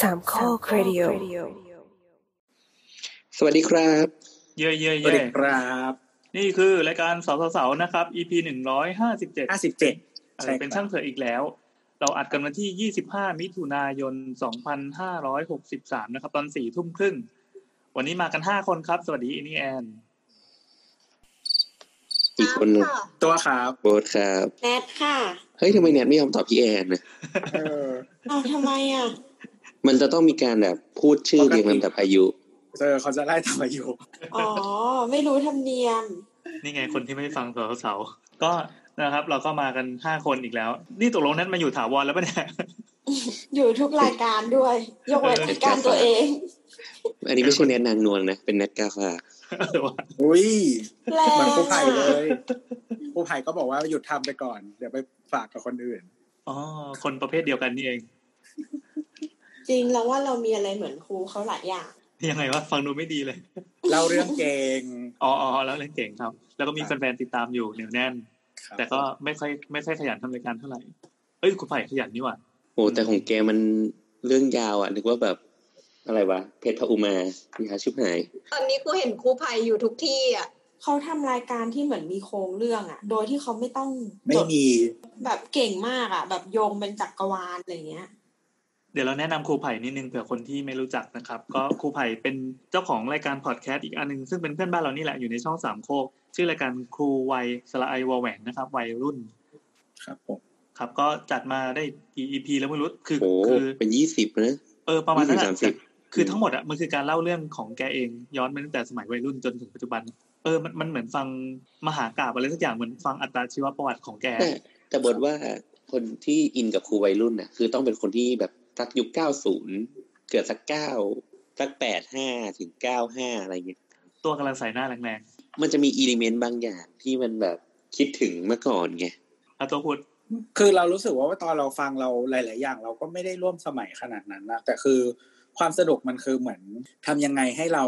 สามข้อครดิโอ สวัสดีครับ เย่เย่ สวัส เย่ ดีครับ นี่คือรายการสาวสาวๆนะครับ EP หนึ่งร้อยห้าสิบเจ็ด ห้าสิบเจ็ด ใช่ครับ เป็นช่างเถอะอีกแล้ว เราอัดกันวันที่ยี่สิบห้ามิถุนายนสองพันห้าร้อยหกสิบสามนะครับ ตอนสี่ทุ่มครึ่ง วันนี้มากันห้าคนครับ สวัสดีอินี่แอน อีกคนหนึ่ง ค่ะ ตัวครับ โบสครับ แนทค่ะ เฮ้ยทำไมเนี่ยไม่ยอมตอบพี่แอนนะ เออ อ้าวทำไมอ่ะ มันจะต้องมีการแบบพูดชื่อเรียงลำดับอายุ เจอเขาจะไล่ทำไมอยู่ อ๋อ ไม่รู้ธรรมเนียม นี่ไงคนที่ไม่ได้ฟังสาวสาวๆก็นะครับ เราก็มากันห้าคนอีกแล้ว นี่ตกลงนั้นมาอยู่ถาวรแล้วปะเนี่ย อยู่ทุกรายการด้วย ยกเว้นรายการตัวเอง อันนี้ไม่ใช่แนทนางนวลนะ เป็นแนทกาฟา อุ้ย แรง เหมือนครูไผ่ อ่ะ เลยครูไผ่ก็บอกว่าหยุดทำไปก่อน เดี๋ยวไปฝากกับคนอื่น อ๋อ คนประเภทเดียวกันนี่เอง จริงเราว่าเรามีอะไรเหมือนครูเขาหลายอย่าง ยังไงวะฟังดูไม่ดีเลย เล่าเรื่องเก่ง อ๋ออ๋อแล้วเล่นเก่งครับ แล้วก็มีแฟนๆติดตามอยู่เหนียวแน่น ครับ แต่ก็ไม่ค่อยไม่ค่อยขยันทำรายการเท่าไหร่ เอ้ยคุณไผ่ขยันนี่หว่า โอ้แต่ของแกมันเรื่องยาวอ่ะ นึกว่าแบบอะไรวะ เพชรพระอุมาพิหาชิบหาย ตอนนี้กูเห็นครูภัยอยู่ทุกที่อ่ะ เขาทำรายการที่เหมือนมีโครงเรื่องอ่ะ โดยที่เขาไม่ต้อง ไม่ จด มี แบบเก่งมากอ่ะ แบบโยงเป็นจักรวาลอะไรเงี้ย เดี๋ยวเราแนะนำครูไผ่นิดนึงเผื่อคนที่ไม่รู้จักนะครับ ก็ครูไผ่เป็นเจ้าของรายการพอดแคสต์อีกอันหนึงซึ่งเป็นเพื่อนบ้านเรานี่แหละอยู่ในช่องสามโคกชื่อรายการครูวัยสละไอวอแหวงนะครับวัยรุ่น ครับผม ครับก็จัดมาได้กี่ EP แล้วไม่รู้คือ โอ้ คือ เป็นยี่สิบนะ เออประมาณนั้นแหละ 20-30 คือทั้งหมดอ่ะมันคือการเล่าเรื่องของแกเองย้อนไปตั้งแต่สมัยวัยรุ่นจนถึงปัจจุบัน เออมันมันเหมือนฟังมหากาบอะไรสักอย่างเหมือนฟังอัตราชีวประวัติของแก แต่แต่บทว่าคนที่อินกับครูวัยรุ่นน่ะ คือต้องเป็นคนที่แบบสักยุคเก้าศูนย์เกิดสักเก้าสักแปดห้าถึงเก้าห้าอะไรเงี้ย ตัวกำลังใส่หน้าแรง มันจะมีอิเลเมนต์บางอย่างที่มันแบบคิดถึงเมื่อก่อนไง ๆแล้วตัวพูด คือเรารู้สึกว่าตอนเราฟังเราหลาย ๆ อย่าง เราก็ไม่ได้ร่วมสมัยขนาดนั้นนะแต่คือความสนุกมันคือเหมือนทำยังไงให้เรา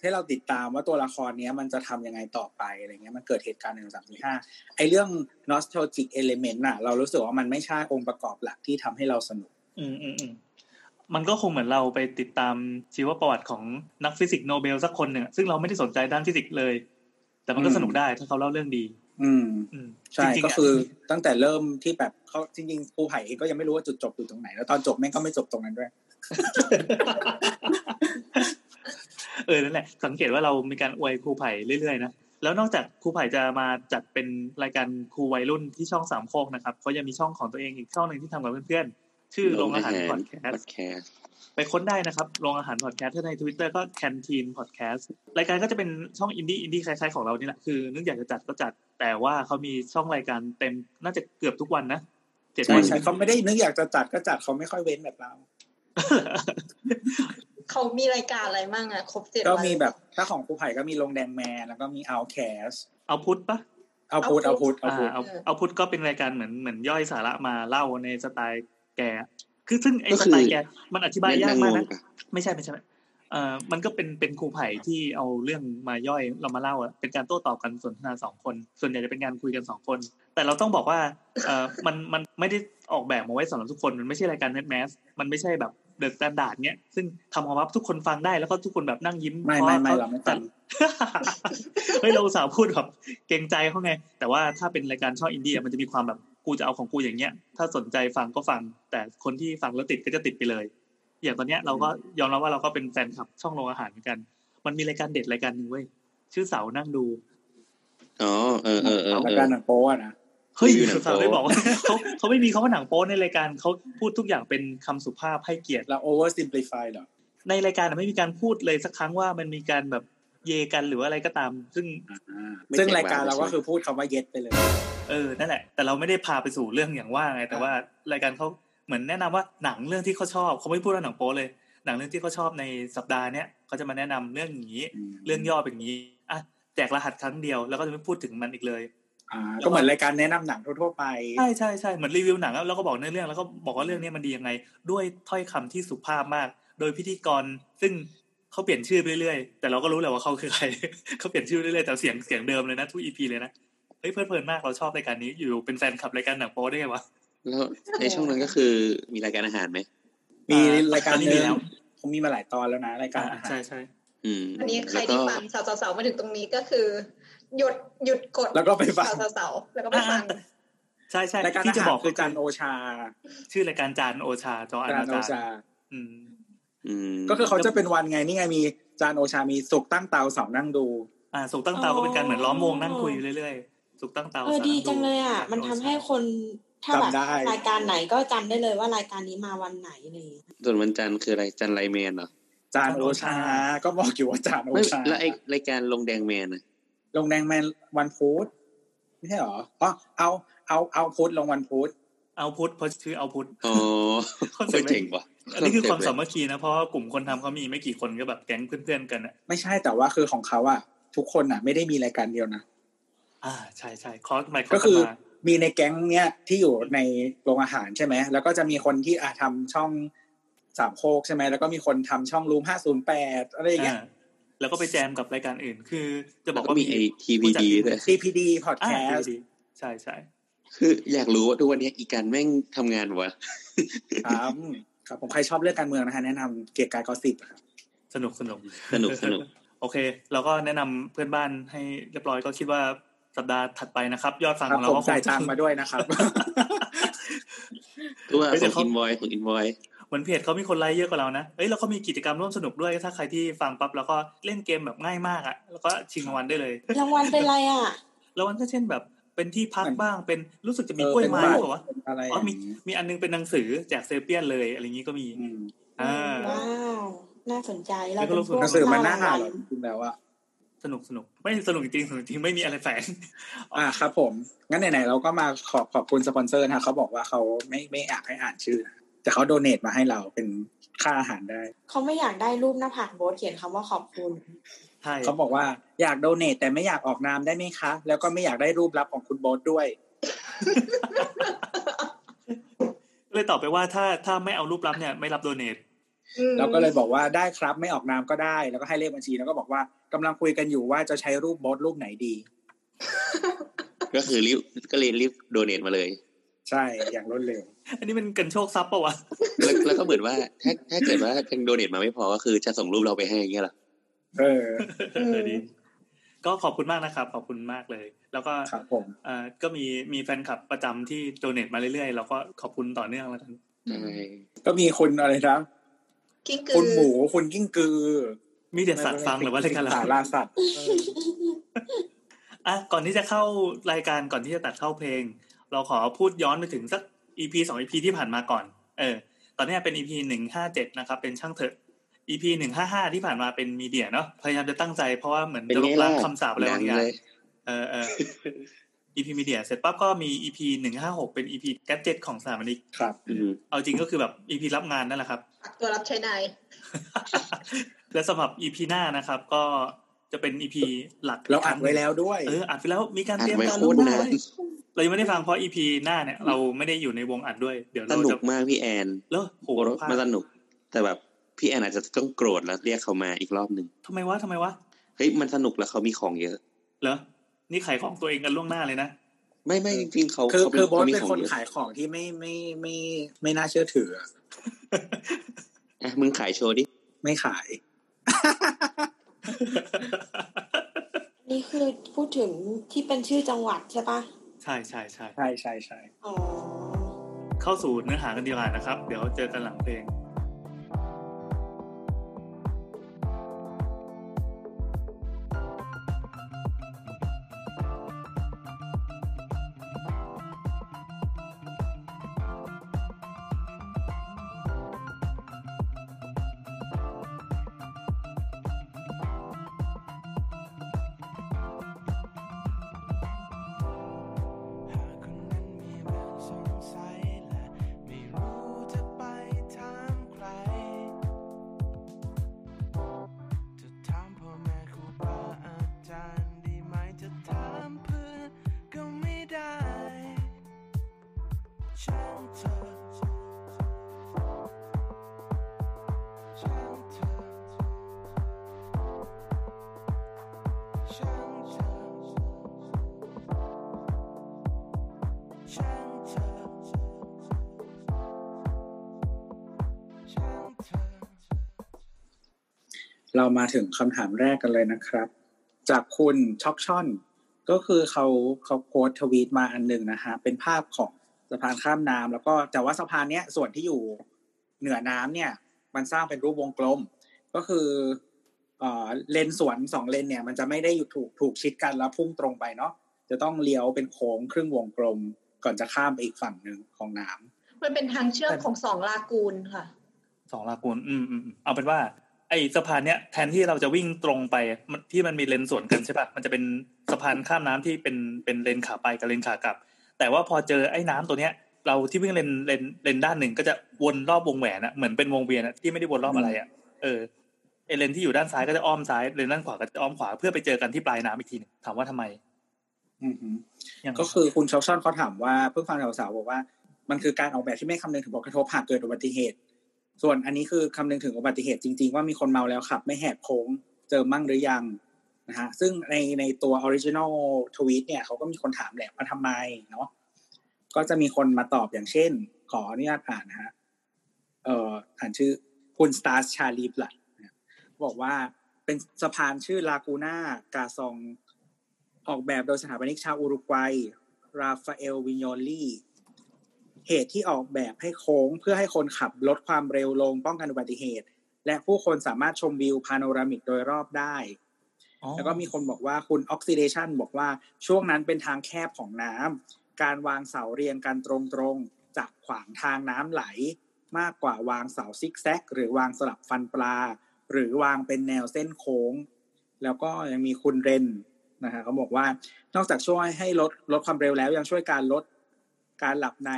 ให้เราติดตามว่าตัวละครเนี้ยมันจะทำยังไงต่อไปอะไรเงี้ยมันเกิดเหตุการณ์หนึ่งสามสี่ห้า ไอเรื่อง nostalgic element น่ะ เรารู้สึกว่ามันไม่ใช่องค์ประกอบหลักที่ทำให้เราสนุก อืมอืมอืมมันก็คงเหมือนเราไปติดตามชีวประวัติของนักฟิสิกส์โนเบลสักคนหนึ่งอะซึ่งเราไม่ได้สนใจด้านฟิสิกส์เลย แต่มันก็ อืม สนุกได้ถ้าเขาเล่าเรื่องดี อืม อืม ใช่ จริงๆ ก็ อะ คือตั้งแต่เริ่มที่แบบเขาจริงๆครูไผ่เองก็ยังไม่รู้ว่าจุดจบอยู่ตรงไหน แล้วตอนจบแม่งก็ไม่จบตรงนั้นด้วย เออนั่นแหละสังเกตว่าเรามีการอวยครูไผ่เรื่อยๆนะแล้วนอกจากครูไผ่จะมาจัดเป็นรายการครูวัยรุ่นที่ช่องสามโคกนะครับเขายังมีช่องของตัวเองอีกช่องหนึ่งที่ทำกับเพื่อนๆชื่อโรงอาหารพอดแคส podcast ไปค้นได้นะครับ โรงอาหารพอดแคสต์ถ้าใน Twitter ก็ Canteen Podcast รายการก็จะเป็นช่องอินดี้อินดี้คล้ายๆของเรานี่แหละ คือนึกอยากจะจัดก็จัด แต่ว่าเขามีช่องรายการเต็มน่าจะเกือบทุกวันนะเจ็ด ใช่ วัน ใช่เขาไม่ได้นึกอยากจะจัดก็จัดเขาไม่ค่อยเว้นแบบเรา เขามีรายการอะไรมั่งอ่ะ ครบเจ็ด ก็ วัน มีแบบถ้าของครูไผ่ก็มีลงแดงแมนแล้วก็มีเอาแคส เอาพุทธปะ เอาพูดเอาพูดเอา อ่า พูด เอาเอาพุทธก็เป็นรายการเหมือนเหมือนย่อยสาระมาเล่าในสไตล์แก คือซึ่งไอ้ ก็ ส คือ ไตล์แก มันอธิบายยากมาก แะนำวนะงป ไม่ใช่ไม่ใช่ไม่เอ่อมันก็เป็นเป็นครูไผ่ที่เอาเรื่องมาย่อยเรามาเล่าอะเป็นการโต้ตอบกันสนทนาสองคน ส่วนใหญ่จะเป็นการคุยกันสองคน แต่เราต้องบอกว่าเอ่อมันมันไม่ได้ออกแบบมาไว้สำหรับทุกคน มันไม่ใช่รายการเน็ตแมส มันไม่ใช่แบบเดอะสแตนดาร์ดเนี้ย ซึ่งทำออกมาทุกคนฟังได้แล้วก็ทุกคนแบบนั่งยิ้ม ไม่ พะ ไม่ไม่ ข เราไม่ตัด เฮ้ยเราอุตสาวพูดแบบเกรงใจเขาไง แต่ว่าถ้าเป็นรายการช่องอินเดียมันจะมีความแบบกูจะเอาของกูอย่างเงี้ย ถ้าสนใจฟังก็ฟัง แต่คนที่ฟังแล้วติดก็จะติดไปเลย อย่างตอนเนี้ยเราก็ยอมรับว่าเราก็เป็นแฟนคลับช่องโรงอาหารเหมือนกัน มันมีรายการเด็ดรายการหนึ่งเว้ยชื่อเสานั่งดู อ๋อเออเออเออ ราย เอ การ อ หนังโป๊อะนะ เฮ้ย รีวิวหนังโป๊ เสาได้บอกว่า เขาเขาไม่มีเขาว่าหนังโป๊ในรายการเขาพูดทุกอย่างเป็นคำสุภาพให้เกียรติ เราโอเวอร์ซิมพลิฟายหรอ ในรายการน่ะไม่มีการพูดเลยสักครั้งว่ามันมีการแบบเยกันหรือว่าอะไรก็ตาม ซึ่ง อ่าซึ่งรายการเราก็คือพูดคำว่าเย็ดไปเลย เออ นั่นแหละ แต่เราไม่ได้พาไปสู่เรื่องอย่างว่าไง แต่ว่ารายการเขาเหมือนแนะนำว่าหนังเรื่องที่เขาชอบ เขาไม่พูดว่าหนังโป๊เลย หนังเรื่องที่เขาชอบในสัปดาห์เนี้ยเขาจะมาแนะนำเรื่องอย่างนี้ เรื่องย่อเป็นอย่างนี้ อ่ะ แจกรหัสครั้งเดียว แล้วก็จะไม่พูดถึงมันอีกเลย อ่าก็เหมือนรายการแนะนำหนังทั่วๆไป ใช่ใช่ใช่เหมือนรีวิวหนังแล้วเราก็บอกเนื้อเรื่องแล้วก็บอกว่าเรื่องนี้มันดียังไง ด้วยถ้อยคำที่สุภาพมาก โดยพิธีกรซึ่งเขาเปลี่ยนชื่อไปเรื่อยๆ แต่เราก็รู้แหละว่าเขาคือใคร เขาเปลี่ยนชื่อไปเรื่อยๆแต่เสียงเสียงเดิมเลยนะทุกอีพีเลยนะเฮ้ยเพลิดเพลินมากเราชอบรายการนี้อยู่เป็นแฟนคลับรายการหนังโป๊ได้ไงวะ แล้วในช่องนั้นก็คือมีรายการอาหารไหม มีรายการ ตอนนี้ ห มี นึ่ง แล้ว ผมมีมาหลายตอนแล้วนะรายการ อ่า อาหาร ใช่ใช่ อืม อันนี้ใคร แล้วก็ ที่ฟังสาวๆๆมาถึงตรงนี้ก็คือ หยุดหยุดกด แล้วก็ไปฟัง สาวๆๆแล้วก็ไปฟัง ใช่ใช่ รายการ ที่ ที่ จะบจะบ อ อก กคือ อกคืา จาร นโอชา ชื่อรายการจานโอชาจอจานอาาน โอ จาร ชา ย์อืม อืม ก็คือเขาจะเป็นวันไงนี่ไงมีจานโอชามีสุกตั้งเตาเสานั่งดู อ่าสุกตั้งเตาก็เป็นการเหมือนล้อมวงนั่งคุยอยู่เรื่อยๆสุกตั้งเตา เออดีจังเลยอ่ะ สา มันทำให้ โอชา คนถ้าแบบ จำได้ รายการไหนก็จำได้เลยว่ารายการนี้มาวันไหนอะไรอย่างเงี้ย ส่วนวันจันทร์คืออะไรจันทร์ไลน์แมนเหรอ จานโอชา ก็บอกอยู่ว่าจานโอ ไม่ ชา แล้วไอรายการลงแดงแมนอะ ลงแดงแมนวันพุธไม่ใช่หรออ๋อเอาเอาเอาพุธลงวันพุธ เอาพุทธเพราะชื่อเอาพุทธ อ๋อ คน เฮ้ยเจ๋งว่ะ อันนี้คือความ เจ๋งเลย สามัคคีนะเพราะว่ากลุ่มคนทำเขามีไม่กี่คนก็แบบแก๊งเพื่อนๆกันอ่ะ ไม่ใช่แต่ว่าคือของเขาอะทุกคนอะไม่ได้มีรายการเดียวนะ อ่าใช่ใช่คอร์สใหม่คอ ก็ ร์ส คือ มา มีในแก๊งเนี้ยที่อยู่ในโรงอาหารใช่ไหม แล้วก็จะมีคนที่อาทำช่องสามโคกใช่ไหม แล้วก็มีคนทำช่องรูมห้าศูนย์แปดอะไรอย่างเงี้ย อ่าแล้วก็ไปแจมกับรายการอื่น คือจะบอกว่า แล้ว มี มีไอ้ ผู้จั TVD ด้วย TPD อ่า podcast TVD ใช่ใช่ คืออยากรู้ว่าทุกวันนี้อีการแม่งทำงานวะ ครับครับ ผมใครชอบเรื่องการเมืองนะคะแนะนำเกียรติกายกอสิบครับ สนุกสนุก สนุกสนุก โอเค เราก็แนะนำเพื่อนบ้านให้เรียบร้อยก็คิดว่าสัปดาห์ถัดไปนะครับ ยอดฟัง ค ข รั อบ งเรา ผม ก็คง จ่ายตังค์มาด้วยนะครับ ตัว เฮ้ขยเดี๋ องอิยวเขา นวอยของอินวอย เหมือนเพจเขามีคนไลค์เยอะกว่าเรานะเอ้ยแล้วเขามีกิจกรรมร่วมสนุกด้วยถ้าใครที่ฟังปั๊บแล้วก็เล่นเกมแบบง่ายมากอ่ะแล้วก็ชิงรางวัลได้เลย รางวัลเป็นอะไรอ่ะ รางวัลก็เช่นแบบ เป็นที่พัก เหมือน บ้างเป็นรู้สึกจะมี เออก ล้วย เป็น ไม้ บัต ด้ ร วยวะ เป็นอะไรอ อ๋อย่าง มี นี้ มีอันนึงเป็นหนังสือแจกเซเปียนเลยอะไรอย่างนี้ก็มี อืม อ่า ว้าว น่าสนใจเรา แล้วก็ เป็น ลงทุ พวกนหนังสือมันน่า ล่าราง อ่าน วัล เหรอจริงๆแล้วอะ สนุกสนุกไม่สนุกจริงสนุกจริงไม่มีอะไรแฝง อ่าครับผม งั้นไหนๆเราก็มาขอบขอบคุณสปอนเซอร์นะคะเขาบอกว่าเขาไม่ไม่อยากให้อ่านชื่อ แต่เขาโดเนทมาให้เราเป็นค่าอาหารได้ เขาไม่อยากได้รูปหน้าผากโบทเขียนคำว่าขอบคุณ ใช่ เขาบอกว่าอยากโดเนทแต่ไม่อยากออกนามได้ไหมคะ แล้วก็ไม่อยากได้รูปลับของคุณโบ๊ทด้วย ก็เลยตอบไปว่าถ้าถ้าไม่เอารูปลับเนี่ยไม่รับโดเนท อืม เราก็เลยบอกว่าได้ครับไม่ออกนามก็ได้ แล้วก็ให้เลขบัญชีแล้วก็บอกว่ากำลังคุยกันอยู่ว่าจะใช้รูปโบ๊ทรูปไหนดี ก็คือรีบก็เลยรีบโดเนทมาเลย ใช่อย่างรวดเร็ว อันนี้มันกันโชคทรัพย์ปะวะ แล้วแล้วก็เหมือนว่าถ้าถ้าเกิดว่ายังโดเนทมาไม่พอก็คือจะส่งรูปเราไปให้อย่างเงี้ยเหรอ เอ อ เออดีก็ขอบคุณมากนะครับ ขอบคุณมากเลย แล้วก็ ครับผม เอ่อก็มีมีแฟนคลับประจำที่โดเนทมาเรื่อยๆ แล้วก็ขอบคุณต่อเนื่องแล้วกัน ใช่ ก็มีคุณอะไรนะ กิ้งกือ คุณหมูคุณกิ้งกือ มีแต่สัตว์ฟังหรือว่าอะไรายกันล่ะ สาราสัตว์เออ อ่ะก่อนที่จะเข้ารายการก่อนที่จะตัดเข้าเพลง เราขอพูดย้อนไปถึงสัก EP สอง EP ที่ผ่านมาก่อน เออ ตอนเนี้ยเป็น EP หนึ่งห้าเจ็ดนะครับ เป็นช่างเถอะ EP หนึ่งห้าห้าที่ผ่านมาเป็นมีเดียเนาะพยายามจะตั้งใจเพราะว่าเหมือน เป็น จะล ไง บล้า ล่ะ งคำสาปอะไร ดั บาง งอย่าง เลย เออเออ EP Media เสร็จปั๊บก็มี EP หนึ่งห้าหกเป็น EP Gadget ของสถามันิก ครับ อืม เอาจริงก็คือแบบ EP รับงานนั่นแหละครับ ตัวรับใช้นาย และสำหรับ EP หน้านะครับ ก็จะเป็น EP หลัก เราอัดไว้แล้วด้วย เอออัดไปแล้วมีการ อัดเตรียม ไว้ การ โค ล่ว ตรงหน้า นา ด้ น วยเรายังไม่ได้ฟังเพราะ EP หน้าเนี่ย เราไม่ได้อยู่ในวงอัดด้วย เดี๋ยว ส เรา นุ จะ กมากพี่แอน แล้วโห โอ้ พลา มัน ด สนุก แต่แบบพี่แอนอาจจะต้องโกรธแล้วเรียกเขามาอีกรอบหนึ่ง ทำไมวะทำไมวะ เฮ้ยมันสนุกแล้วเขามีของเยอะ เหรอนี่ขายของตัวเองกันล่วงหน้าเลยนะ ไม่ไม่ เออ จริงๆเขา คือ เขา คือโบ๊ท เขามี เป็น ของ คน เยอะ ขายของที่ไม่ไม่ไม่ไม่น่าเชื่อถือ อ่ะมึงขายโชว์ดิ ไม่ขาย นี่คือพูดถึงที่เป็นชื่อจังหวัดใช่ปะ ใช่ใช่ใช่ ใช่ใช่ใช่ อ๋อ เข้าสู่เนื้อหากันดีกว่านะครับ เดี๋ยวเจอกันหลังเพลง หากคนนั้นมีเรื่องสงสัยและไม่รู้จะไปถามใคร จะถามพ่อแม่ครูบาอาจารย์ดีไหมจะถามเพื่อนก็ไม่ได้ช่างเธอช่างเธอช่างเธอ ช่างเธอช่าง เรามาถึงคำถามแรกกันเลยนะครับ จากคุณช็อกช่อน ก็คือเขาเขาโพสต์ทวีตมาอันหนึงนะฮะเป็นภาพของสะพานข้ามน้ำแล้วก็แต่ว่าสะพานเนี้ยส่วนที่อยู่เหนือน้ำเนี่ย มันสร้างเป็นรูปวงกลม ก็คือเอ่อเลนสวนสองเลนเนี่ย มันจะไม่ได้อยู่ถูกถูกชิดกันแล้วพุ่งตรงไปเนาะจะต้องเลี้ยวเป็นโค้งครึ่งวงกลม ก่อนจะข้ามไปอีกฝั่งหนึ่งของน้ำ มันเป็นทางเชื่อมของสองลากูนค่ะ สองลากูนอืมอืมอืมเอาเป็นว่า ไอ้สะพานเนี้ยแทนที่เราจะวิ่งตรงไปมันที่มันมีเลนสวนกันใช่ปะมันจะเป็นสะพานข้ามน้ำที่เป็นเป็นเลนขาไปกับเลนขากลับ แต่ว่าพอเจอไอ้น้ำตัวเนี้ย เราที่วิ่งเลนเลนเลนด้านหนึ่งก็จะวนรอบวงแหวนอะเหมือนเป็นวงเวียนอะที่ไม่ได้วนรอบอะไรอะเออไอเลนที่อยู่ด้านซ้ายก็จะอ้อมซ้ายเลนด้านขวาก็จะอ้อมขวาเพื่อไปเจอกันที่ปลายน้ำอีกทีหนึงถามว่าทำไม อือหือ ยังไง ก็คือคุณชาวช่อนเขาถามว่าเพิ่งฟังสาวๆบอกว่า มันคือการออกแบบที่ไม่คำนึงถึงผลกระทบหากเกิดอุบัติเหตุ ส่วนอันนี้คือคำนึงถึงอุบัติเหตุจริงๆ ว่ามีคนเมาแล้วขับ ไม่แหกโค้งเจอมั่งหรือยังนะฮะซึ่งในในตัวออริจินอลทวีตเนี่ยเขาก็มีคนถามแหละว่าทำไมเนาะก็จะมีคนมาตอบอย่างเช่น ขออนุญาตอ่านนะฮะเอ่ออ่านชื่อคุณสตาร์ชาลีบลัดบอกว่าเป็นสะพานชื่อลากูน่ากาซอง ออกแบบโดยสถาปนิกชาวอุรุกวัย ราฟาเอลวิโอลีเหตุที่ออกแบบให้โค้งเพื่อให้คนขับลดความเร็วลงป้องกันอุบัติเหตุ และผู้คนสามารถชมวิวพาโนรามิกโดยรอบได้ อ๋อ แล้วก็มีคนบอกว่าคุณออกซิเดชันบอกว่าช่วงนั้นเป็นทางแคบของน้ำการวางเสาเรียงกันตรงๆจะขวางทางน้ำไหล มากกว่าวางเสาซิกแซก หรือวางสลับฟันปลา หรือวางเป็นแนวเส้นโค้ง แล้วก็ยังมีคุณเรนนะฮะเขาบอกว่านอกจากช่วยให้ลดลดความเร็วแล้วยังช่วยการลดการหลับใน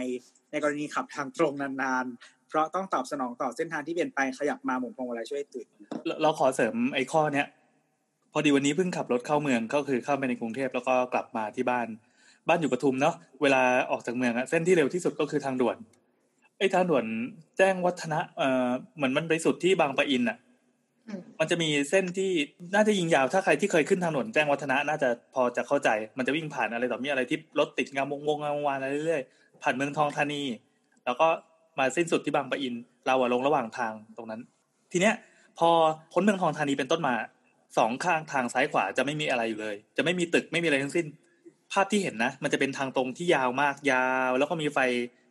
ในกรณีขับทางตรงนานๆ เพราะต้องตอบสนองต่อเส้นทางที่เปลี่ยนไปขยับมาหมุนพวงมาลัยช่วยตื่น เราเราขอเสริมไอ้ข้อเนี้ยพอดีวันนี้เพิ่งขับรถเข้าเมืองก็คือเข้าไปในกรุงเทพแล้วก็กลับมาที่บ้าน บ้านอยู่ปทุมเนาะเวลาออกจากเมืองอะเส้นที่เร็วที่สุดก็คือทางด่วนไอ้ทางด่วนแจ้งวัฒนะเอ่อเหมือนมันไปสุดที่บางปะอินอะ อืม มันจะมีเส้นที่น่าจะยิงยาวถ้าใครที่เคยขึ้นทางด่วนแจ้งวัฒนะน่าจะพอจะเข้าใจ มันจะวิ่งผ่านอะไรต่อมีอะไรที่รถติดงามวงวงงามวงวานอะไรเรื่อยๆผ่านเมืองทองธานี แล้วก็มาสิ้นสุดที่บางปะอิน เราอะลงระหว่างทางตรงนั้น ทีเนี้ยพอพ้นเมืองทองธานีเป็นต้นมาสองข้างทางซ้ายขวาจะไม่มีอะไรอยู่เลย จะไม่มีตึกไม่มีอะไรทั้งสิ้น ภาพที่เห็นนะ มันจะเป็นทางตรงที่ยาวมากยาว แล้วก็มีไฟ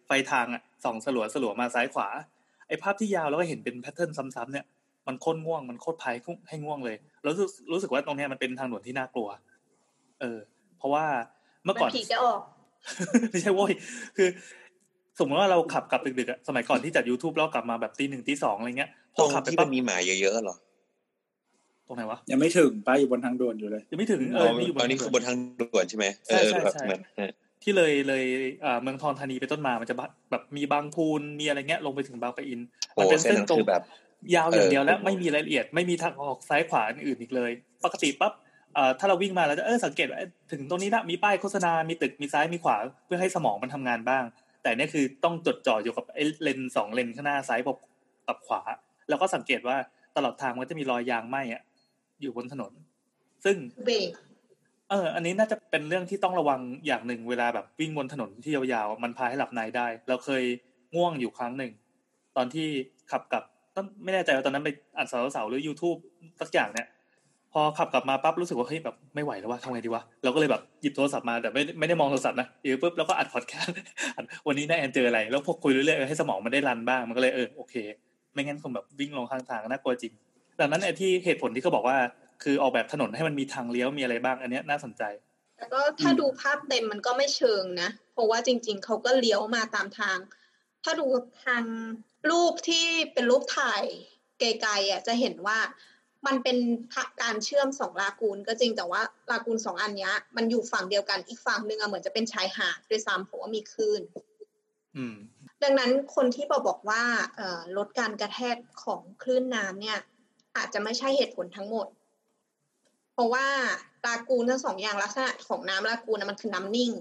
ไฟทางอะส่องสลัวสลัวมาซ้ายขวาไอ้ภาพที่ยาวแล้วก็เห็นเป็นแพทเทิร์นซ้ำๆเนี่ยมันโคตรง่วงมันโคตรพายให้ง่วงเลยรู้สึกรู้สึกว่าตรงเนี้ยมันเป็นทางด่วนที่น่ากลัว เออ เพราะว่าเมื่อ มั ก่อน น ผีจะออก ไม่ใช่โว้ยคือ สมมติว่าเราขับกลับดึกๆอะสมัยก่อนที่จัด YouTube เรากลับมาแบบตีหนึ่งตีสองอะไรเงี้ยพ ตร อง ขับไป ที่มั ปั๊บ นมีหมาเยอะๆเหรอ ตรงไหนวะ ยังไม่ถึงไปอยู่บนทางด่วนอยู่เลย ยังไม่ถึงเอ อ๋ อ อ ไม่อยู่บ ตอน น นี้ ถ คือน บนทางด่วนใช่ไหม ใช่เอใช่อแบบ ใช่ เหมือนเออ ที่เลยเลยเอ่อเมืองทองธานีไปนต้นมามันจะแบบมีบางพูนมีอะไรเงี้ยลงไปถึงบางปะอิน โอ้ มันเป็น เส้น เส้น นั้น ตร คื ง อแบบ ยาวอย่างเดียว เออ และไม่มีรายละเอียดไม่มีทางออกซ้ายขวาอื่นอีกเลย ปกติปั๊บเอ่อถ้าเราวิ่งมาเราจะเออสังเกตว่าเอ๊ะถึงตรงนี้ละมีป้ายโฆษณา มีตึกมีซ้ายมีขวาเพื่อให้สมองมันทำงานบ้าง แต่เนี่ยคือต้องจดจ่ออยู่กับไอ้เลนส์สองเลนข้างหน้าซ้ายกับกับขวา แล้วก็สังเกตว่าตลอดทางมันก็จะมีรอยยางไหม้อะอยู่บนถนน ซึ่ง เบรก เออ อันนี้น่าจะเป็นเรื่องที่ต้องระวังอย่างหนึ่งเวลาแบบวิ่งบนถนนที่ยาวๆ มันพาให้หลับในได้ เราเคยง่วงอยู่ครั้งหนึ่ง ตอนที่ขับกลับต้นไม่แน่ใจว่าตอนนั้นไปอัดเสาเสาๆหรือ YouTube สักอย่างเนี่ย พอขับกลับมาปั๊บรู้สึกว่าเฮ้ยแบบไม่ไหวแล้วว่าทำไงดีวะ เราก็เลยแบบหยิบโทรศัพท์มาแต่ไม่ไม่ได้มองโทรศัพท์นะหยิบปุ๊บแล้วก็อัดพอดแคสต์ อัดวันนี้นายแอนเจออะไร แล้วพวกคุยเรื่อยๆเออให้สมองมันได้รันบ้าง มันก็เลยเออโอเค ไม่งั้นคงแบบวิ่งลงข้างทางน่ากลัวจริง ดังนั้นไอ้ที่เหตุผลที่เขาบอกว่า คือออกแบบถนนให้มันมีทางเลี้ยวมีอะไรบ้างอันเนี้ยน่าสนใจ แล้วก็ถ้าดูภาพเต็มมันก็ไม่เชิงนะ เพราะว่าจริง ๆ เขาก็เลี้ยวมาตามทาง ถ้าดูทางรูปที่เป็นรูปถ่ายไกลๆอ่ะจะเห็นว่ามันเป็นการเชื่อมสองลากูนก็จริงแต่ว่าลากูนสองอันเนี้ย มันอยู่ฝั่งเดียวกันอีกฝั่งหนึ่งอ่ะเหมือนจะเป็นชายหาดด้วยซ้ำเพราะว่ามีคลื่น อืม ดังนั้นคนที่บอกบอกว่าเอ่อลดการกระแทกของคลื่นน้ำเนี่ย อาจจะไม่ใช่เหตุผลทั้งหมด เพราะว่าลากูนทั้งสองอย่างลักษณะของน้ำลากูนนะมันคือน้ำนิ่ง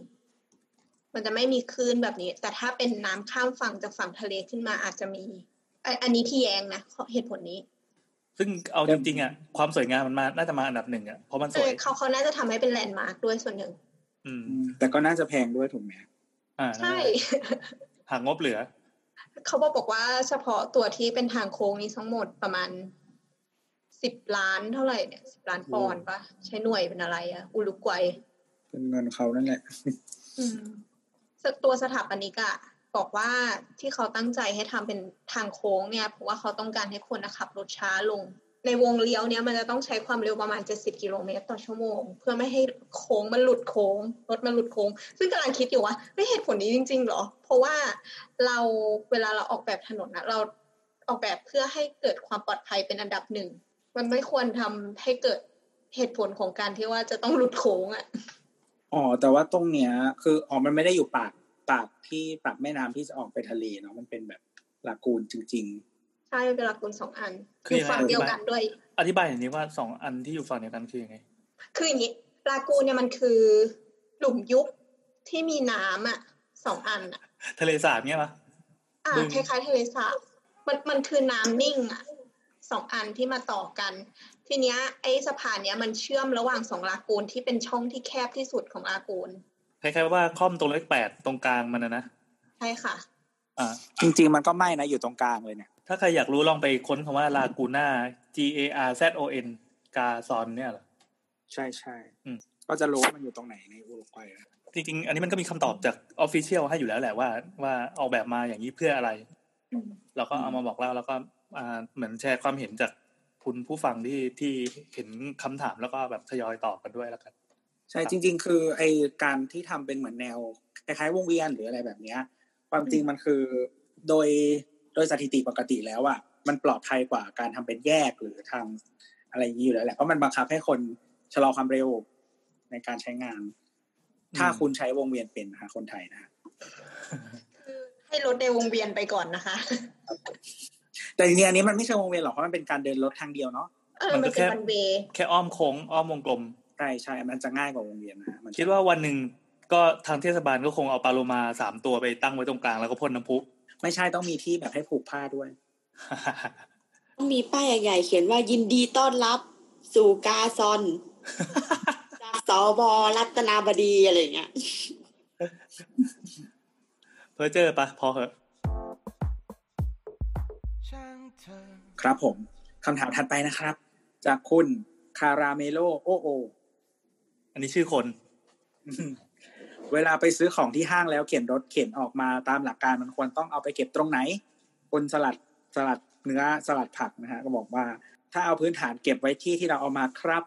มันจะไม่มีคลื่นแบบนี้ แต่ถ้าเป็นน้ำข้ามฝั่งจากฝั่งทะเลขึ้นมาอาจจะมีไอ้อันนี้ที่แย้งนะข้อเหตุผลนี้ ซึ่งเอาจริงๆอ่ะความสวยงามมันมาน่าจะมาอันดับหนึ่งอ่ะเพราะมันส เอ ว อย เขาเขาน่าจะทำให้เป็นแลนด์มาร์คด้วยส่วนหนึ่ง อืม แต่ก็น่าจะแพงด้วยถูกไหม อ่า ใช่ หากงบเหลือ เขาบอกบอกว่าเฉพาะตัวที่เป็นทางโค้งนี้ทั้งหมดประมาณ สิบล้านเท่าไหร่เนี่ยสิบล้านปอนด์ปะใช้หน่วยเป็นอะไรอะอุรุกวัย เป็นเงินเขานั่นแหละ อืมตัวสถาปนิกอะบอกว่าที่เขาตั้งใจให้ทำเป็นทางโค้งเนี่ยเพราะว่าเขาต้องการให้คนนะขับรถช้าลง ในวงเลี้ยวเนี้ยมันจะต้องใช้ความเร็วประมาณ 70 กิโลเมตรต่อชั่วโมง เพื่อไม่ให้โค้งมันหลุดโค้งรถมันหลุดโค้ง ซึ่งกำลังคิดอยู่ว่าเฮ้ยเหตุผลนี้จริงๆเหรอ เพราะว่าเราเวลาเราออกแบบถนนนะเราออกแบบเพื่อให้เกิดความปลอดภัยเป็นอันดับหนึ่ง มันไม่ควรทำให้เกิดเหตุผลของการที่ว่าจะต้องหลุดโค้งอะ อ๋อแต่ว่าตรงเนี้ย คืออ๋อมันไม่ได้อยู่ปากปากที่ปากแม่น้ำที่จะออกไปทะเลเนาะมันเป็นแบบลากูนจริง ใช่เป็นหลักกุลสองอัน คื คือ อ ยังไง ฝั่งเดียวกันด้วย อธิบายอย่างนี้ว่าสองอันที่อยู่ฝั่งเดียวกันคือยังไง คืออย่างนี้ปลากูเนี่ยมันคือหลุมยุบที่มีน้ำอ่ะสองอันอ่ะ ทะเลสาบเนี่ยปะ อ่า บึง คล้าย ๆ ทะเลสาบมันมันคือน้ำนิ่งอ่ะสองอันที่มาต่อกัน ทีเนี้ยไอ้สะพานเนี้ยมันเชื่อมระหว่างสองลากูนที่เป็นช่องที่แคบที่สุดของลากูน คล้ายๆว่าค่อมตรงเลขแปดตรงกลางมันนะนะ ใช่ค่ะ อ่า ๆ จริง ๆ มันก็ไม่นะอยู่ตรงกลางเลยเนี่ย ถ้าใครอยากรู้ลองไปค้นคำว่าลากูน่า G A R Z O N กาซอนเนี่ยเหรอ ใช่ใช่ อืม ก็จะรู้ว่ามันอยู่ตรงไหนในอุรุกวัยนะ จริงๆ อันนี้มันก็มีคำตอบจากออฟฟิเชียลให้อยู่แล้วแหละว่า ว่าออกแบบมาอย่างนี้เพื่ออะไร อืม เราก็เอามาบอกเล่าแล้วก็อ่าเหมือนแชร์ความเห็นจากคุณผู้ฟังที่ที่เห็นคำถามแล้วก็แบบทยอยตอบกันด้วยแล้วกัน ใช่จริง ๆ คือไอการที่ทำเป็นเหมือนแนวคล้ายๆวงเวียนหรืออะไรแบบเนี้ย ความจริงมันคือโดยโดยสถิติปกติแล้วอะมันปลอดภัยกว่าการทำเป็นแยกหรือทางอะไรอย่างนี้อยู่แล้วแหละเพราะมันบังคับให้คนชะลอความเร็วในการใช้งาน ถ้าคุณใช้วงเวียนเป็นนะคะคนไทยนะฮะ คือให้รถในวงเวียนไปก่อนนะคะ แต่จริงๆอันนี้มันไม่ใช่วงเวียนหรอกเพราะมันเป็นการเดินรถทางเดียวเนาะ เออมันเป็นวันเวย์ แค่อ้อมโค้งอ้อมวงกลม ใช่ใช่มันจะง่ายกว่าวงเวียนนะฮะมันจะ คิดว่าวันหนึ่งก็ทางเทศบาลก็คงเอาปลาโลมาสามตัวไปตั้งไว้ตรงกลางแล้วก็พ่นน้ำพุ ไม่ใช่ต้องมีที่แบบให้ผูกผ้าด้วย ต้องมีป้ายใหญ่ๆเขียนว่ายินดีต้อนรับ สู่กาซอน จากสบรัตนาบดีอะไรอย่างเงี้ย เพอเจอปะพอเหอะ ช่างเธอ ครับผมคำถามถัดไปนะครับ จากคุณคาราเมโลโอโอ อันนี้ชื่อคน เวลาไปซื้อของที่ห้างแล้วเข็นรถเข็นออกมาตามหลักการมันควรต้องเอาไปเก็บตรงไหนคนสลัดสลัดเนื้อสลัดผักนะฮะก็บอกว่า ถ้าเอาพื้นฐานเก็บไว้ที่ที่เราเอามาครับ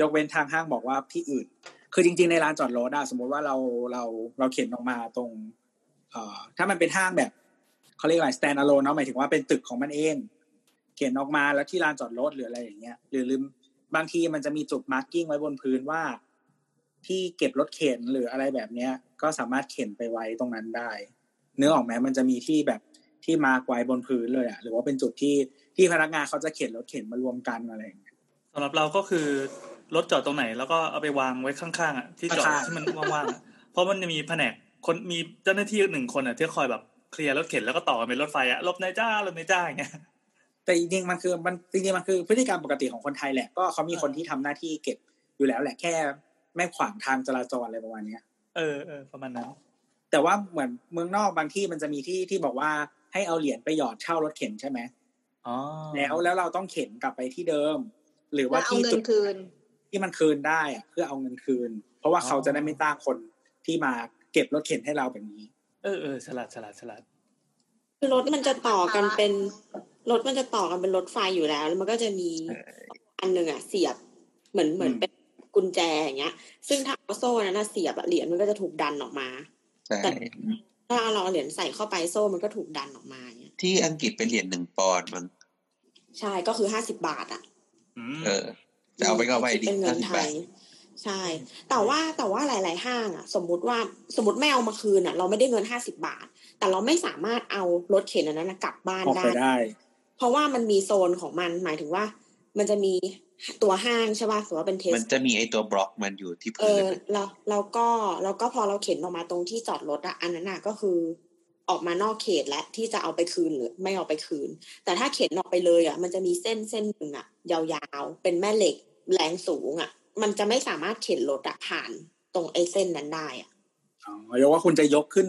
ยกเว้นทางห้างบอกว่าที่อื่น คือจริง ๆ ในลานจอดรถอะสมมติว่าเราเราเราเข็นออกมาตรงเอ่อถ้ามันเป็นห้างแบบเขาเรียกอะไร stand alone เนาะหมายถึงว่าเป็นตึกของมันเอง เข็นออกมาแล้วที่ลานจอดรถหรืออะไรอย่างเงี้ยหรือลืมบางทีมันจะมีจุด marking ไว้บนพื้นว่า ที่เก็บรถเข็นหรืออะไรแบบเนี้ย ก็สามารถเข็นไปไว้ตรงนั้นได้เนื้อออกไหมมันจะมีที่แบบที่มาร์กไว้บนพื้นเลยอะหรือว่าเป็นจุดที่ที่พนักงานเขาจะเข็นรถเข็นมารวมกันอะไรอย่างเงี้ย สำหรับเราก็คือรถจอดตรงไหน แล้วก็เอาไปวางไว้ข้างๆอ่ะที่จอด ข้างๆ ที่มันว่างๆอะเพราะมันจะมีแผนกคนมีเจ้าหน้าที่หนึ่งคนอ่ะที่คอยแบบเคลียร์รถเข็นแล้วก็ต่อกันเป็นรถไฟอ่ะรถนายจ้ารถนายจ้าอย่างเงี้ย แต่จริงๆมันคือมันจริงๆมันคือพฤติกรรมปกติของคนไทยแหละก็เขามีคนที่ทำหน้าที่เก็บอยู่แล้วแหละแค่ไม่ขวางทางจราจรอะไรประมาณเนี้ย เออเออประมาณนั้น แต่ว่าเหมือนเมืองนอกบางที่มันจะมีที่ที่บอกว่าให้เอาเหรียญไปหยอดเช่ารถเข็นใช่ไหม อ๋อ แล้วแล้วเราต้องเข็นกลับไปที่เดิม หรือ แล้ ว่าว เอา ที่ เงิ จุ น ด คืน ที่มันคืนได้อะเพื่อเอาเงินคืน เพราะว่าเขาจะได้ไม่จ้างคนที่มาเก็บรถเข็นให้เราแบบนี้ เออเออฉลาดฉลาดฉลาด คือรถมันจะต่อกันเป็นรถมันจะต่อกันเป็นรถไฟอยู่แล้ว แล้วมันก็จะมีอันหนึ่งอะเสียบ เหมือนเหมือน อืม เป็นกุญแจอย่างเงี้ย ซึ่งถ้าเอาโซ่นั้นนะเสียบอะเหรียญมันก็จะถูกดันออกมา ใช่ แต่ ถ้าเอาเราเอาเหรียญใส่เข้าไปโซ่มันก็ถูกดันออกมาอย่างเงี้ย ที่อังกฤษเป็นเหรียญหนึ่งปอนด์มั้ง ใช่ก็คือห้าสิบาทอะ อืม เออจะเอาไปก็เอาไปดิ เป็นเงิ ห้าน สิบ ไท บาท ย ใช่ แต่ว่าแต่ว่าหลาย ๆ ห้างอ่ะ สมมุติว่าสมมติไม่เอามาคืนอ่ะ เราไม่ได้เงินห้าสิบาท แต่เราไม่สามารถเอารถเข็นอันนั้นนะกลับบ้าน ออก ได้ ไปได้ เพราะว่ามันมีโซนของมันหมายถึงว่า มันจะมีตัวห้างใช่ป่ะสมมติว่าเป็นเทส มันจะมีไอตัวบล็อกมันอยู่ที่ เอ พื้น อเราเราก็เราก็พอเราเข็นออกมาตรงที่จอดรถอ่ะอันนั้นน่ะก็คือออกมานอกเขตและที่จะเอาไปคืนหรือไม่เอาไปคืน แต่ถ้าเข็นออกไปเลยอ่ะ มันจะมีเส้นเส้นหนึ่งอ่ะ ยาวๆ เป็นแม่เหล็กแรงสูงอ่ะ มันจะไม่สามารถเข็นรถอะผ่านตรงไอ้เส้นนั้นได้อ่ะ อ๋อยกว่าคุณจะยกขึ้น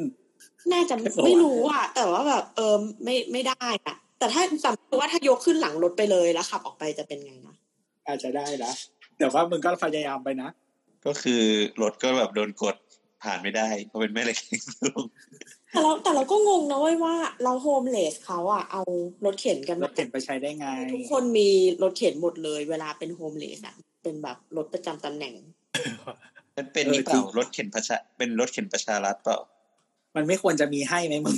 น่าจะ ไม่บอก ไม่รู้อ่ะ แต่ว่าแบบเออไม่ไม่ได้อ่ะ แต่ถ้าสมมติว่าถ้ายกขึ้นหลังรถไปเลยแล้วขับออกไปจะเป็นไงนะ อาจจะได้นะแต่ว่ามึงก็พยายามไปนะ ก็คือรถก็แบบโดนกดผ่านไม่ได้เพราะเป็นแม่เหล็ก แข็งสูง แต่เราแต่เราก็งงนะเว้ยว่าเราโฮมเลสเขาอะเอารถเข็นกัน ร มา ถเข็นไปใช้ได้ไง ทุกคนมีรถเข็นหมดเลย เวลาเป็นโฮมเลสอะเป็นแบบรถประจำตำแหน่ง มันเป็น เออ นี่เป จริ ล่าง รถเข็นประชาเป็นรถเข็นประชารัฐเปล่า มันไม่ควรจะมีให้ไหมมึง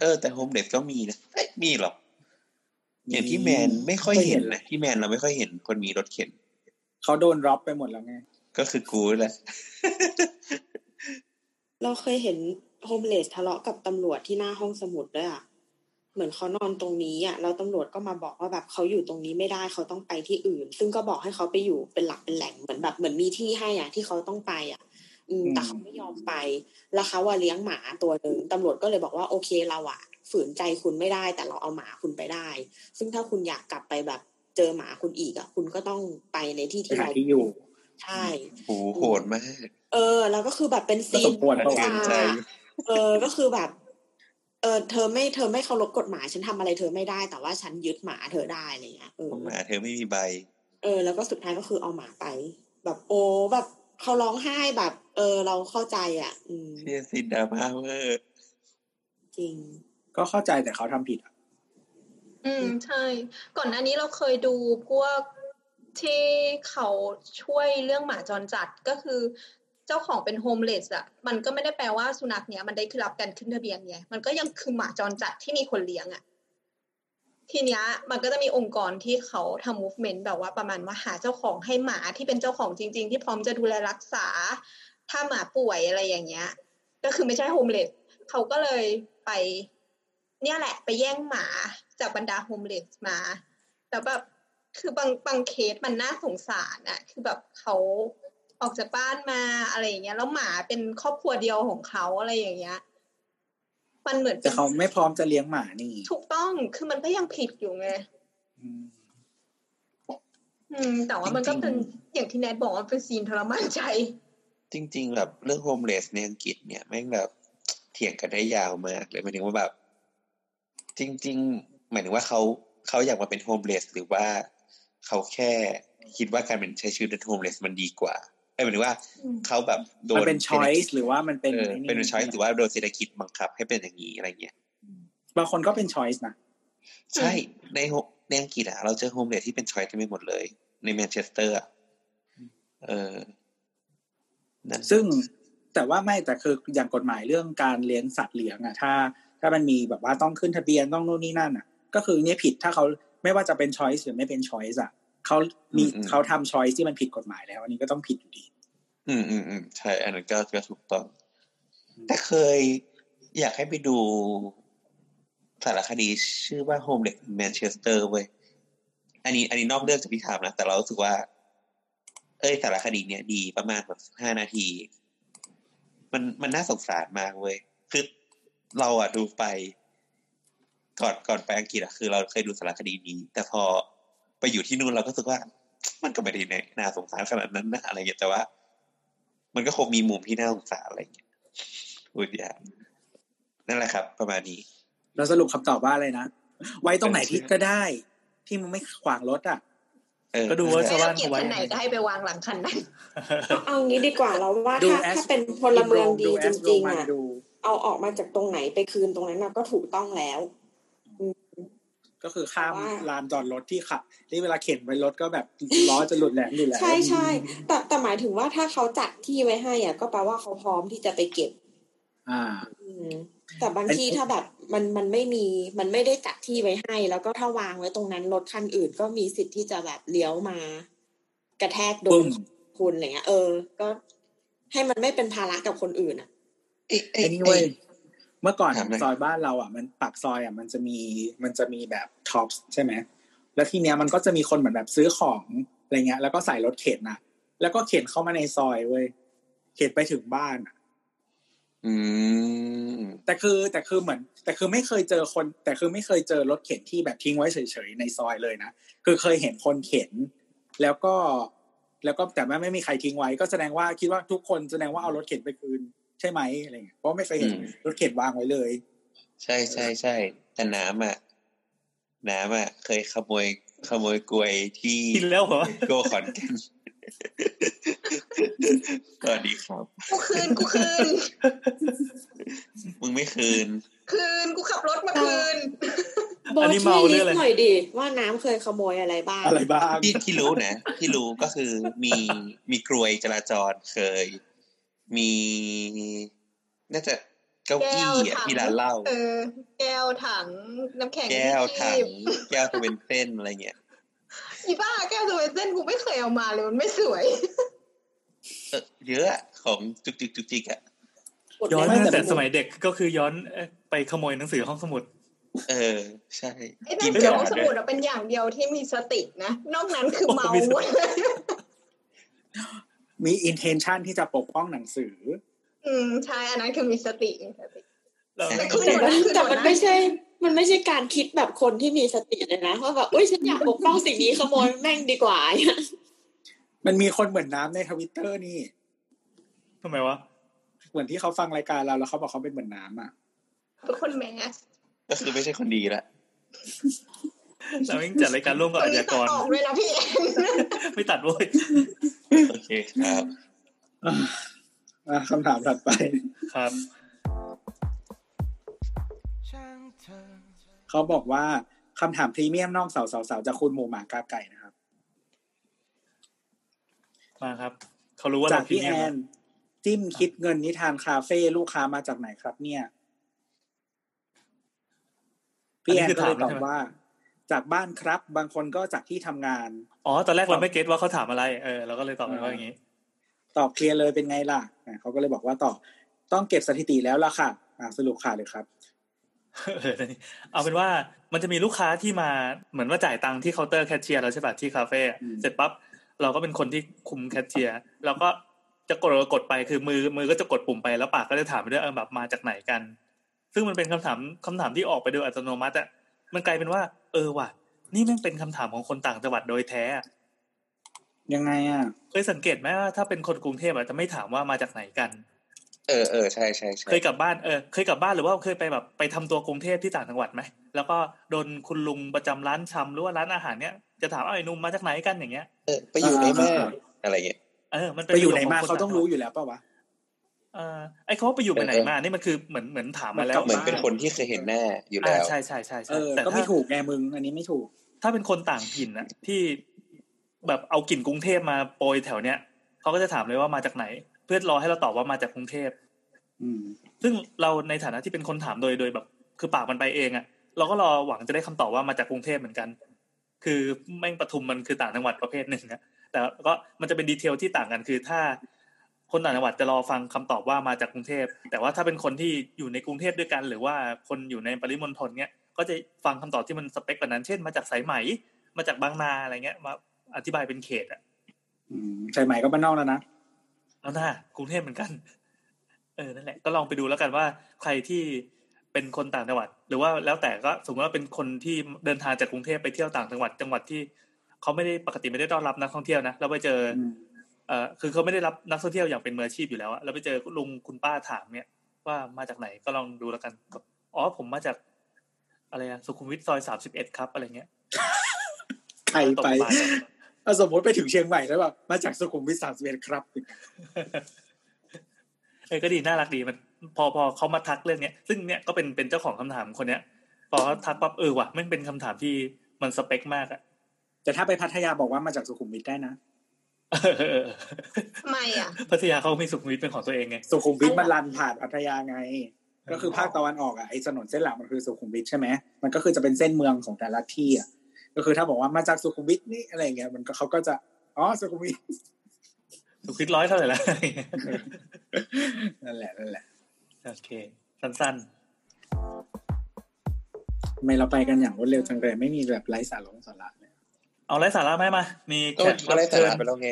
เออแต่โฮมเด็ดก็มีนะเอ้ยมีเหรออย่างที่แมนไม่ค่อย ไม่เห็ เห็น น นะที่แมนเราไม่ค่อยเห็นคนมีรถเข็น เขาโดนร็อบไปหมดแล้วไง ก็คือกูแหละ เราเคยเห็นโฮมเลสทะเลาะกับตำรวจที่หน้าห้องสมุดด้วยอะเหมือนเขานอนตรงนี้อะแล้วตำรวจก็มาบอกว่าแบบเขาอยู่ตรงนี้ไม่ได้เขาต้องไปที่อื่น ซึ่งก็บอกให้เขาไปอยู่เป็นหลักเป็นแหล่งเหมือนแบบเหมือนมีที่ให้อะที่เขาต้องไปอะอืม อืม แต่เขาไม่ยอมไป แล้วเขาว่าเลี้ยงหมาตัวหนึ่งตำรวจก็เลยบอกว่าโอเคเราอะฝืนใจคุณไม่ได้ แต่เราเอาหมาคุณไปได้ ซึ่งถ้าคุณอยากกลับไปแบบเจอหมาคุณอีกอะคุณก็ต้องไปในที่ ไป ที่ หา เรา ที่อยู่ ใช่ โหโหดมาก เออ แล้วก็คือแบบเป็นซี ก็ส น มควร แบ ปะ บ วะ ว่า ใจอยู่ เออ ก็คือแบบ เออ เธอไม่ เธอไม่เคารพกฎหมาย ฉันทำอะไรเธอไม่ได้ แต่ว่าฉันยึดหมาเธอได้อะไรเงี้ย เออ เพราะหมาเธอไม่มีใบ เออ แล้วก็สุดท้ายก็คือเอาหมาไป แบบโอ้ แบบเขาร้องไห้แบบ เออ เราเข้าใจอ่ะ อืม เชียซินดราม่าเวอร์ จริง ก็เข้าใจแต่เขาทำผิดอะ อืมใช่ ก่อนหน้านี้เราเคยดูพวกที่เขาช่วยเรื่องหมาจรจัดก็คือ เจ้าของเป็นโฮมเลสอะมันก็ไม่ได้แปลว่าสุนัขเนี้ยมันได้รับการขึ้นทะเบียนไงมันก็ยังคือหมาจรจัดที่มีคนเลี้ยงอะทีเนี้ยมันก็จะมีองค์กรที่เขาทำ movement แบบว่าประมาณว่าหาเจ้าของให้หมาที่เป็นเจ้าของจริง ๆ ที่พร้อมจะดูแลรักษา ถ้าหมาป่วยอะไรอย่างเงี้ย ก็คือไม่ใช่โฮมเลส เขาก็เลยไป เนี่ยแหละ ไปแย่งหมาจากบรรดาโฮมเลสมาแล้วแบบคือบางบางเคสมันน่าสงสารอะคือแบบเขาออกจากบ้านมาอะไรอย่างเงี้ยแล้วหมาเป็นครอบครัวเดียวของเขาอะไรอย่างเงี้ย มันเหมือน แต่ เป็น เขาไม่พร้อมจะเลี้ยงหมานี่ ถูกต้องคือมันก็ยังผิดอยู่ไง อืม อืม แต่ว่ามันก็เป็นอย่างที่แนทบอกว่าเป็นซีนทรมานใจ จริง ๆ แบบเรื่องโฮมเลสในอังกฤษเนี่ยแม่งแบบเถียงกันได้ยาวมากเลยหมายถึงว่าแบบ จริง ๆ หมายถึงว่าเขาเขาอยากมาเป็นโฮมเลสหรือว่าเขาแค่คิดว่าการเป็นใช้ชีวิตเป็นโฮมเลสมันดีกว่าไอ้ยหมายถึงว่า อืม เขาแบบโด มัน น เป็นช้อยส์หรือว่ามันเป็น เออเป็นช้อย ไนี่ หรือว่าโดนเศรษฐกิจบังคับให้เป็นอย่างนี้อะไรเงี้ย บางคนก็เป็นช้อยส์นะ ใช่ในโฮในอังกฤษอะเราเจอโฮมเลสที่เป็นชอยเต็มไปหมดเลย ในแมนเชสเตอร์อะเออนั่น ซึ่งแต่ว่าไม่แต่คืออย่างกฎหมายเรื่องการเลี้ยงสัตว์เลี้ยงอะถ้า ถ้ามันมีแบบว่าต้องขึ้นทะเบียนต้องนู่นนี่นั่นอะก็คือเนี่ยผิดถ้าเขาไม่ว่าจะเป็นช้อยส์หรือไม่เป็นช้อยส์อะเขามีเขาทำช้อยส์ที่มันผิดกฎหมายแล้ว อันนี้ก็ต้องผิดอยู่ดี อืมอืมอืมใช่ อันนั้นก็ก็ถูกต้อง แต่เคยอยากให้ไปดูสารคดีชื่อว่าโฮมเลสแมนเชสเตอร์เว้ยอันนี้ อันนี้นอกเรื่องจากพี่ถามนะ แต่เรารู้สึกว่า เอ้ยสารคดีเนี้ยดีประมาณแบบห้านาที มันมันน่าสงสารมากเว้ยคือเราอะดูไป ก่อนก่อนไปอังกฤษอะคือ เราเคยดูสารคดีนี้ แต่พอไปอยู่ที่นู่นเราก็รู้สึกว่า มันก็ไม่ได้น่าสงสารขนาดนั้นนะอะไรอย่างเงี้ยแต่ว่า มันก็คงมีมุมที่น่าสงสารอะไรอย่างเงี้ยอุยอย่างนั่นแหละครับ ประมาณนี้ เราสรุปคำตอบว่าอะไรนะ ไว้ตรงไหนที่ เออ ก็ได้ ที่มึงไม่ขวางรถอ่ะ เออ ก็ดูว่า นั่นแห ชาวละไม่ บ้า เรา น เกเขาไว้ลียดคัน ยัง ไหน ไง ก็ให้ไปวางหลังคันนั้น เอาเอางี้ดีกว่าเราว่า ดู ถ้า as ถ้าเป็นพลเมืองดี ดู จ แอสโร ริง มั ๆ น อะ ดู เอาออกมาจากตรงไหนไปคืนตรงนั้นนะก็ถูกต้องแล้ว ก็คือข้าม ว่า ลานจอดรถที่ขับที่เวลาเข็นไปรถก็แบบล้อจะหลุดแหลมอยู่แล้ว ใช่ใช่แต่แต่หมายถึงว่าถ้าเขาจัดที่ไว้ให้อ่ะก็แปลว่าเขาพร้อมที่จะไปเก็บ อ่า อืมแต่บาง อัน ที่ถ้าแบบมันมันไม่มีมันไม่ได้จัดที่ไว้ให้ แล้วก็ถ้าวางไว้ตรงนั้นรถคันอื่นก็มีสิทธิ์ที่จะแบบเลี้ยวมา กระแทกโด ปึ้ น ม คุณอะไรเงี้ยเออ ก็ให้มันไม่เป็นภาระกับคนอื่นอ่ะ เอ้ยเอ้ย ไอ้นี่ เอ้ เว้ ย ยเมื่อก่อน ถามหน่อย ซอยบ้านเราอ่ะ มันปากซอยอ่ะมันจะมีมันจะมีแบบท็อปใช่ไหมแล้วทีเนี้ยมันก็จะมีคนเหมือนแบบซื้อของอะไรเงี้ย แล้วก็ใส่รถเข็นอ่ะ แล้วก็เข็นเข้ามาในซอยเว้ยเข็นไปถึงบ้านอะ อืม แต่คือแต่คือเหมือน แต่คือไม่เคยเจอคน แต่คือไม่เคยเจอรถเข็นที่แบบทิ้งไว้เฉยๆในซอยเลยนะคือเคยเห็นคนเข็น แล้วก็แล้วก็แต่ไม่ไม่มีใครทิ้งไว้ ก็แสดงว่าคิดว่าทุกคนแสดงว่าเอารถเข็นไปคืนใช่ไหมอะไรเงี้ยเพราะไม่เคยเห็น อืม รถเข็นวางไว้เลย ใช่ใช่ใช่แต่น้ำอ่ะ น้ำอ่ะ เคยขโมย ขโมยกล้วยที่ กินแล้วเหรอ โกขอนแก่นสวัสดีครับ กูคืนกูคืน มึงไม่คืน คืนกูขับรถมาคืน บอ อั ก นนี้ ช่วย เมาหรื ลิ อ ส อะต์ไรหน่อยดิ ว่าน้ำเคยขโมยอะไรบ้าง อะไรบ้าง ที่ที่รู้นะที่รู้ก็คือมีมีกลวยจราจรเคย มีน่าจะเก้า แก้ อี้ ว อะ ถัง ที่ร้านเหล้า เออ แก้วถังน้ำแข็ง แก้วถัง ที่ แก้วตัวเป็นเส้นอะไรเงี้ย อีบ้าแก้วสวยเส้นกูไม่เคยเอามาเลยมันไม่สวย เออเยอะอะของจุกจิกจุกจิกอ่ะ ย้อนตั้งแต่สมัยเด็กก็คือย้อนเอ่อไปขโมยหนังสือห้องสมุด เออ ใช่ ไอ้นั่น ม เกี่ยวกับ น ส ด้ มุ ว ด ย อะเป็นอย่างเดียวที่มีสตินะ นอกนั้นคือ โอ้ เมา มีสติ หมดเลย มี intention ที่จะปกป้องหนังสือ อืมใช่อันนั้นคือมีสติมีสติ เรา แต่คื ก็ อ แต่มันแต่มันไม่ใช่ มันไม่ใช่การคิดแบบคนที่มีสติเลยนะว่าแบบอุ้ยฉันอยากปกป้องสิ่งนี้ขโมยแม่งดีกว่า มันมีคนเหมือนน้ำในทวิตเตอร์นี่ ทำไมวะ เหมือนที่เขาฟังรายการเราแล้วเขาบอกเขาเป็นเหมือนน้ำอ่ะ ทุกคนแมส ก็คือไม่ใช่คนดีละ เราเองจัดรายการร่วมกับ ตรอางช นี้ ญา ตั ก ด ร ออกด้วยนะพี่แอน ไม่ตัดเว้ย โอเคครับ อ่ะอ่ะคำถามถัดไป ครับ ช่างเธอ เขาบอกว่าคำถามพรีเมียมน้องสาวสาวสาวจากคุณหมูหมากาไก่นะครับ มาครับ เขารู้ว่า จาก เราพิม พี่ พ์ แอ เนี่ย น จิ้มคิดเงินนิทานคาเฟ่ลูกค้ามาจากไหนครับเนี่ย พี่แอนก็เลยตอบว่า จากบ้านครับ บางคนก็จากที่ทำงาน อ๋อ ตอนแรกเราไม่เก็ตว่าเขาถามอะไร เออ เราก็เลยตอบไปว่าอย่างนี้ ตอบเคลียร์เลยเป็นไงล่ะอ่ะเขาก็เลยบอกว่าตอบต้องเก็บสถิติแล้วล่ะค่ะอ่ะสรุปค่ะเลยครับ เออเอาเป็นว่ามันจะมีลูกค้าที่มาเหมือนว่าจ่ายตังค์ที่เคาน์เตอร์แคชเชียร์แล้วใช่ป่ะที่คาเฟ่อะ อืม เสร็จปั๊บเราก็เป็นคนที่คุมแคชเชียร์เราก็จะกดกดไปคือมือมือก็จะกดปุ่มไปแล้วปากก็จะถามไปด้วยเออแบบมาจากไหนกัน ซึ่งมันเป็นคำถามคำถามที่ออกไปโดยอัตโนมัติอะมันกลายเป็นว่า เออว่ะนี่แม่งเป็นคำถามของคนต่างจังหวัดโดยแท้อะ ยังไงอ่ะ เคยสังเกตไหมว่าถ้าเป็นคนกรุงเทพอาจจะไม่ถามว่ามาจากไหนกัน เออเออใช่ใช่ใช่ เคยกลับบ้านเออเคยกลับบ้านหรือว่าเคยไปแบบไปทำตัวกรุงเทพที่ต่างจังหวัดไหมแล้วก็โดนคุณลุงประจำร้านชำหรือว่าร้านอาหารเนี้ยจะถามว่าไอ้หนุ่มมาจากไหนกันอย่างเงี้ย เออไปอยู่ไหนมา อ่า อะไรเงี้ย เออมันเป็น ไปอยู่ ป ไหน ระโค มา ขค เขาต้อง จัห รู้ วัด อยู่แล้วป่าวะ เออไอ้เขาว่าไปอยู่ไปไหน เออเออ มานี่มันคือเหมือนเหมือนถาม มั มาน แล้ กลั ว บ เหมือน บ้า เป็นคนที่เคยเห็นหน้าอยู่ อ่า แล้ว ใช่ใช่ใช่ เอ ใช่ อ แต่ ก็ ถ้า ไม่ถูกไงมึง อันนี้ไม่ถูก ถ้าเป็นคนต่างถิ่นอะที่แบบเอากลิ่นกรุงเทพมาโปรยแถวเนี้ยเขาก็จะถามเลยว่ามาจากไหน เพื่อรอให้เราตอบว่ามาจากกรุงเทพ อืม ซึ่งเราในฐานะที่เป็นคนถามโดยโดยแบบ คือปากมันไปเองอะ่ะ เราก็รอหวังจะได้คำตอบว่ามาจากกรุงเทพเหมือนกัน คือแม่งปทุมมันคือต่างจังหวัดประเภทหนึ่งนะแต่ก็มันจะเป็นดีเทลที่ต่างกันคือถ้า คนต่างจังหวัดจะรอฟังคำตอบว่ามาจากกรุงเทพแต่ว่าถ้าเป็นคนที่อยู่ในกรุงเทพด้วยกัน หรือว่าคนอยู่ในปริมณฑลเนี้ยก็จะฟังคำตอบที่มันสเปคกว่านั้น เช่น มาจากสายไหม มาจากบางนาอะไรเงี้ยมาอธิบายเป็นเขตอ่ะ อืมใช่ไหมก็บ้านนอกแล้วนะ เอาหน้ากรุงเทพเหมือนกัน เออนั่นแหละก็ลองไปดูแล้วกันว่าใครที่เป็นคนต่างจังหวัด หรือว่าแล้วแต่ก็สมมติว่าเป็นคนที่เดินทางจากกรุงเทพไปเที่ยวต่างจังหวัดจังหวัดที่เขาไม่ได้ปกติไม่ได้ต้อนรับนักท่องเที่ยวนะแล้วไปเจออ อืม เออคือเขาไม่ได้รับนักท่องเที่ยวอย่างเป็นมืออาชีพอยู่แล้วอะแล้วไปเจอลุงคุณป้าถามเนี่ย ว่ามาจากไหนก็ลองดูแล้วกันก็อ๋อผมมาจากอะไรอะสุขุมวิทซอยสามสิบเอ็ดครับอะไรเงี้ย ใคร ตก ไป ปลาเนี่ย เอาสมมติไปถึงเชียงใหม่แล้วแบบมาจากสุขุมวิทสามสิบเอ็ดครับ เออก็ดีน่ารักดีมัน พอพอเขามาทักเรื่องเนี้ยซึ่งเนี่ยก็เป็นเป็นเจ้าของคำถามคนเนี้ย พอเขาทักปั๊บเออว่ะแมันเป็นคำถามที่มันสเปคมากอะ แต่ถ้าไปพัทยาบอกว่ามาจากสุขุมวิทได้นะ เออ ทำไมอ่ะ พัทยาเขามีสุขุมวิทเป็นของตัวเองไง สุขุมวิทมันลันผ่านพัทยาไง ก็คือภาคตะวันออกอ่ะไอ้ถนนเส้นหลักมันคือสุขุมวิทใช่ไหมมันก็คือจะเป็นเส้นเมืองของแต่ละที่อ่ะก็คือถ้าบอกว่ามาจากสุขุมวิทนี่อะไรอย่างเงี้ยมันก็เขาก็จะอ๋อสุขุมวิท สุขุมวิทร้อยเท่าไหร่ละ นั่นแหละนั่นแหละ โอเค สั้น ทำไม่เราไปกันอย่างรวดเร็วจังเลยไม่มีแบบไร้สาระสาระเลย ๆ เอาไร้สาระไหมมา มี ก็ แขก ก็ รับ ได้สา เชิญ ระไปแล้วไง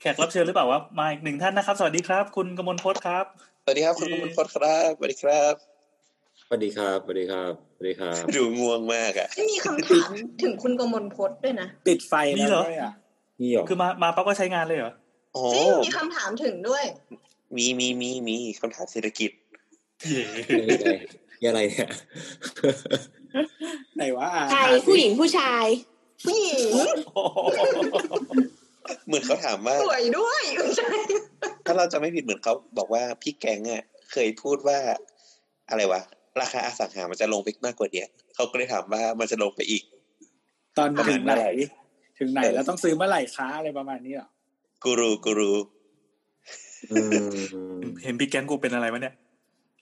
แขกรับเชิญหรือเปล่าวะมาอีกหนึ่งท่านนะครับ สวัสดีครับ คุณกมลพจน์ครับ สวัสดีครับคุณกเอ่อ มลพจน์ครับสวัสดีครับ สวัสดีครับสวัสดีครับสวัสดีครับ ดูง่วงมากอ่ะ ไม่มีคำถามถึงคุณกมลพจน์ด้วยนะ ปิดไฟ มีเหแล้วรอ ด้วยอ่ะ นี่หรอ คือมามาปั๊บก็ใช้งานเลยเหรอ โอ้ จริงมีคำถามถึงด้วย มีมีมีมีคำถามเศรษฐกิจ เย่ นี่อะไรนี่อะไรเนี่ย ไหนวะอ่าน ใคร หาสิ ผู้หญิงผู้ชาย ผู้หญิง เหมือนเขาถามว่า สวยด้วยใช่ ถ้าเราจะไม่ผิดเหมือนเขาบอกว่าพี่แกงอ่ะเคยพูดว่า อะไรวะ ราคาอสังหามันจะลงไปมากกว่าเนี้ยเขาก็เลยถามว่ามันจะลงไปอีก ตอนถึงไหน อ่า ถึงไหนแล้วต้องซื้อเมื่อไหร่ค้าอะไรประมาณนี้เหรอ กูรูกูรู อืม เห็นพี่แก๊งกูเป็นอะไรวะเนี่ย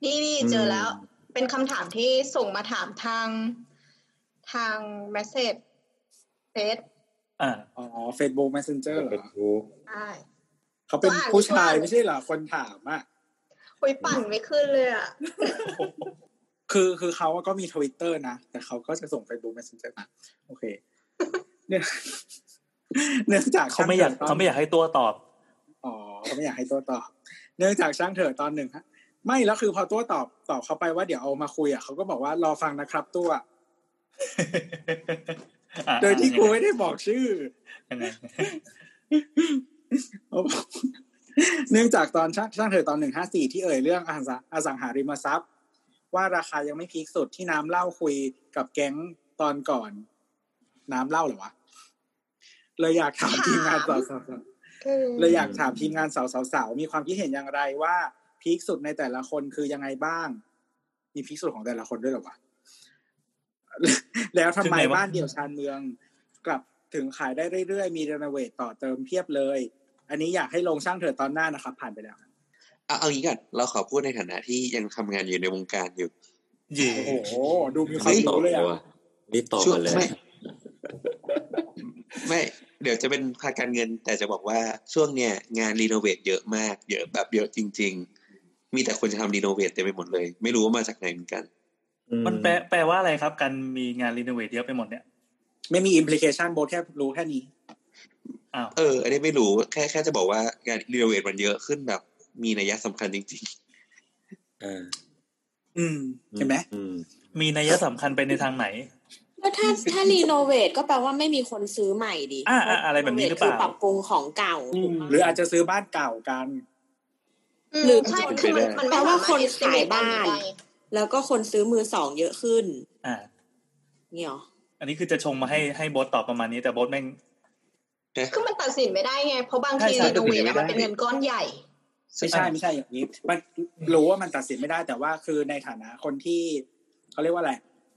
นี่นี่เจอแล้ว เป็นคำถามที่ส่งมาถามทางทางเมสเซจเฟซ อ่า อ๋อ Facebook Messenger เหรอ Facebook ใช่ เขาเป็นผู้ชายไม่ใช่เหรอคนถามอ่ะ คุยปั่นไม่ขึ้นเลยอ่ะ คือคือเขาก็มีทวิตเตอร์นะ แต่เขาก็จะส่ง Facebook Messenger นะโอเคเนื่อง เนื่องจาก เขาไม่อยาก ช่งถะตน เขาไม่อยากให้ตัวตอบ อ๋อเขาไม่อยากให้ตัวตอบ เนื่องจากช่างเถอะตอนหนึ่งฮะ ไม่แล้วคือพอตัวตอบตอบเขาไปว่าเดี๋ยวเอามาคุยอ่ะเขาก็บอกว่ารอฟังนะครับตัว อ่ะ โดยที่ อ่ะ กูไม่ได้บอกชื่อ ยังไง เนื่องจากตอนช่างช่างเถอะตอนหนึ่งห้าสี่ที่เอ่ยเรื่องอสังอสังหาริมทรัพย์ ว่าราคายังไม่พีคสุดที่น้ำเหล่าคุยกับแก๊งตอนก่อน น้ำเหล่าเหรอวะเลยอยากถามทีมงานต่อสอบ คือ เลยอยากถามทีมงานสาวๆๆมีความคิดเห็นอย่างไรว่าพีคสุดในแต่ละคนคือยังไงบ้าง มีพีคสุดของแต่ละคนด้วยเหรอวะ แล้วทำไมบ้านเดี่ยวชานเมือง กลับถึงขายได้เรื่อยๆ มีรีโนเวทต่อเติมเพียบเลย อันนี้อยากให้ลงช่างเถิดตอนหน้านะครับ ผ่านไปแล้ว เอาเอางี้ก่อนเราขอพูดในฐานะที่ยังทำงานอยู่ในวงการอยู่ เย่ โอ้โห ดูมีความ ตอ รู้ บ เลย มา อะ ว่ะนี่ตอบ ช่วง มาแล้ว ไม่ ไม่ เดี๋ยวจะเป็นภาคการเงิน แต่จะบอกว่าช่วงเนี้ยงานรีโนเวทเยอะมาก เยอะแบบเยอะจริง ๆ มีแต่คนจะทำรีโนเวทเต็มไปหมดเลย ไม่รู้ว่ามาจากไหนเหมือนกัน มันแปลแปลว่าอะไรครับ การมีงานรีโนเวทเยอะไปหมดเนี่ย ไม่มีอิมพลิเคชันโบทแค่รู้แค่นี้ อ้าว เออ อันนี้ไม่รู้แค่แค่จะบอกว่างานรีโนเวทมันเยอะขึ้นแบบ มีนัยสำคัญจริง อ่า อืม เห็นไหม อืม มีนัยสำคัญไปในทางไหน แล้วถ้าถ้ารีโนเวทก็แปลว่าไม่มีคนซื้อใหม่ดิ อ่าอ่าอะไรแบบนี้หรือเปล่า คืปรับปรุงของเก่าถูกปะ หรืออาจจะซื้อบ้านเก่ากัน หรือ ใช่ คน คือมัน ไปได้แปลมันไม่สมรถ ว่าคน estimate ขายบ้าน ได้ แล้วก็คนซื้อมือสองเยอะขึ้น อ่า เนี่ยหรอ อันนี้คือจะชงมาให้ให้โบทตอบประมาณนี้แต่โบทแม่ง คือมันตัดสินไม่ได้ไง เพราะบางที ใช่ใช่ รีโนเวทอะมันเป็นเงินก้อนใหญ่ ไม่ใช่ไม่ใช่อย่างนี้ มันรู้ว่ามันตัดสินไม่ได้แต่ว่าคือในฐานะคนที่เขาเรียกว่าอะไร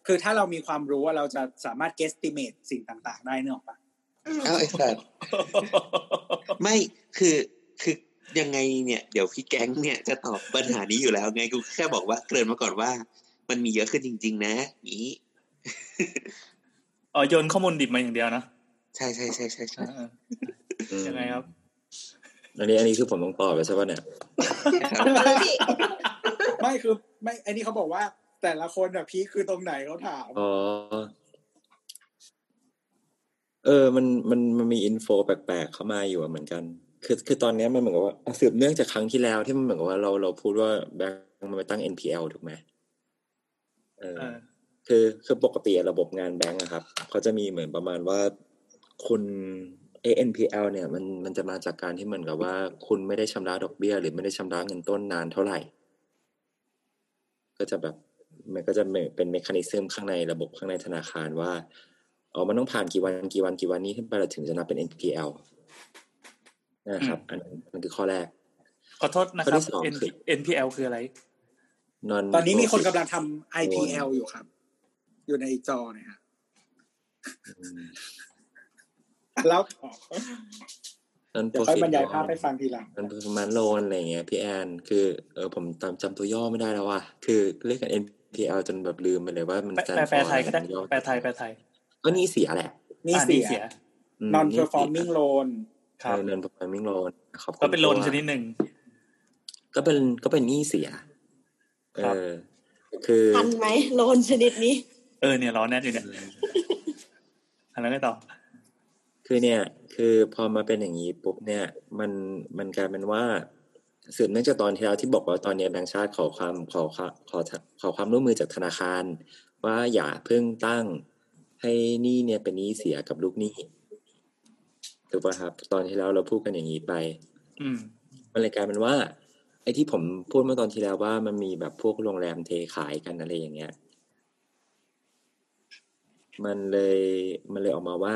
คือถ้าเรามีความรู้ว่าเราจะสามารถ guesstimate สิ่งต่างๆ ได้เนกอะปะ ๆ เอ้าไอ้สัส ไม่คือคือยังไงเนี่ย เดี๋ยวพี่แก๊งเนี่ยจะตอบปัญหานี้อยู่แล้ว ไงกูแค่บอกว่าเกริ่นมาก่อนว่า มันมีเยอะขึ้นจริง ๆ นะนี้ อ๋อโยนข้อมูลดิบมาอย่างเดียวนะ ใช่ใช่ใช่ใช่ใช่ อ่าอ่ายังไงครับ อันนี้อันนี้คือผมต้องตอบแล้วใช่ป่ะเนี่ย ครับ แล้วสิ ไม่คือไม่อันนี้เขาบอกว่า แต่ละคนแบบพีคคือตรงไหนเขาถาม อ๋อ เออ มัน มัน มันมีอินโฟแปลกๆ เข้ามาอยู่อะเหมือนกัน คือ คือตอนเนี้ยมันเหมือนกับว่าสืบเนื่องจากครั้งที่แล้วที่มันเหมือนกับว่าเรา เราพูดว่าแบงค์มันไปตั้ง NPL ถูกไหมเออ เออ คือ คือปกติระบบงานแบงก์อะครับ เขาจะมีเหมือนประมาณว่า คุณ ANPL เนี่ย มัน มันจะมาจากการที่เหมือนกับว่า คุณไม่ได้ชำระดอกเบี้ย หรือไม่ได้ชำระเงินต้นนานเท่าไหร่ ก็จะแบบมันก็จะเป็นเมคานิซึมข้างในระบบข้างในธนาคารว่าอ๋อมันต้องผ่านกี่วันกี่วันกี่วันนี้ขึ้นไปเราถึงจะนับเป็น NPL นะครับอันนั้นอันนั้นคือข้อแรก ขอโทษนะค ข้อที่ รับ สอง NP คือ NPL คืออะไร non ตอนนี้มีคนกำลัง profit ทำ IPL อยู่ครับ อยู่ในจอเนี่ยฮะ อืม แล้วต่อ non เดี๋ยวค่อย profit บรรยายภาพ loan ให้ฟังทีหลัง non performance loan อะไรอย่างเงี้ยพี่แอนคือเออผมจำจำตัวย่อไม่ได้แล้วว่ะคือเรียกกัน NPL จนแบบลืมไปเลยว่ามัน แปล stand แปล for ไท อะ ย ไร ก็ได้ มันย่อ แปลไทยแปลไทย ก็หนี่เสียแหละ นี่ อ่า เสี นี่ ย เสีย อืม non หนี่เสีย performing loan ค เอ รับ อ non performing loan ขอบคุ ก็ ณ เป็นโลน ตัว ชนิดหนึ่ง ก็เป็นก็เป็นหนี้เสีย เอ ครับ อ คือ ทันไหมโลนชนิดนี้ เออเนี่ยร้อนแน่อยู่เนี่ยอ่ะแล้วไงต่อ คือเนี่ย คือพอมาเป็นอย่างนี้ปุ๊บเนี่ย มันมันกลายเป็นว่าสืบเนื่องจากตอนที่แล้วที่บอกว่าตอนเนี้ยแบงก์ชาติขอความขอความขอขอความร่วมมือจากธนาคาร ว่าอย่าเพิ่งตั้งให้หนี้เนี่ยเป็นหนี้เสียกับลูกหนี้ถูกป่ะครับ ตอนที่แล้วเราพูดกันอย่างนี้ไป อืม มันเลยกลายเป็นว่า ไอ้ที่ผมพูดเมื่อตอนที่แล้วว่ามันมีแบบพวกโรงแรมเทขายกันอะไรอย่างเงี้ย มันเลยมันเลยออกมาว่า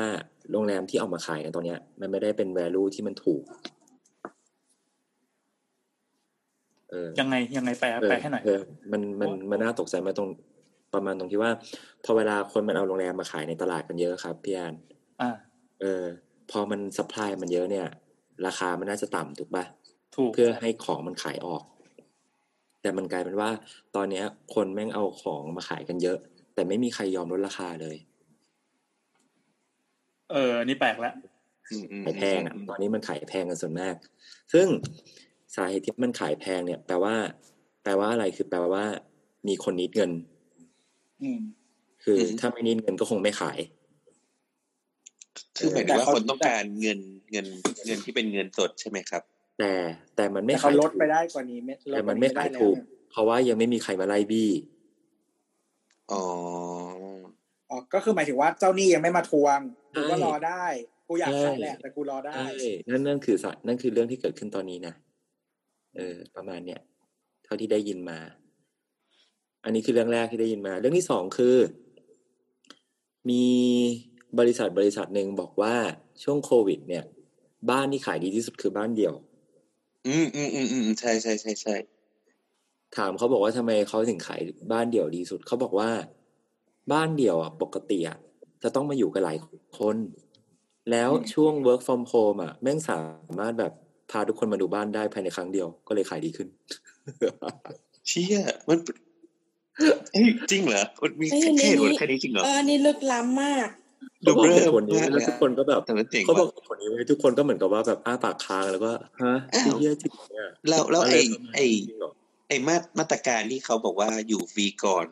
โรงแรมที่เอามาขายนะตอนเนี้ย มันไม่ได้เป็น value ที่มันถูก เออ ยังไงยังไงแปลแปลให้หน่อย เเมันมันมันน่าตกใจไหมตรงประมาณตรงที่ว่า พอเวลาคนมันเอาโรงแรมมาขายในตลาดกันเยอะครับพี่แอน อ่า เออ พอมันสป라이มันเยอะเนี่ย ราคามันน่าจะต่ำถูกปะ ถูก เพื่อให้ของมันขายออก แต่มันกลายเป็นว่า ตอนเนี้ย คนแม่งเอาของมาขายกันเยอะ แต่ไม่มีใครยอมลดราคาเลย เอออันนี่แปลกแล้ว อืมอืม ขายแพงอ่ะ อืม ตอนนี้มันขายแพงกันส่วนมาก ซึ่งสาเหตุที่มันขายแพงเนี่ย แปลว่า แปลว่าอะไรคือแปลว่า มีคนนิดเงิน อืม คือถ้าไม่นิดเงินก็คงไม่ขาย คือหมายถึงว่า แต่เขา คนต้องการเงินเงินเงินที่เป็นเงินสดใช่ไหมครับ แต่แต่มันไม่ แต่ ขา เขา ย ลด ถูก ไปได้กว่านี้เม็ดลด แต่ ก มั ว่ น นี้ ไม่ขาย ด้แล้ว ถูก เพราะว่ายังไม่มีใครมาไล่บี้ อ๋อ อ๋อก็คือหมายถึงว่าเจ้าหนี้ยังไม่มาทวงกูก็ ใช่ รอได้ กูอยากขาย ใช่ แหละ แต่กูรอได้ ใช่นั่นนั่นคือสานั่นคือเรื่องที่เกิดขึ้นตอนนี้นะเออ ประมาณเนี้ยเท่าที่ได้ยินมา อันนี้คือเรื่องแรกที่ได้ยินมา เรื่องที่สองคือ มีบริษัทบริษัทหนึ่งบอกว่าช่วงโควิด เนี่ย บ้านที่ขายดีที่สุดคือบ้านเดี่ยว อืมอืมอืมอืมใช่ใช่ใช่ใช่ ถามเขาบอกว่าทำไมเขาถึงขายบ้านเดี่ยวดีสุดเขาบอกว่า บ้านเดี่ยวอ่ะปกติอ่ะจะต้องมาอยู่กันหลายคน แล้ว อืม ช่วง work from home อ่ะแม่งสามารถแบบพาทุกคนมาดูบ้านได้ภายในครั้งเดียวก็เลยขายดีขึ้น เชี่ยมันเฮ้ยจริงเหรอมันมี เฮ้ยอันนี้ เหตุผลแค่นี้จริงเหรอ เอออันนี้ลึกล้ำมาก ดู เขาบอ เบล กเห อ ตุผลนี้ มากเล แล้ว ย ทุก อะ คนก็แบบ แต่มันเจ๋ง เขาบอ ว่ะ กเหตุผลนี้ไว้ทุกคนก็เหมือนกับว่าแบบอ้าปากค้างแล้วก็ฮะ อ้า ที่ ว เยี่ยจริงเนี่ย แล้วแล้ว อะไร ไอ้ ประมาณ ไอ้ นี้จริงเหรอ ไอ้มาตรมาตรการที่เขาบอกว่าอยู่ฟรีก่อน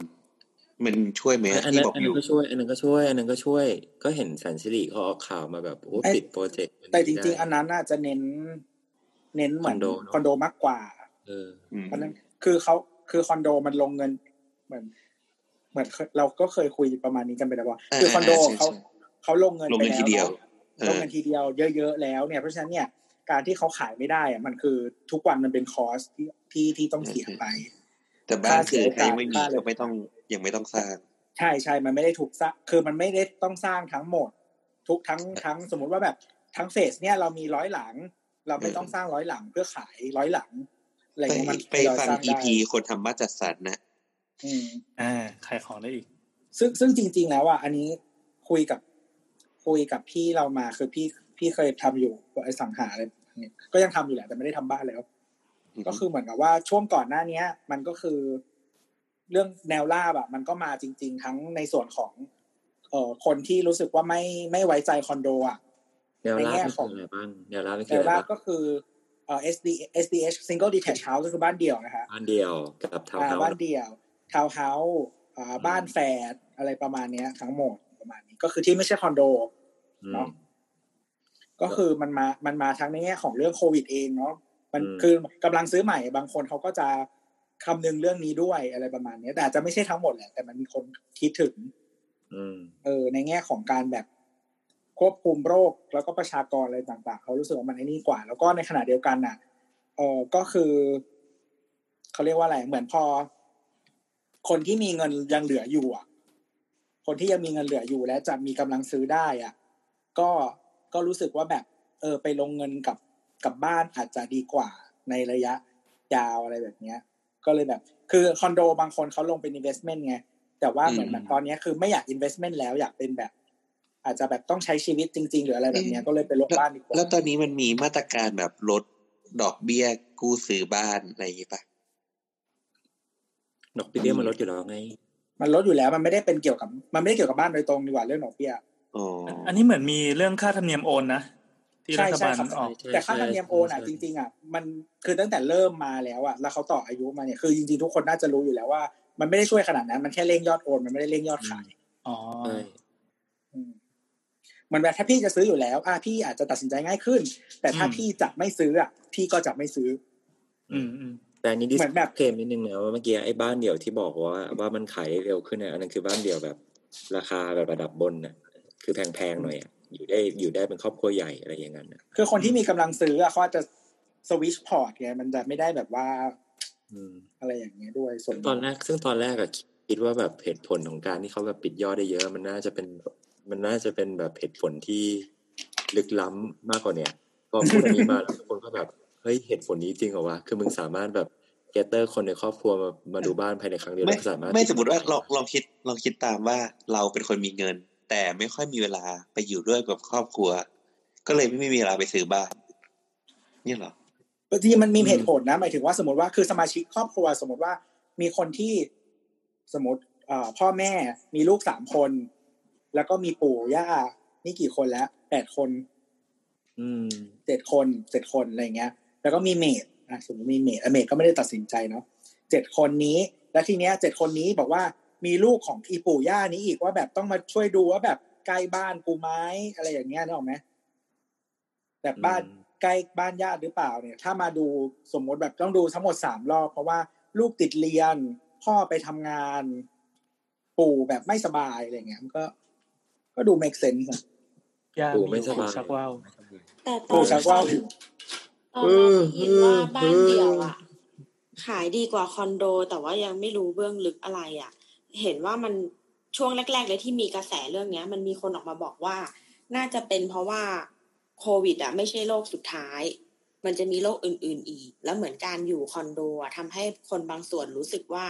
มันช่วยไหม อัน อะ อัน ที่ นั้น บอก อัอนนั้น ยู่ ก็ช่วย อันนั้นก็ช่วย อันนั้นก็ช่วย ก็เห็นแสนสิริเขาออกข่าวมาแบบโอ้ ไอ้ ปิดโปรเจกต์ แต่จริง ได้ ๆ อันนั้นน่าจะเน้น เน้นเหมือน คอนโดเนอะ คอนโดมากกว่า เออ อืม อันนั้นคือเขาคือคอนโดมันลงเงิน เหมือน เหมือนเคยเราก็เคยคุยประมาณนี้กันไปแล้วว่า คือคอนโด าาาใช่ เขา ใช่ เขาลงเงิน ลง ไป เงิน แล้ ที ว เดียวเอเนาะอ ลงเงินทีเดียวเยอะๆแล้วเนี่ยเพราะฉะนั้นเนี่ย การที่เขาขายไม่ได้อะมันคือทุกวันมันเป็นคอสที่ที่ที่ต้องเสียไป แต่บ้า ค่าน เสี คื ย อ โอ ถ้ากยัาส งไม่มี ค่าอะไร ก็ไม่ต้องยังไม่ต้องสร้าง ใช่ใช่มันไม่ได้ถูกสร้างคือมันไม่ได้ต้องสร้างทั้งหมด ทุกทั้งทั้งสมมุติว่าแบบทั้งเฟสเนี่ยเรามีร้อยหลัง เราไม่ต้องสร้างร้อยหลังเพื่อขายร้อยหลังอะไร ไป เงี้ยมัน ไป ทยอย ฟัง สร้างได้ EP คนทำมาจัดสรรนะ อืม อ่าขายของได้อีก ซึ่งซึ่งจริง ๆ แล้วอ่ะอันนี้คุยกับคุยกับพี่เรามาคือพี่พี่เคยทำอยู่ไอสังหาอะไรเนี่ยก็ยังทำอยู่แหละแต่ไม่ได้ทำบ้านแล้ว อือฮึ ก็คือเหมือนกับว่าช่วงก่อนหน้าเนี้ย มันก็คือ เรื่องแนวล่าแบบมันก็มาจริง ๆ ทั้งในส่วนของเอ่อคนที่รู้สึกว่าไม่ไม่ไว้ใจคอนโดอ่ะ แนว ใน ราบ แง่ มัน ข คือ อง อะไรบ้างแนวราบมัน แน คือ ว อะไร ราบ บ้าง ก็คือเอ่อ SD SDH single detached house ก็คือบ้านเดี่ยวนะฮะ บ้านเดียวกับทาวน์ อ่า เฮา บ้าน ส์ เดี่ยวทาวน์เฮาส์อ่าบ้านแฝดอะไรประมาณเนี้ยทั้งหมดประมาณนี้ก็คือที่ไม่ใช่คอนโด เนาะ ก็คือมันมามันมาทั้งในแง่ของเรื่องโควิดเองเนาะมัน อืม คือกำลังซื้อใหม่บางคนเขาก็จะคำนึงเรื่องนี้ด้วยอะไรประมาณเนี้ยแต่อาจจะไม่ใช่ทั้งหมดแหละแต่มันมีคนคิดถึง อืม เออในแง่ของการแบบควบคุมโรคแล้วก็ประชากรอะไรต่าง ๆเขารู้สึกว่ามันไอ้นี่กว่า แล้วก็ในขณะเดียวกันน่ะเออก็คือเขาเรียกว่าอะไรเหมือนพอ คนที่มีเงินยังเหลืออยู่อ่ะ คนที่ยังมีเงินเหลืออยู่และจะมีกำลังซื้อได้อ่ะก็ก็รู้สึกว่าแบบ เออ ไปลงเงินกับกับบ้านอาจจะดีกว่าในระยะยาวอะไรแบบเนี้ย ก็เลยแบบ คือคอนโดบางคนเขาลงเป็น investment ไง แต่ว่าเหมือนแบบตอนเนี้ยคือไม่อยาก investment แล้วอยากเป็นแบบ อาจจะแบบต้องใช้ชีวิตจริง ๆ หรืออะไรแบบเนี้ยก็เลยไปลง แล้ว บ้านดีกว่า แล้วตอนนี้มันมีมาตรการแบบลดดอกเบี้ยกู้ซื้อบ้านอะไรอย่างงี้ป่ะ ดอกเบี้ยมันลดอยู่แล้วไง มันลดอยู่แล้วมันไม่ได้เป็นเกี่ยวกับ มันไม่ได้เกี่ยวกับบ้านโดยตรงดีกว่าเรื่องดอกเบี้ย อ๋อ อันนี้เหมือนมีเรื่องค่าธรรมเนียมโอนนะที่รั ใช่ ฐ ใช่ บาล ครับ ออก ใช่ แต่ค่าธใช่รรมเนียม ใช่ โอนอ่ะ ใช่ จริงๆอ่ะมันคือตั้งแต่เริ่มมาแล้วอ่ะแล้วเขาต่ออายุมาเนี่ยคือจริงๆทุกคนน่าจะรู้อยู่แล้วว่า มันไม่ได้ช่วยขนาดนั้นมันแค่เร่งยอดโอนมันไม่ได้เร่งยอดขาย อ๋อ ใช่ อืมเหมันแบบถ้าพี่จะซื้ออยู่แล้ว อ่ะพี่อาจจะตัดสินใจง่ายขึ้น แต่ถ้าพี่จะไม่ซื้ออ่ะพี่ก็จะไม่ซื้อ อืมอืม แต่อันนี้ดิ เหมือนแบบ เคลมนิดนึงนะว่าเมื่อกี้ไอ้บ้านเดี่ยวที่บอกว่าว่ามันขายได้เร็วขึ้นเนี่ยอันนั้นคือบ้านเดี่ยวแบบ ราคาแบบระดับบนน่ะ คือแพงๆหน่อยอะอยู่ได้อยู่ได้เป็นครอบครัวใหญ่อะไรอย่างนั้นนะ คือคนที่มีกำลังซื้ออ่ะเขาอาจจะสวิชพอร์ตไงมันจะไม่ได้แบบว่า อืม อะไรอย่างเงี้ยด้วยส่ว ซึ่ นหงต นึ่ อง นแรกซึ่งตอนแรกอะ คิดว่าแบบเหตุผลของการที่เขาแบบปิดยอดได้เยอะ มันน่าจะเป็นมันน่าจะเป็นแบบเหตุผลที่ลึกล้ำมากกว่าเนี้ยพอพูดอันนี้มา แล้วทุกคนก็แบบเฮ้ยเหตุผลนี้จริงเหรอวะคือมึงสามารถแบบเกเตอร์คนในครอบครัวมามาดูบ้านภายในครั้งเดียว ไม่ แล้วก็สามารถ ไม่สมมติว่าลองลองคิดลองคิดตามว่าเราเป็นคนมีเงิน แต่ไม่ค่อยมีเวลาไปอยู่ด้วยกับครอบครัว ก็เลยไม่มีเวลาไปซื้อบ้านเนี่ยเหรอ บางทีมันมีเหตุผลนะหมายถึงว่าสมมติว่าคือสมาชิกครอบครัวสมมติว่ามีคนที่สมมติเอ่อพ่อแม่มีลูกสามคน แล้วก็มีปู่ย่านี่กี่คนแล้วแปดคน อืม เจ็ดคนเจ็ดคนอะไรอย่างเงี้ย แล้วก็มีเมดอ่ะสมมติมีเมดอ่ะเมดก็ไม่ได้ตัดสินใจเนาะเจ็ดคนนี้ แล้วทีเนี้ยเจ็ดคนนี้บอกว่ามีลูกของอีปู่ย่านี้อีกว่าแบบต้องมาช่วยดูว่าแบบใกล้บ้านกูไหมอะไรอย่างเงี้ยนึกออกไหมแบบบ้าน อืม ใกล้บ้านญาติหรือเปล่าเนี่ย ถ้ามาดูสมมติแบบต้องดูทั้งหมดสามรอบ เพราะว่าลูกติดเรียน พ่อไปทำงาน ปู่แบบไม่สบายอะไรเงี้ยมันก็ ก็ดู make sense นะ ยา ปู่ มี ไม่ส ขู่ บาย ชักว่าว แต่ต โอ้ อน ชักว่าว ตอนเราได้ยินว่าบ้านเดี่ยวอ่ะ ขายดีกว่าคอนโด แต่ว่ายังไม่รู้เบื้องลึกอะไรอ่ะ เห็นว่ามันช่วงแรก ๆ เลยที่มีกระแสเรื่องเนี้ย มันมีคนออกมาบอกว่า น่าจะเป็นเพราะว่าโควิดอ่ะไม่ใช่โรคสุดท้าย มันจะมีโรคอื่น ๆ อีก แล้วเหมือนการอยู่คอนโดอะทำให้คนบางส่วนรู้สึกว่า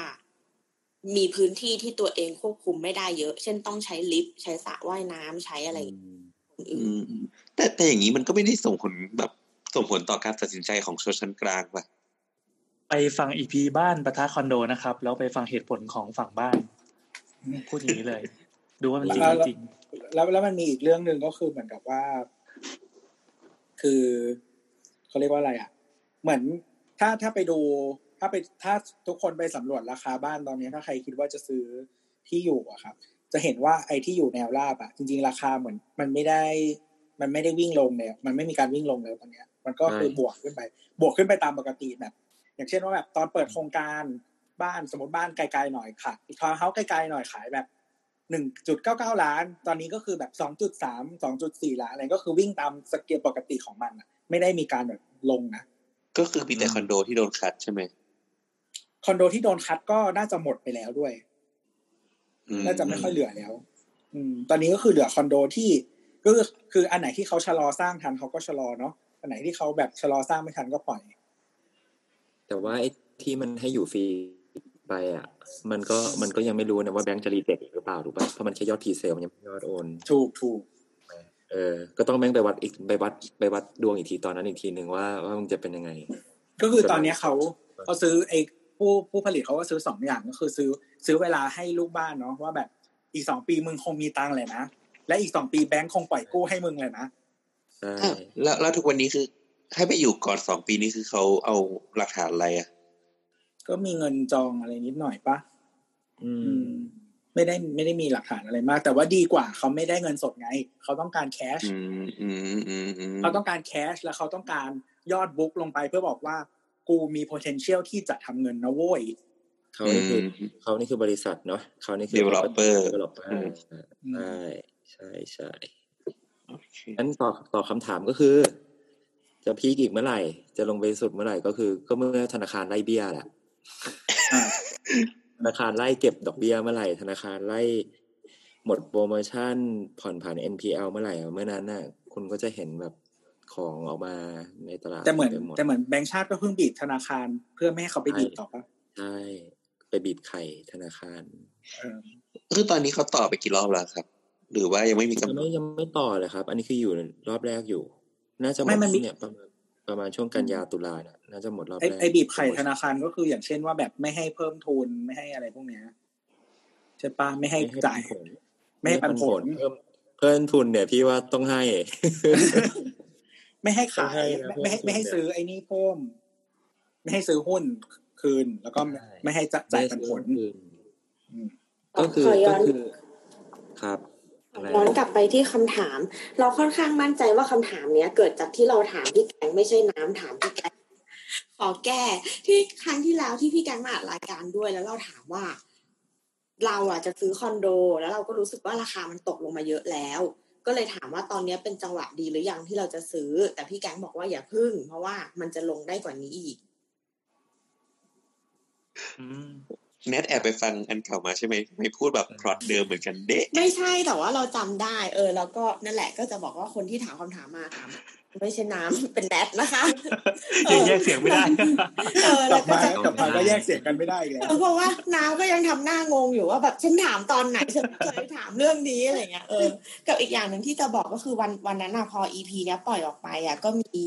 มีพื้นที่ที่ตัวเองควบคุมไม่ได้เยอะ เช่นต้องใช้ลิฟต์ใช้สระว่ายน้ำใช้อะไร อืม อื่น อืมแต่แต่อย่างนี้มันก็ไม่ได้ส่งผลแบบส่งผลต่อการตัดสินใจของชนชั้นกลางป่ะ ไปฟังอีพีบ้านปะทะคอนโดนะครับ แล้วไปฟังเหตุผลของฝั่งบ้าน พูดอย่างนี้เลย ดูว่ามันจริงไม่จริง แล้วแล้วมันมีอีกเรื่องหนึ่งก็คือเหมือนกับว่า คือเขาเรียกว่าอะไรอ่ะ เหมือนถ้าถ้าไปดู ถ้าไปถ้าทุกคนไปสำรวจราคาบ้านตอนนี้ ถ้าใครคิดว่าจะซื้อที่อยู่อะครับ จะเห็นว่าไอ้ที่อยู่แนวราบอะจริง ๆ ราคาเหมือน มันไม่ได้ มันไม่ได้วิ่งลงเลยมันไม่มีการวิ่งลงเลยตอนเนี้ย มันก็คือบวกขึ้นไป บวกขึ้นไปตามปกติแบบ อย่างเช่นว่าแบบตอนเปิดโครงการบ้านสมมติบ้านไกลๆหน่อยค่ะทาวน์เฮาส์ไกลๆหน่อยขายแบบหนึ่งจุดเก้าเก้าล้าน ตอนนี้ก็คือแบบสองจุดสามสองจุดสี่ล้านอะไรก็คือวิ่งตามสเกลปกติของมันอะไม่ได้มีการแบบลงนะ ก็คือมีแต่คอนโดที่โดนคัดใช่ไหม คอนโดที่โดนคัดก็น่าจะหมดไปแล้วด้วย อื น่าจะไม่ค่อยเหลือแล้ว อืม ตอนนี้ก็คือเหลือคอนโดที่ก็คือคืออันไหนที่เขาชะลอสร้างทันเขาก็ชะลอเนาะอันไหนที่เขาแบบชะลอสร้างไม่ทันก็ปล่อย แต่ว่าไอ้ที่มันให้อยู่ฟรีไปอ่ะ มันก็มันก็ยังไม่รู้นะว่าแบงค์จะรีเจ็คหรือเปล่าถูกป่ะเพราะมันแค่ยอดทีเซลมันยังไม่ยอดโอน ถูกถูก เออ ก็ต้องแม่งไปวัดอีกไปวัดไปวัดดวงอีกทีตอนนั้นอีกทีหนึ่งว่าว่ามึงจะเป็นยังไง ก็คือตอนเนี้ยเขาเขาซื้อไอ้ผู้ผู้ผลิตเขาก็ซื้อสองอย่างก็คือซื้อซื้อเวลาให้ลูกบ้านเนาะว่าแบบอีกสองปีมึงคงมีตังค์เลยนะ และอีกสองปีแบงค์คงปล่อยกู้ให้มึงเลยนะ ใช่ อ้าวแล้วแล้วทุกวันนี้คือ ให้ไปอยู่ก่อนสองปีนี้คือเขาเอาหลักฐานอะไรอ่ะ ก็มีเงินจองอะไรนิดหน่อยปะ อื อื ม ม ไม่ได้ไม่ได้มีหลักฐานอะไรมาก แต่ว่าดีกว่าเขาไม่ได้เงินสดไง เขาต้องการแคช อืมอืมอืมอืม เขาต้องการแคชแล้วเขาต้องการยอดบุ๊กลงไปเพื่อบอกว่า กูมี potential ที่จะทำเงินนะโว้ย เขานี่คือเขานี่คือบริษัทเนาะเขานี่คื เด อ เวลอปเปอร์ developer อืม อื ใช่ ม ใช่ใช่งั้นตอบตอบคำถามก็คือ จะพีกอีกเมื่อไหร่ จะลงไปสุดเมื่อไหร่ก็คือ ก็เมื่อธนาคารไล่เบี้ยแหละ อ่า ธนาคารไล่เก็บดอกเบี้ยเมื่อไหร่ ธนาคารไล่หมดโปรโมชั่นผ่อนผัน NPL เมื่อไหร่เมื่อนั้นน่ะ คุณก็จะเห็นแบบของออกมาในตลาด แต่เหมือน ต็ไปหมด แต่เหมือนแบงก์ชาติก็เพิ่งบีบธนาคารเพื่อไม่ให้เขาไปบีบต่อปะ ใช่ไปบีบไข่ธนาคาร เออ คือตอนนี้เขาต่อไปกี่รอบแล้วครับ หรือว่ายังไม่มี ยัง กำหน ไม่ ด ยังไม่ต่อเลยครับ อันนี้คืออยู่รอบแรกอยู่ น่าจะหม ไม่ ด มันมี เนี่ยประมาณประมาณช่วงกันยาตุลาเนี่ยน่าจะหมดรอบ ไอ แรก ไอบีบไข่ธนาคารก็คืออย่างเช่นว่าแบบไม่ให้เพิ่มทุนไม่ให้อะไรพวกเนี้ยใช่ปะไม่ให้ ไม่ให้ปั จ่าน ย ผล ไม่ให้ปันผล เพิ่มเพิ่มทุนเนี่ยพี่ว่าต้องให้ ไม่ให้ขาย ต้องให้นะ ไม่ไม่ให้ เพิ่มทุน ไม่ให้ซื้อไอ้นี่เพิ่ม ไม่ให้ซื้อหุ้นคืน แล้วก็ ใช่ ไม่ให้จ่ายปันผล คือ อืม ก็คือ ขอย้ ก็ อน คือครับอะไร ย้อนกลับไปที่คำถาม เราค่อนข้างมั่นใจว่าคำถามเนี้ย เกิดจากที่เราถามพี่แกงไม่ใช่น้ำถามพี่แกงขอแก้ที่ครั้งที่แล้วที่พี่แกงมาอัดรายการด้วยแล้วเราถามว่า เราอ่ะจะซื้อคอนโด แล้วเราก็รู้สึกว่าราคามันตกลงมาเยอะแล้ว ก็เลยถามว่าตอนเนี้ยเป็นจังหวะดีหรือยังที่เราจะซื้อ แต่พี่แกงบอกว่าอย่าพึ่ง เพราะว่ามันจะลงได้กว่านี้อีก อืม แนทแอบไปฟังอันเก่ามาใช่ไหมไม่พูดแบบพล็อตเดิมเหมือนกันเดะ ไม่ใช่แต่ว่าเราจำได้ เออ แล้วก็นั่นแหละก็จะบอกว่าคนที่ถามคำถามมาถามไม่ใช่น้ำ เป็นแรดนะคะ ยังแยกเสียงไม่ได้ เออก แล้ ลั วก็บมา จะ กลับมาก็แยกเสียงกันไม่ได้อีกแล้ว เพราะว่าน้ำก็ยังทำหน้างงอยู่ว่าแบบฉันถามตอนไหนฉันไม่เคยถามเรื่องนี้อะไรเงี้ยเออกับอีกอย่างหนึ่งที่จะบอกก็คือวันวันนั้นอะพอ EP เนี้ยปล่อยออกไปอะก็มี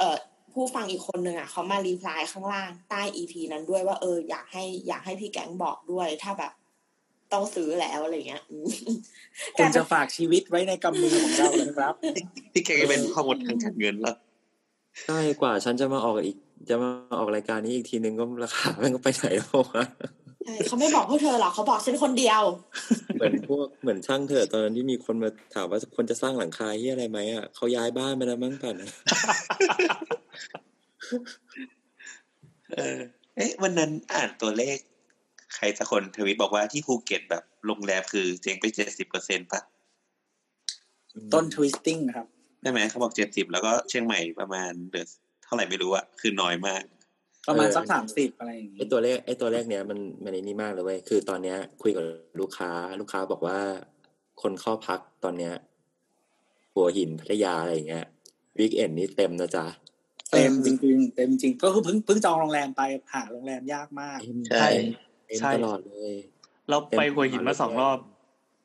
เอ่อผู้ฟังอีกคนหนึ่งอะเขามารีプライข้างล่างใต้ EP นั้นด้วยว่าเอออยากให้อยากให้พี่แก๊งบอกด้วยถ้าแบบต้องซื้อแล้วอะไรเงี้ยอืม คุณจะฝากชีวิตไว้ในกำมือของเราเลยครับ ที่แกเป็นข้อมูลทางการเงินแล้ว ใช่กว่าฉันจะมาออกอีก จะมาออกรายการนี้อีกทีนึงก็ราคามันก็ไปไหนแล้ววะ ใช่เขาไม่บอกพวกเธอหรอกเขาบอกฉันคนเดียว เหมือนพวกเหมือนช่างเถอะตอนนั้นที่มีคนมาถามว่าควรจะสร้างหลังคาที่อะไรไหมอ่ะเขาย้ายบ้านไปแล้วมั้งป่ะนะ เออเอ๊ะวันนั้นอ่านตัวเลข ใครสักคนทวิตบอกว่าที่ภูเก็ตแบบโรงแรมคือเจ๊งไปเจ็ดสิบเปอร์เซ็นต์ป่ะ ต้น twisting ครับ ใช่ไหมเขาบอกเจ็ดสิบแล้วก็เชียงใหม่ประมาณเดือนเท่าไหร่ไม่รู้อะคือน้อยมาก ประมาณสักสามสิบอะไรอย่าง ไอ นี้ ตัวเลขไอตัวเลขเนี้ยมันมันไอ้นี่มากเลยเว้ยคือตอนเนี้ย คุยกับลูกค้า ลูกค้าบอกว่า คนเข้าพักตอนเนี้ยหัวหินพัทยาอะไรอย่างเงี้ยวีคเอนนี่เต็มนะจ๊ะ เต็มจริงๆเต็มจริงก็คือเพิ่งเพิ่งจองโรงแรมไปหาโรงแรมยากมาก เต็ม ใช่ เต็มเต็ม ใช่ ตลอดเลย เราไปหัวหินมาสองรอบ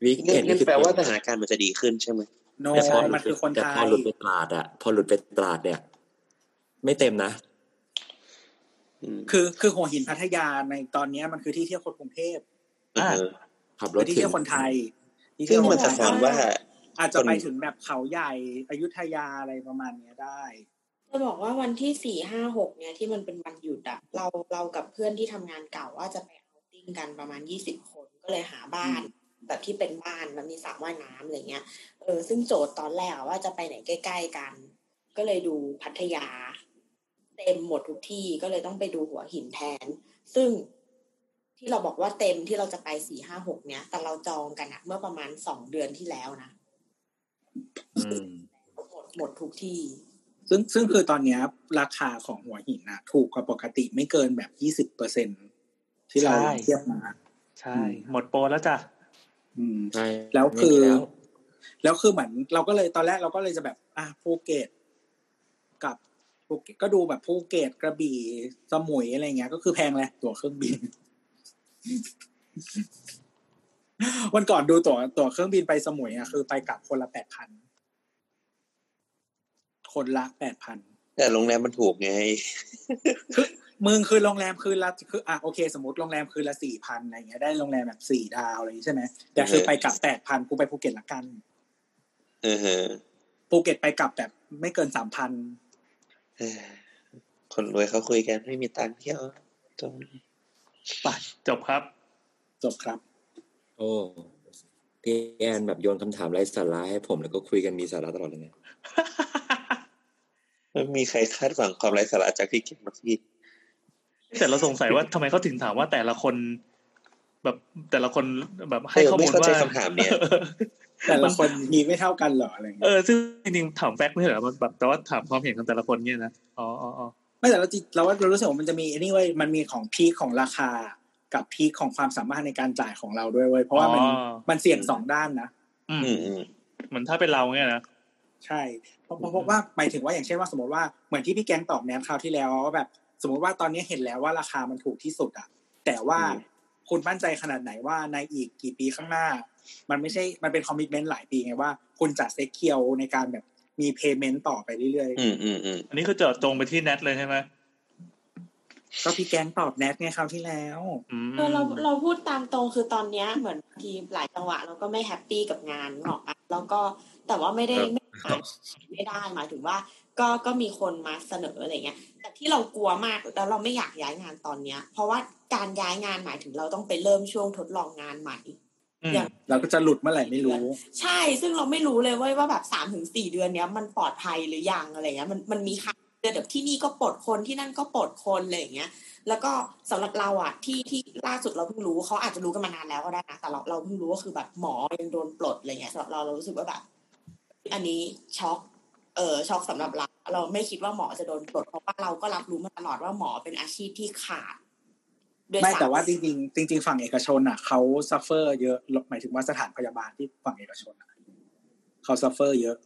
วีคเอ งั้น น งั้ นี่ น คือ แปลว่า เต็ม สถานการณ์มันจะดีขึ้นใช่ไหม โน แต่พอ มันคือคน แต่ ไท พอย หลุดไปตราดอะพอหลุดไปตราดเนี่ย ไม่เต็มนะ อืม คือคือหัวหินพัทยาในตอนเนี้ยมันคือที่เที่ยวคนกรุงเทพ เออ ขับร คื ถ อที่ ถึง เที่ยวคนไทย ที่ ซึ่ เที่ ง ยวค มัน นไท สะ ย ท้อนว่า อาจจะ คน ไปถึงแบบเขาใหญ่อยุธยาอะไรประมาณเนี้ยได้ จะบอกว่าวันที่สี่ห้าหกเนี่ยที่มันเป็นวันหยุดอะเราเรากับเพื่อนที่ทำงานเก่าว่าจะไปเอาท์ติ้งกันประมาณยี่สิบคนก็เลยหาบ้าน แบบที่เป็นบ้านมันมีสระว่ายน้ำอะไรเงี้ยเออซึ่งโจทย์ตอนแรกอะว่าจะไปไหนใกล้ ๆกัน ก็เลยดูพัทยา เต็มหมดทุกที่ก็เลยต้องไปดูหัวหินแทน ซึ่งที่เราบอกว่าเต็มที่เราจะไปสี่ห้าหกเนี้ยแต่เราจองกันอะเมื่อประมาณสองเดือนที่แล้วนะ อืม หมดหมดทุกที่ ซึ่งซึ่งคือตอนเนี้ยราคาของหัวหินนะถูกกว่าปกติไม่เกินแบบยี่สิบเปอร์เซ็นที่เรา ใช่ เทียบมา ใช่ หมดโปรแล้วจ้ะ อืม ใช่ แล้ว ไม่ คื มี อ แล้ว แล้วคือเหมือนเราก็เลยตอนแรกเราก็เลยจะแบบอ่ะภูเก็ตกับภูเก็ตก็ดูแบบภูเก็ตกระบี่สมุยอะไรเงี้ย ก็คือแพงแหละตั๋วเครื่องบิน วันก่อนดูตั๋วตั๋วเครื่องบินไปสมุยอ่ะคือไปกลับคนละแปดพันคนละแปดพัน แต่โรงแรมมันถูกไง คือมึงคือโรงแรมคืนละคืออ่ะโอเค สมมติโรงแรมคืนละสี่พันอะไรเงี้ยได้โรงแรมแบบสี่ดาวอะไรอย่างงี้ใช่ไหมแต่คือ เออ ไปกลับแปดพันกูไปภูเก็ตละกัน เออเออ ภูเก็ตไปกลับแบบไม่เกินสามพัน เออ คนรวยเขาคุยกันไม่มีตังค์เที่ยวตรงนี้ ไปจบครับ จบครับ โอ้พี่แอนแบบโยนคำถามไร้สาระให้ผมแล้วก็คุยกันมีสาระตลอดเลยนะ ไม่มีใครคาดหวังความไร้สาระจากที่เก็บมาพี่ แต่เราสงสัยว่าทำไมเขาถึงถามว่าแต่ละคน แบบแต่ละคนแบบให้ เออ ข้อมูล ไม่เข้า ว่า ใจคำถามเนี่ย ออ แต่ละ มั คนมีไม่เท่ากันเหรออะไร เอ เงี้ย อซึ่งจริงๆถามแฟกต์ไม่ใช่เหรอมันแบบแต่ว่าถามความเห็นของแต่ละคนเนี่ยนะอ๋ออ๋ออ๋อ ไม่แต่เราจิเราว่าเรารู้สึกว่ามันจะมีอันนี้เว้ยมันมีของพีคของราคา กับพีคของความสามารถในการจ่ายของเราด้วยเว้ยเพราะว่ามัน อ๋อ มันเสี่ยงสองด้านนะ อืม อืมอืม เหมือนถ้าเป็นเราเนี่ยนะ ใช่เพราะเพราะเพราะว่าหมายถึงว่าอย่างเช่นว่าสมมติว่าเหมือนที่พี่แกงตอบแนทคราวที่แล้วว่าแบบ สมมติว่าตอนนี้เห็นแล้วว่าราคามันถูกที่สุดอ่ะ แต่ว่าคุณมั่นใจขนาดไหนว่าในอีกกี่ปีข้างหน้า มันไม่ใช่มันเป็นคอมมิชเมนต์หลายปีไงว่า คุณจะเซ็กเคียวในการแบบมีเพย์เมนต์ต่อไปเรื่อย อืมอืมอืม อันนี้คือเจาะจงไปที่แนทเลยใช่ไหม ๆ ก็พี่แกงตอบแนทไงคราวที่แล้ว อืม เออเราเราพูดตามตรงคือตอนเนี้ยเหมือนบางทีหลายจังหวะเราก็ไม่แฮปปี้กับงานหรอกอะแล้วก็แต่ว่าไม่ได้ไม่หาไม่ได้หมายถึงว่า ก็ก็มีคนมาเสนออะไรเงี้ย แต่ที่เรากลัวมากแล้วเราไม่อยากย้ายงานตอนเนี้ย เพราะว่าการย้ายงานหมายถึงเราต้องไปเริ่มช่วงทดลองงานใหม่ อืม อย่าง เราก็จะหลุดเมื่อไหร่ไม่รู้ ใช่ซึ่งเราไม่รู้เลยเว้ยว่าแบบสามถึงสี่เดือนเนี้ยมันปลอดภัยหรือยังอะไรเงี้ยมันมันมีค่ะเดือนแบบที่นี่ก็ปลดคนที่นั่นก็ปลดคนอะไรอย่างเงี้ย แล้วก็สำหรับเราอะที่ที่ล่าสุดเราเพิ่งรู้เขาอาจจะรู้กันมานานแล้วก็ได้นะแต่เราเราเพิ่งรู้ก็คือแบบหมอยังโดนปลดอะไรเงี้ยสำหรับเราเรารู้สึกว่าแบบ อันนี้ช็อก เออช็อกสำหรับเราเราไม่คิดว่าหมอจะโดนปลดเพราะว่าเราก็รับรู้มาตลอดว่าหมอเป็นอาชีพที่ขาด ด้วย ไม่ ซ้ำ แต่ว่าจริงๆจริง ๆ ฝั่งเอกชนอ่ะเขาซัฟเฟอร์เยอะหมายถึงว่าสถานพยาบาลที่ฝั่งเอกชนอะเขาซัฟเฟอร์เยอะ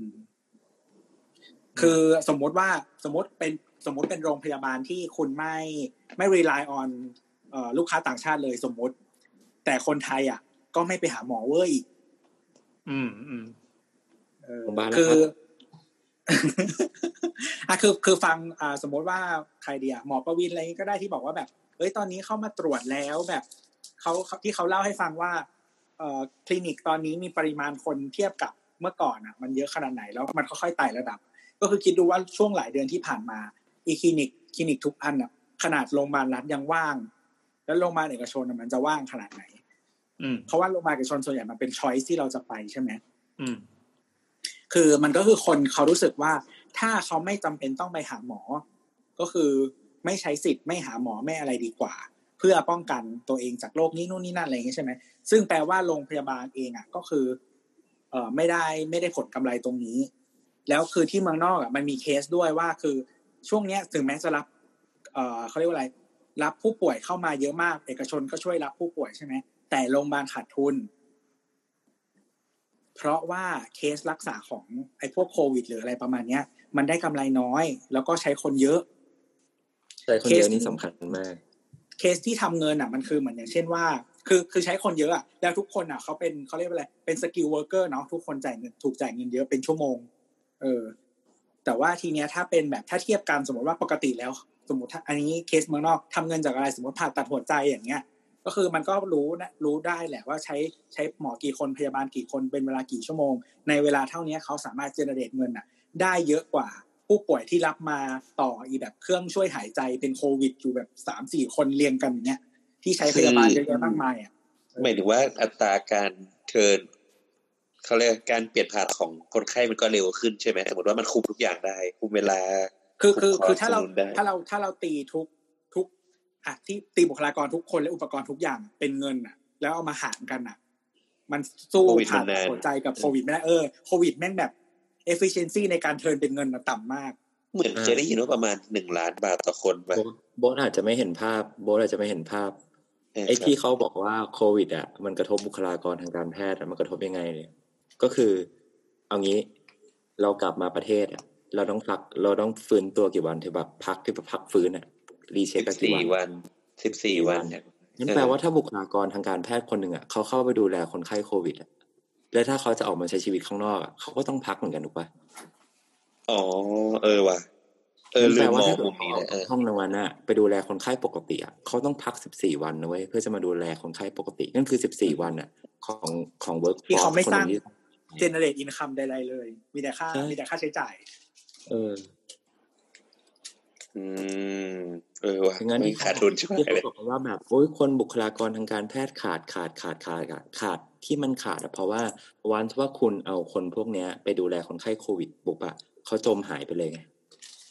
อืมคือสมมติว่าสมมติเป็นสมมติเป็นโรงพยาบาลที่คุณไม่ไม่รีไลออนลูกค้าต่างชาติเลยสมมติ แต่คนไทยอ่ะ ก็ไม่ไปหาหมอเว้ย อืมอืม เออ โรงพยาบาล คือ นะครั บอ่ะคือคือฟังอ่าสมมติว่าใครเดียหมอประวินอะไรก็ได้ที่บอกว่าแบบเอ้ยตอนนี้เข้ามาตรวจแล้วแบบเขาเขาที่เขาเล่าให้ฟังว่าเอ่อคลินิกตอนนี้มีปริมาณคนเทียบกับเมื่อก่อนอ่ะ มันเยอะขนาดไหนแล้วมันค่อยๆไต่ระดับ ก็คือคิดดูว่าช่วงหลายเดือนที่ผ่านมาอีคลินิกคลินิกทุกอันอ่ะขนาดโรงพยาบาลรัฐยังว่าง แล้วโรงพยาบาลเอกชนอะมันจะว่างขนาดไหน อืม เพราะว่าโรงพยาบาลเอกชนส่วนใหญ่มันเป็นช้อยที่เราจะไปใช่ไหม อืม คือมันก็คือคนเขารู้สึกว่าถ้าเขาไม่จำเป็นต้องไปหาหมอ ก็คือไม่ใช้สิทธิ์ไม่หาหมอไม่อะไรดีกว่า เพื่อป้องกันตัวเองจากโรคนี้นู่นนี่นั่นอะไรอย่างเงี้ยใช่ไหมซึ่งแปลว่าโรงพยาบาลเองอ่ะก็คือเออไม่ได้ไม่ได้ผลกำไรตรงนี้ แล้วคือที่เมืองนอกอ่ะมันมีเคสด้วยว่าคือช่วงเนี้ยถึงแม้จะรับเออเขาเรียกว่าอะไรรับผู้ป่วยเข้ามาเยอะมาก เอกชนก็ช่วยรับผู้ป่วยใช่ไหมแต่โรงพยาบาลขาดทุน เพราะว่าเคสรักษาของไอ้พวกโควิด หรืออะไรประมาณเนี้ย มันได้กำไรน้อย แล้วก็ใช้คนเยอะ ใช่คนเยอะนี่สำคัญมาก เคสที่ทำเงินอ่ะมันคือเหมือนอย่างเช่นว่า คือคือใช้คนเยอะอ่ะแล้วทุกคนอ่ะเขาเป็นเขาเรียกว่าอะไรเป็นสกิลเวอร์เกอร์เนาะทุกคนจ่ายเงินถูกจ่ายเงินเยอะเป็นชั่วโมง เออ แต่ว่าทีเนี้ยถ้าเป็นแบบถ้าเทียบกันสมมติว่าปกติแล้ว สมมติถ้าอันนี้เคสเมืองนอกทำเงินจากอะไรสมมติผ่าตัดหัวใจอย่างเงี้ย ก็คือมันก็รู้นะรู้ได้แหละว่าใช้ใช้หมอกี่คนพยาบาลกี่คนเป็นเวลากี่ชั่วโมง ในเวลาเท่าเนี้ยเขาสามารถเจเนเรตเงินอ่ะ ได้เยอะกว่าผู้ป่วยที่รับมาต่ออีแบบเครื่องช่วยหายใจเป็นโควิดอยู่แบบสามสี่คนเรียงกันอย่างเนี้ยที่ใช้พยาบาลเยอะแยะมากมายอ่ะ หมายถึงว่าอัตราการเทิร์นเขาเรียกการเปลี่ยนผ่านของคนไข้มันก็เร็วขึ้นใช่ไหมสมมติว่ามันคุมทุกอย่างได้ คุมเวลา คือคือ ม คือถ้าเรา สมดุลได้ ถ้าเราถ้าเราตีทุกทุกอ่ะที่ตีบุคลากรทุกคนและอุปกรณ์ทุกอย่างเป็นเงินอ่ะ แล้วเอามาหารกันอ่ะ มันสู้ผ่านหัวใจกับโควิดไม่ได้เออโควิดแม่งแบบ efficiency ในการเทิร์นเป็นเงินน่ะต่ำมาก เหมือนเคยได้ยินว่าประมาณหนึ่งล้านบาทต่อคนไป โบ๊ทโบทอาจจะไม่เห็นภาพ โบทอาจจะไม่เห็นภาพ ไอ้ที่เขาบอกว่าโควิดอ่ะมันกระทบบุคลากรทางการแพทย์อะมันกระทบยังไงเนี่ยก็คือเอางี้เรากลับมาประเทศอ่ะเราต้องพักเราต้องฟื้นตัวกี่วันที่แบบพักที่แบบพักฟื้นอ่ะรีเช็ค สิบ กันกี่ สี่ วัน วันสิบสี่วันเนี่ย นั่น เออ แปลว่าถ้าบุคลากรทางการแพทย์คนหนึ่งอ่ะเขาเข้าไปดูแลคนไข้โควิดอ่ะและถ้าเขาจะออกมาใช้ชีวิตข้างนอกอ่ะเขาก็ต้องพักเหมือนกันถูกปะ อ๋อเออว่ะเออ นั่น ลื แปล ม ว่าม อง ถ้าเกิ มุ ด ม เขา นี้ ออก นะเอ จาก อ ห้องนอนน่ะไปดูแลคนไข้ปกติอ่ะเขาต้องพักสิบสี่วันนะเว้ยเพื่อจะมาดูแลคนไข้ปกติ นั่นคือสิบสี่วันอ่ะ ของของเวิร์ก ที่ ฟอ เขา ร์ส ไม่ คน ส ห ร้า นึ่ ง งที่ generate income ใดๆเลย มีแต่ค่า ใช่ มีแต่ค่าใช้จ่าย เออ อืมเออว่ะ ดังนั้น ไม่ ที่เขา ขาด บอก ทุนใช่ไหม ที่เขา เลย บอกกันว่าแบบโอ้ยคนบุคลากรทางการแพทย์ขาดขาดขาดขาดขาดขาดที่มันขาดอะเพราะว่าวันที่ว่าคุณเอาคนพวกเนี้ย ไปดูแลคนไข้โควิดบุกอะเขาจมหายไปเลยไง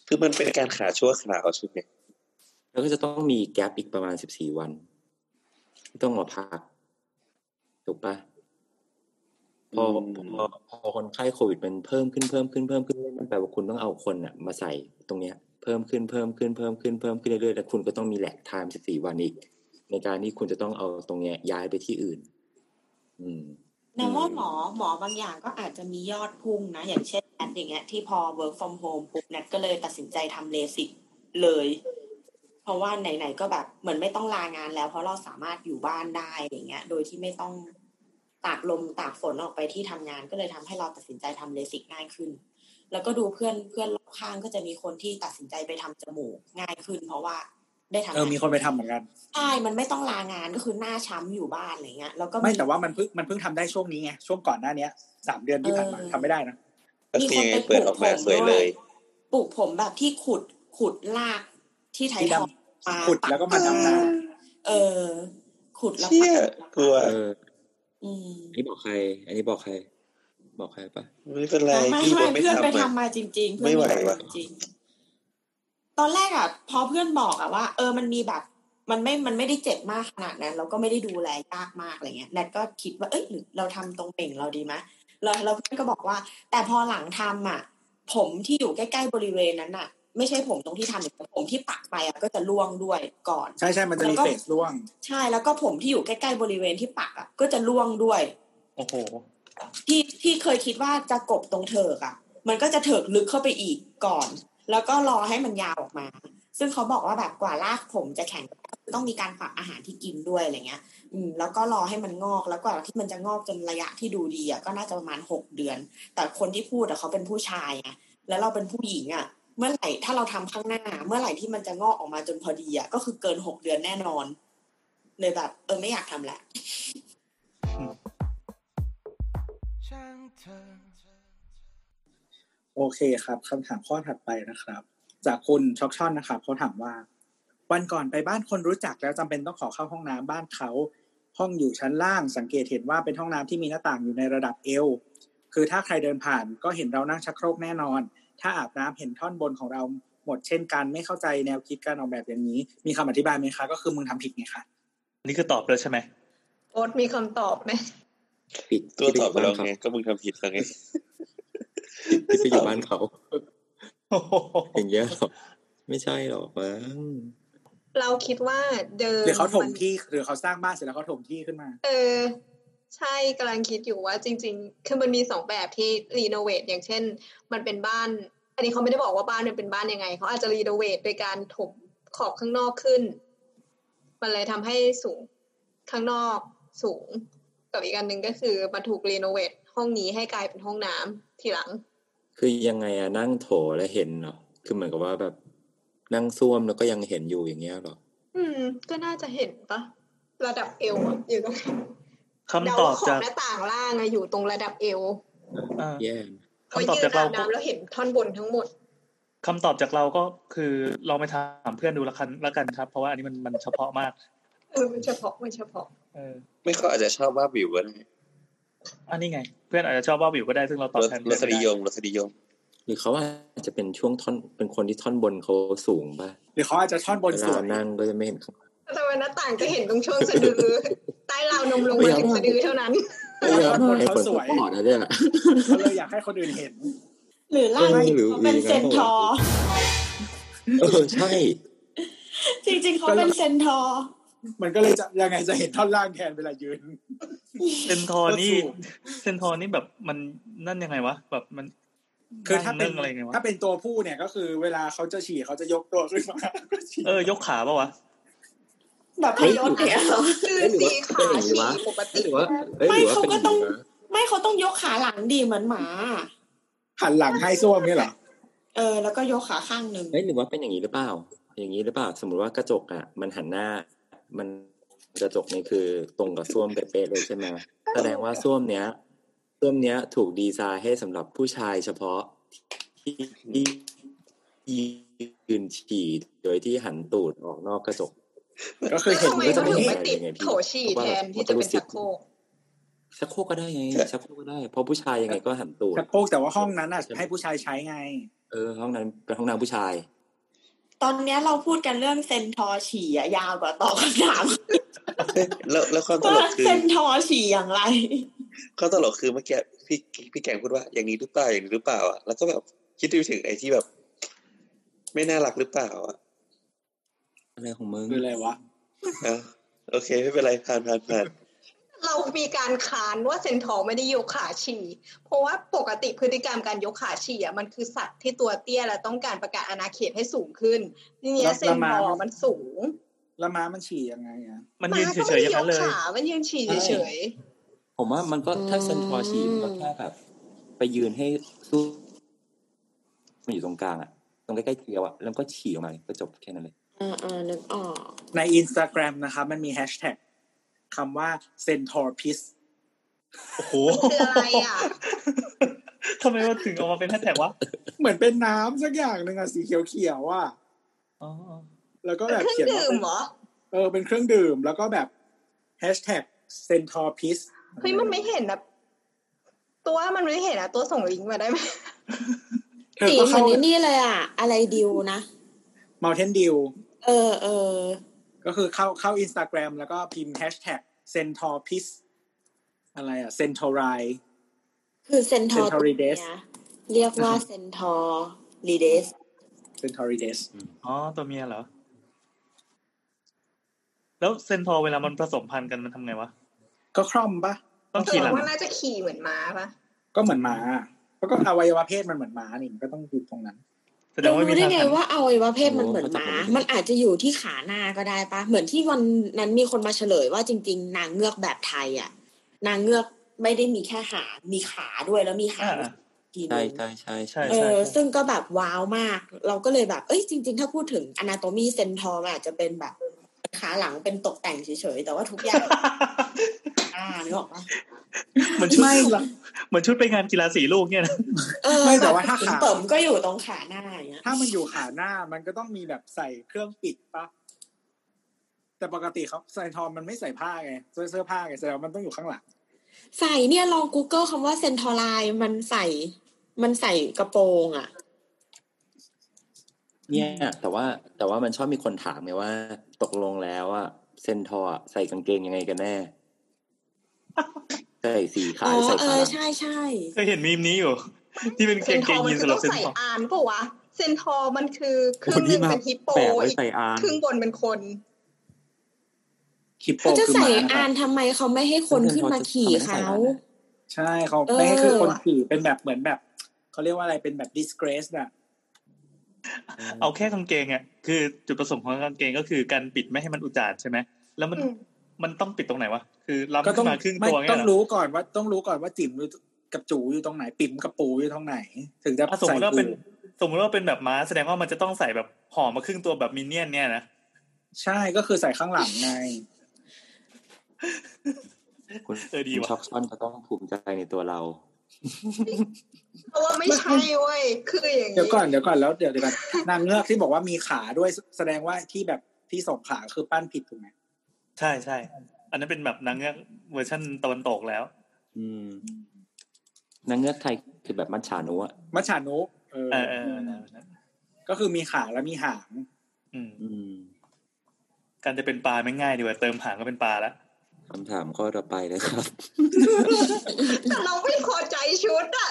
คือมันเป็นการขาดชั่วคราวใช่ไหม แล้วก็จะต้องมีแกปอีกประมาณสิบสี่วันที่ต้องมาพักถูกปะพอพอพอคนไข้โควิดมันเพิ่มขึ้นเพิ่มขึ้นเพิ่มขึ้นเรื่อยๆนั่นแปลว่าคุณต้องเอาคนอ่ะ มาใส่ตรงเนี้ย เพิ่มขึ้นเพิ่มขึ้นเพิ่มขึ้นเพิ่มขึ้นเรื่อยๆแล้วคุณก็ต้องมีแหลกไทม์สิบสี่วันอีก ในการที่คุณจะต้องเอาตรงเนี้ย ย้ายไปที่อื่น อืม นะว่าหมอหมอบางอย่างก็อาจจะมียอดพุ่งนะ อย่างเช่นแอดอย่างเงี้ยที่พอ work from home ปุ๊บแนทก็เลยตัดสินใจทำเลสิกเลย เพราะว่าไหนๆก็แบบเหมือนไม่ต้องลางานแล้ว เพราะเราสามารถอยู่บ้านได้อย่างเงี้ย โดยที่ไม่ต้องตากลมตากฝนออกไปที่ทำงานก็เลยทำให้เราตัดสินใจทำเลสิกง่ายขึ้น แล้วก็ดูเพื่อนเพื่อนรอบข้างก็จะมีคนที่ตัดสินใจไปทำจมูกง่ายขึ้น เพราะว่าได้เอองทำาน มีคนไปทำเหมือนกัน ใช่ มันไม่ต้องลางานก็คือหน้าช้ำอยู่บ้านอะไรเงี้ยแล้วก็ ไม่แต่ว่ามันเพิ่งมันเพิ่งทำได้ช่วงนี้ไงช่วงก่อนหน้าเนี้ยสามเดือนที่ผ่านมาทำไม่ได้นะ ก็ มี คือ คนยังไง ไปป เปิ ลู ด ก ออผมกาม สวย ด้ว เลย ย ปลูกผมแบบที่ขุดขุดลากที่ไถ ที่ ท ด องมา ำขุด ปั แล้ ก วก็มาดำน้ำ เออ ขุดแล้ว เชี่ ปั ย ก กลัว เออ อืม อันนี้บอกใคร อันนี้บอกใคร บอกใครปะ ไม่เป็นไร นะไม่ พี่ ไม่ ว่าไม่ เพื่อนไป ทำ ทำ อ่ะ มาจริง ๆ เพื่อ ไม่ น ไหว ไปทำมา ว่ะ จริงๆตอนแรกอ่ะ พอเพื่อนบอกอ่ะว่า เออมันมีแบบ มันไม่มันไม่ได้เจ็บมากขนาดนั้นเราก็ไม่ได้ดูแลยากมากอะไรเงี้ยแนทก็คิดว่าเอ้ยหรือเราทำตรงเป่งเราดีไหมเราเราเพื่อนก็บอกว่า แต่พอหลังทำอ่ะ ผมที่อยู่ใกล้ๆบริเวณนั้นอ่ะ ไม่ใช่ผมตรงที่ทำหรือผมที่ปักไปอะก็จะร่วงด้วยก่อน ใช่ใช่มันจะมีเฟสร่วง ใช่แล้วก็ผมที่อยู่ใกล้ๆบริเวณที่ปักอะก็จะร่วงด้วย โอ้โห ที่ที่เคยคิดว่าจะกบตรงเถิกอ่ะ มันก็จะเถิกลึกเข้าไปอีกก่อน แล้วก็รอให้มันยาวออกมา ซึ่งเขาบอกว่าแบบกว่าลากผมจะแข็งต้องมีการฝักอาหารที่กินด้วยอะไรเงี้ย อืม แล้วก็รอให้มันงอกแล้วกว่าที่มันจะงอกจนระยะที่ดูดีอ่ะก็น่าจะประมาณหกเดือน แต่คนที่พูดอ่ะเขาเป็นผู้ชายไงแล้วเราเป็นผู้หญิงอ่ะ เมื่อไหร่ถ้าเราทำข้างหน้า เมื่อไหร่ที่มันจะงอกออกมาจนพอดีอ่ะก็คือเกินหกเดือนแน่นอน เลยแบบ เออไม่อยากทำแหละ ช่างเธอ โอเคครับคำถามข้อถัดไปนะครับ จากคุณช็อกช่อนนะครับเขาถามว่า วันก่อนไปบ้านคนรู้จักแล้วจำเป็นต้องขอเข้าห้องน้ำบ้านเขา ห้องอยู่ชั้นล่างสังเกตเห็นว่าเป็นห้องน้ำที่มีหน้าต่างอยู่ในระดับเอว คือถ้าใครเดินผ่านก็เห็นเรานั่งชักโครกแน่นอน ถ้าอาบน้ำเห็นท่อนบนของเราหมดเช่นกันไม่เข้าใจแนวคิดการออกแบบอย่างนี้ มีคำอธิบายไหมคะ ก็คือมึงทำผิดไงคะ นี่คือตอบเลยใช่ไหม โอ๊ตมีคำตอบไหม ผิด ตัวตอบไป ที่ไป แล้ บ้า วน เขา ไงก็มึงทำผิดแล้วไง ผิดที่ไปอยู่บ้านเขา โอ้โห อย่างเงี้ยหรอไม่ใช่หรอกมั้ง เราคิดว่าเดิม หรือเขาถม น ที่หรือเขาสร้างบ้านเสร็จแล้วเขาถมที่ขึ้นมา เออใช่กำลังคิดอยู่ว่าจริง ๆ คือมันมีสองแบบที่รีโนเวทอย่างเช่น มันเป็นบ้าน อันนี้เขาไม่ได้บอกว่าบ้านมันเป็นบ้านยังไงเขาอาจจะรีโนเวทโดยการถมขอบข้างนอกขึ้น มันเลยทำให้สูงข้างนอกสูง กับอีกอันหนึ่งก็คือมาถูกรีโนเวทห้องนี้ให้กลายเป็นห้องน้ำทีหลัง คือยังไงอะนั่งโถแล้วเห็นเหรอคือเหมือนกับว่าแบบนั่งซ่วมแล้วก็ยังเห็นอยู่อย่างเงี้ยหรอ อืม ก็น่าจะเห็นปะระดับเอวอะอยู่ตรง คำ เดา ตอบ ว่าขอ จา บ ก หน้าต่างล่างอะอยู่ตรงระดับเอว เอ่อ แย่ พอ คำตอบ ยืน จาก อา เรา บ ก็ น้ำแล้วเห็นท่อนบนทั้งหมด คำตอบจากเราก็คือลองไปถามเพื่อนดูละกันละกันครับ เพราะว่าอันนี้มันมันเฉพาะมาก เออมันเฉพาะมันเฉพาะ เออ ไม่เขาอาจจะชอบว่าบิวก็ได้ อันนี้ไง เพื่อนอาจจะชอบว่าบิวก็ได้ซึ่งเราตอ ร บ ส แทน ร เพื่อน ส ไม่ นิ ได้ ยมรสนิยม หรือเขาอาจจะเป็นช่วงท่อนเป็นคนที่ท่อนบนเขาสูงป่ะ หรือเขาอาจจะท่อนบน เว ส ลา วย นั่งก็จะไม่เห็นข้างล่าง แต่ว่าหน้าต่างก็เห็นตรงช่วงสะดือ ใต้ราวนมลงมาถึงสะดือเท่านั้น หรือว่าท่อนบน ให้ เขา คน ส ส วย ปอร์ตนะเนี่ย เขาเลยอยากให้คนอื่นเห็น หรือล่าง เออหรือ เขา วี เป็นเซ งั้น น เปล่า ทอ วะ ร์ เออใช่ จริงๆ เขาเป็นเซนทอร์ มันก็เลยจะยังไงจะเห็นท่อนล่างแทนเวลายืน เซนทอนี่ ก็สูง เซนทอนี่แบบมันนั่นยังไงวะแบบมัน คือถ้าเป็น งอะไรไงวะ ถ้าเป็นตัวผู้เนี่ยก็คือเวลาเขาจะฉี่เขาจะยกตัวขึ้นมาแล้วก็ฉี่ เออยกขาปะวะ แบบพยศเนี่ยเหรอ คือ เอ้ยหรือ สี ว่าขาเป็น อย่างนี้ ฉี่ วะ ปก เอ้ย ติ หรือว่าเอ้ยห ไม่ รือว่า เขาก็เป็นอย่าง ต้อง นี้วะ ไม่เขาต้องยกขาหลังดีเหมือนหมา หันหลังให้ส้วมเนี่ยเหรอ เออ แล้วก็ยกขาข้างหนึ่ง เอ้ยหรือว่าเป็นอย่างนี้หรือเปล่า อย่างนี้หรือเปล่า สมมติว่ากระจกอ่ะ มันหันหน้า มันกระจกนี่คือตรงกับส้วมเป๊ะๆเลยใช่ไหมแสดงว่าส้วมเนี้ยส้วมเนี้ยถูกดีไซน์ให้สำหรับผู้ชายเฉพาะที่ที่ยืนฉี่โดยที่หันตูดออกนอกกระจก ก็คือ แล้ว เห็น ทำไม ก็ ก็จะ เขาจะไม่ ไม่ ถึง เห็น เห็ มานติดอะไรไง โถ พี่ ฉี่ เพราะ แท ว่าเรา น เรา ที่ ก็ จะเป็นรู้สึ ชั ก กโครก ชักโครกก็ได้ไง แต่ ชักโครกก็ได้ เพราะผู้ชายยังไงก็หันตูด ชักโครกแต่ว่าห้องนั้นอ่ะ ใช่ไหม ให้ผู้ชายใช้ไง เออห้องนั้นเป็นห้องน้ำผู้ชาย ตอนเนี้ยเราพูดกันเรื่องเซนทอร์ฉี่อะยาวกว่าตอบคำถาม เอ้ยแล้วแล้วความต ว่า ลกคื เซ อน ทอร์ฉี่อย่างไร ความตลกคือเมื่อกี้พี่พี่แกงพูดว่าอย่างนี้หรือเปล่าอย่างนี้หรือเปล่าอ่ะแล้วก็แบบคิดดูถึงไอ้ที่แบบ ไม่น่ารักหรือเปล่าอ่ะ อะไรของมึง คืออะไรวะ อ่ะโอเคไม่เป็นไรผ่านผ่านผ่าน เรามีการค้านว่าเซนทอร์ไม่ได้ยกขาฉี่ เพราะว่าปกติพฤติกรรมการยกขาฉี่อ่ะมันคือสัตว์ที่ตัวเตี้ยและต้องการประกาศอาณาเขตให้สูงขึ้นทีเนี้ยเซนทอร์มันสูง แล้วม้ามันฉี่ยังไงอ่ะ มัน ม้า ยืนเฉยๆอย่างก็ไม่ได้ย นั้น ก เลย ขามันยืนฉี่เฉย ผมว่ามันก็ถ้าเซนทอร์ฉี่มันก็แค่แบบ ไปยืนให้สู้มันอยู่ตรงกลางอะตรงใกล้ๆเกลียวอะแล้วก็ฉี่ออกมาก็จบแค่นั้นเลย เออเออนึกออก ในอินสตาแกรมนะครับมันมีแฮชแท็กคำว่าเซนทอร์พิส โอ้โห ๆคืออะไรอ่ะ ทำไมมันถึงออกมาเป็นแฮชแท็กวะ เหมือนเป็นน้ำสักอย่างหนึ่งอ่ะสีเขียวๆอ่ะ อ๋อ แล้วก็ เป็น แบบ เครื่อ เขีย ง นว่า ดื่ม เป็น เหรอ เออเป็นเครื่องดื่มแล้วก็แบบแฮชแท็กเซนทอร์พิส เฮ้ยมันไม่เห็นนะตัวมันไม่เห็นอ่ะตัวส่งลิงก์มาได้ไหม เธอ สี ก็ เหมื เข้า อนไอ้นี่เลยอะอะไรดิวนะ เม t เทนดิว เออเออ ก็คือเข้าเข้าอินสตาแกรมแล้วก็พิมพ์แฮชแท็กเซนทอร์พิสอะไรอ่ะเซนทอราย คือเซนท เซ อน ร์ ทอริเดส เนี่ยเรียกว่าเซนทอร์ลีเดส ซ e นทอริเดส อ๋อตัวเมียเหรอ แล้วเซนทอร์เวลามันผสมพันธุ์กันมันทำไงวะ ก็คร่อมปะ ต้อง แต่ ขี่หลัง ว่าน่าจะขี่เหมือนม้าปะ ก็เหมือนม้าแล้วก็อวัยวะเพศมันเหมือนม้านี่มันก็ต้องอยู่ตรงนั้น แสด เรา งว่ามี รู้ได้ ทาง ไง หัน ว่าอวัยวะเพศมัน โอ้ เหมือนหมา เขาจะเป็น มันอาจจะอยู่ที่ขาหน้าก็ได้ปะเหมือนที่วันนั้นมีคนมาเฉลยว่าจริง ๆ นางเงือกแบบไทยอ่ะ นางเงือกไม่ได้มีแค่หางมีขาด้วยแล้วมีหา อ่าง อ่า อีกทีห ใช่ นึง ใช่ใช่ ใช่ เออ ซึ่งก็แบบว้าวมาก เราก็เลยแบบเอ้ยจริง ๆ ถ้าพูดถึง anatomy เซนทอร์อาจจะเป็นแบบขาหลังเป็นตกแต่งเฉยๆแต่ว่าทุกอย่าง อ่านึกออกปะ เหมือนชุด ไม่หรอก เหมือนชุดไปงานกีฬาสีลูกเนี่ยนะ เออ ไม่แต่ บบ ว่าถ้าขา เปิมก็อยู่ตรงขาหน้าอย่างเงี้ย ถ้ามันอยู่ขาหน้ามันก็ต้องมีแบบใส่เครื่องปิดปะแต่ปกติเขาใส่ทอมมันไม่ใส่ผ้าไงเสื้อเสื้อผ้าไงแสดงว่ามันต้องอยู่ข้างหลัง ใส่เนี่ยลอง Google คำว่าเซนทอไลมันใส่ มันใส่กระโปรงอ่ะ เนี่ยแต่ว่าแต่ว่ามันชอบมีคนถามไงว่า ตกลงแล้วอ่ะเซนทอร์อะใส่กางเกงยังไงกันแน่ใส่สีขาหรือใส่ เออขาหลัง ใช่ใช่ เคยเห็นมีมนี้อยู่ ที่เป็น เซ เก่ น ง ทอ เก่ง ร์มั ยี น น ก็ สำหรับเซนต้องใส่ ทอร์ อานปะวะเซนทอร์มันคือครึ่ง โอ้ หนึ่ง นี่มา เป็นฮิปโป แปะไว้ อีก ใส่อาน ครึ่งบนเป็นคน ฮิปโป เขาจะ คือ ใส่ ม้านะครับ อ่านทำไมเขาไม่ให้คนขึ้นมาขี่ แล้วเดินทอจะทำไมต้องใส่ เขา ร้านอะ ใช่เขา เออ ไม่ให้คือคนขี่เป็นแบบเหมือนแบบเขาเรียกว่าอะไรเป็นแบบ disgrace น่ะ เอาแค่กางเกงอ่ะคือจุดประสงค์ของกางเกงก็คือการปิดไม่ให้มันอุจจาดใช่ไหมแล้วมัน อืม มันต้องปิดตรงไหนวะคือ ก็ ล้ำ ต้ ขึ้ อนงมาครึ่ง ไม่ ตัวเงี้ย ต้อง เหรอ รู้ก่อนว่าต้องรู้ก่อนว่าจิ๋มอยู่กับจูอยู่ตรงไหน ปิ๋มกับปูอยู่ตรงไหน ถึงจะ อ่ะสม ใส่ มติว่า ถู เป็น ก สมมติว่าเป็นแบบม้าแสดงว่ามันจะต้องใส่แบบห่อมาครึ่งตัวแบบมินเนี่ยนเนี่ยนะ ใช่ก็คือใส่ข้างหลัง ไง คุณ เออดี คุณ ว่ะ ช็อกซอนก็ต้องภูมิใจในตัวเรา เพราะว่าไม่ใช่เว้ยคืออย่าง เดี๋ยว นี้ ก่อนเดี๋ยวก่อนแล้วเดี๋ยวเดี๋ยวกันนางเงือกที่บอกว่ามีขาด้วยแสดงว่าที่แบบที่สองขาคือปั้นผิดถูกไหม ใช่ใช่อันนั้นเป็นแบบนางเงือกเวอร์ชั่นตะวันตกแล้ว อืมนางเงือกไทยคือแบบมัจฉานุอะ มัชานุเออ เออเออเออเออเออ ก็คือมีขาและมีหาง อืม อืม การจะเป็นปลาไม่ง่ายดีกว่าเติมหางก็เป็นปลาละ คำถามข้อต่อไปเลยครับ แต่เราไม่พอใจชุดอะ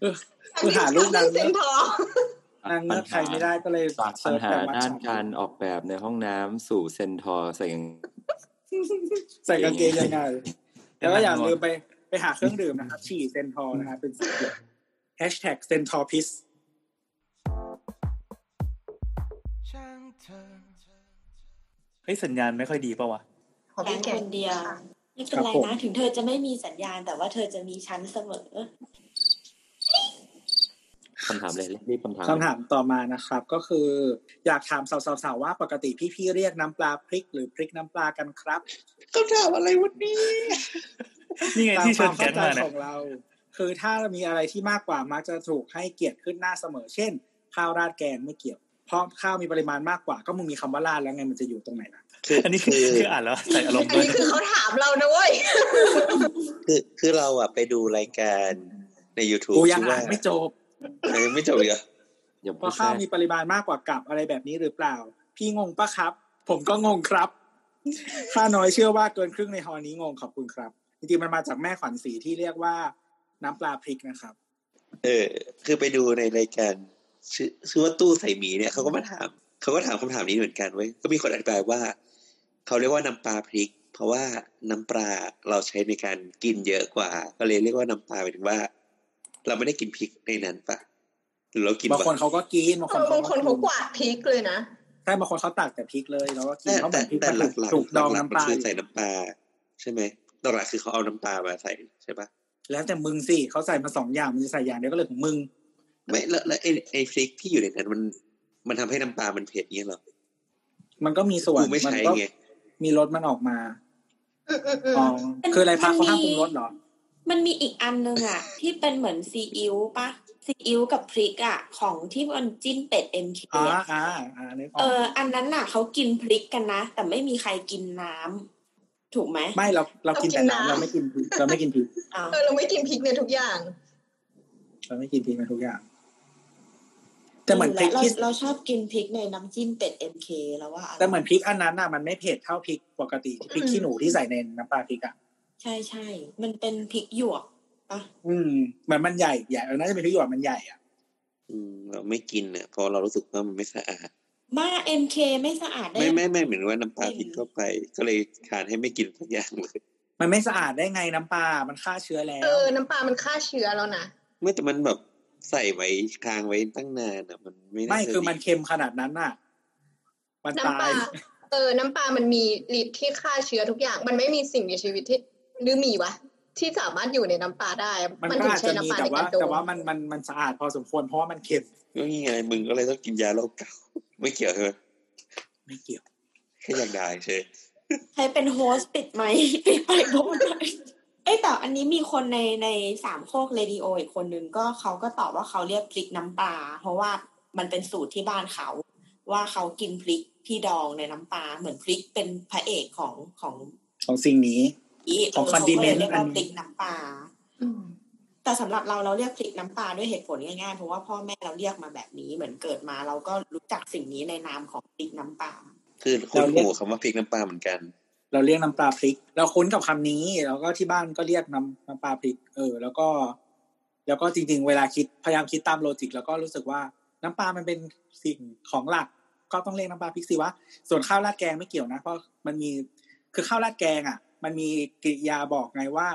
เออ อยาก คือหาได้รู ชุ ป ด นา เป็ งเงืนเซ็ อน ก ทอร์ นางเงือกไทยไม่ได้ก็เลย จากปั เซิ ญ ร์ช หา แต่มัช ด้าชานนุ การออกแบบในห้องน้ำสู่เซนทอร์ใส่กาง ใส่กางเกงยังไง เป็นแล้วก็ นาง อย่าน วล ลืมไปไปหาเครื่องดื่มนะครับฉี่เซนทอร์นะครับเป็นสีเขียวแฮชแท็กเซนทอร์พิส ช่างเธอ เฮ้ยสัญญาณไม่ค่อยดีป่าวะ ของ แบ พี่ งค์ แก่ คนเดียว ไม่เป็นไรนะ ถึงเธอจะไม่มีสัญญาณ แต่ว่าเธอจะมีชั้นเสมอ คำถามเลยรีบคำถาม คำถามต่อมานะครับ ก็คือ อยากถามสาวๆๆว่าปกติพี่ๆเรียกน้ำปลาพริก หรือพริกน้ำปลากันครับ เขาถามอะไรวันนี้ นี่ไง ตาม ที่ ค เชิ วาม ญแก๊ เข้างมาใจเนี่ ข ย องเรา คือถ้ามีอะไรที่มากกว่ามักจะถูกให้เกียรติขึ้นหน้าเสมอ เช่น ข้าวราดแกงไม่เกี่ยว เพราะข้าวมีปริมาณมากกว่า ก็มึงมีคำว่าราดแล้วไงมันจะอยู่ตรงไหนล่ะ คือ อันนี้ คือ คืออ่านแล้วใส่อารมณ์ อัน ด้วย นี้คือเขาถามเรานะเว้ย คือคือเราอะไปดูรายการใน YouTube กูยัง ชื่อ อ่า ว่าน ไม่จบ เอ้ยไม่จบอีกเหรอ อย่า เพ พูด ราะ แทร ข้าว ก มีปริมาณมากกว่ากับอะไรแบบนี้หรือเปล่า พี่งงปะครับ ผมก็งงครับข้าน้อยเชื่อว่าเกินครึ่งในฮอนี้งงขอบคุณครับจริงๆมันมาจากแม่ขวัญศรีที่เรียกว่าน้ำปลาพริกนะครับ เออ คือไปดูในรายการชื่อชื่อว่าตู้ใส่หมีเนี่ยเขาก็มาถามเขาก็ถามคำถามนี้เหมือนกันเว้ยก็มีคนอธิบายว่าเขาเรียกว่าน้ำปลาพริก เพราะว่าน้ำปลาเราใช้ในการกินเยอะกว่า ก็เลยเรียกว่าน้ำปลาหมายถึงว่า เราไม่ได้กินพริกในนั้นปะหรือเรากิน บาง วะ คนเขาก็กินบางคเอน อ เขา บาง ก็ คน กิ เขา น กวาดพริกเลยนะ ใช่บางคนเขาตักแต่พริกเลยแล้วก็กิน แต่ เพราะเหมื แต่ อนพริก แต่ มัน หลักหลักถูกถูก ห ด ลั อก ง หลักๆมั น้ำป น ลา คือ อยู่ ใส่น้ำปลาใช่ไหมหลักหลักๆคือเขาเอาน้ำปลามาใส่ใช่ปะ แล้วแต่มึงสิเขาใส่มาสองอย่างมึงจะใส่อย่างเดียวก็เลยของมึง ไม่แล้วแล้วไอ้ไอ้พริกที่อยู่ในนั้นมัน มันทำให้น้ำปลามันเผ็ดเงี้ยเหรอ มันก็มีส่วน กูไม่ มัน ใช้ ก็ ไง มีรสมันออกมา อืมอืมอืม อ๋อคืออะไรพักเขาห้าม มันมี ปรุงรสเหรอ มันมีอีกอันนึงอ่ะ ที่เป็นเหมือนซีอิ๊วปะซีอิ๊วกับพริกอ่ะ ของที่มันจิ้นเป็ดเอ็มเค อ่าอ่าอ่านึกอ เอ อก อ อันนั้นน่ะเขากินพริกกันนะ แต่ไม่มีใครกินน้ำถูกไหม ไม่เราเรากินแต่น้ำเราไม่กินพริกเราไม่กินพริก อ้าว เออเราไม่กินพริกในทุกอย่าง เราไม่กินพริกในทุกอย่าง แต่เหมือนพริ ไรู้ ก แล้ ที่ วเราเราชอบกินพริกในน้ำจิ้มเป็ดเอ็มเคแล้วว่าอร่อย แต่เหมือนพริกอันนั้นน่ะมันไม่เผ็ดเท่าพริกปกติพริกขี้หนูที่ใส่ในน้ำปลาพริกอ่ะ ใช่ใช่มันเป็นพริกหยวกปะ อืมเหมือนมันใหญ่ใหญ่เออน่าจะเป็นพริกหยวกมันใหญ่อ่ะ อืมเราไม่กินเนี่ยเพราะเรารู้สึกว่ามันไม่สะอาด บ้า MK ไม่สะอาดได้ ไม่ ยังง ไม่ไม่เหมือนว่าน้ำปลาผิดเข้าไป ก็เลยขานให้ไม่กินสักอย่างเลย มันไม่สะอาดได้ไงน้ำปลา มันฆ่าเชื้อแล้ เอ ว อ น้ำปลามันฆ่าเชื้อแล้วนะ ไม่แต่มันแบบใส่ไว้ค้างไว้ตั้งนานอ่ะ มันไม่น่า ไม่ จะ คือมัน ดี เค็มขนาดนั้นน่ะ มันตา น้ำป ย ลา เออ น้ำปลามันมีฤทธิ์ที่ฆ่าเชื้อทุกอย่าง มันไม่มีสิ่งมีชีวิตที่หรือมีวะ ที่สามารถอยู่ในน้ำปลาได้อะ มัน มัน ก็ ถึง อาจ ใช้ จะมี น้ำปลา แต่ว่าในการด แต่ ม ว่ามันมันมันสะอาดพอสมควรเพราะว่ามันเค็ม ก็นี่ไงมึงก็เลยต้องกินยาโรคเก่า ไม่เกี่ยวใช่ไหม ไม่เกี่ยว แค่อยากได้ใช่ ใครเป็นโฮสปิดไหมค์ ปิดไปพูดหน่อยเอ้ยแต่อันนี้มีคนในในสามโคกเรดิโออีกคนนึงก็เขาก็ตอบว่าเขาเรียกพริกน้ำปลาเพราะว่ามันเป็นสูตรที่บ้านเขา ว่าเขากินพริกที่ดองในน้ำปลาเหมือนพริกเป็นพระเอกของของ ของสิ่งนี้ อี ของ เขาก็เลยเรียก อัน ว่า นี้ พริกน้ำปลา อืม แต่สำหรับเราเราเรียกพริกน้ำปลาด้วยเหตุผลง่ายๆเพราะว่าพ่อแม่เราเรียกมาแบบนี้เหมือนเกิดมา เราก็รู้จักสิ่งนี้ในนามของพริกน้ำปลา คือคุณหูคำว่าพริกน้ำปลาเหมือนกัน เราเรียกน้ำปลาพริก เราคุ้นกับคำนี้ แล้วก็ที่บ้านก็เรียกน้ำน้ำปลาพริก เออ แล้วก็ แล้วก็จริงๆ เวลาคิดพยายามคิดตามโลจิก แล้วก็รู้สึกว่าน้ำปลามันเป็นสิ่งของหลัก ก็ต้องเรียกน้ำปลาพริกสิวะส่วนข้าวราดแกงไม่เกี่ยวนะเพราะมันมีคือข้าวราดแกงอ่ะ มันมีกริยาบอกไงว่า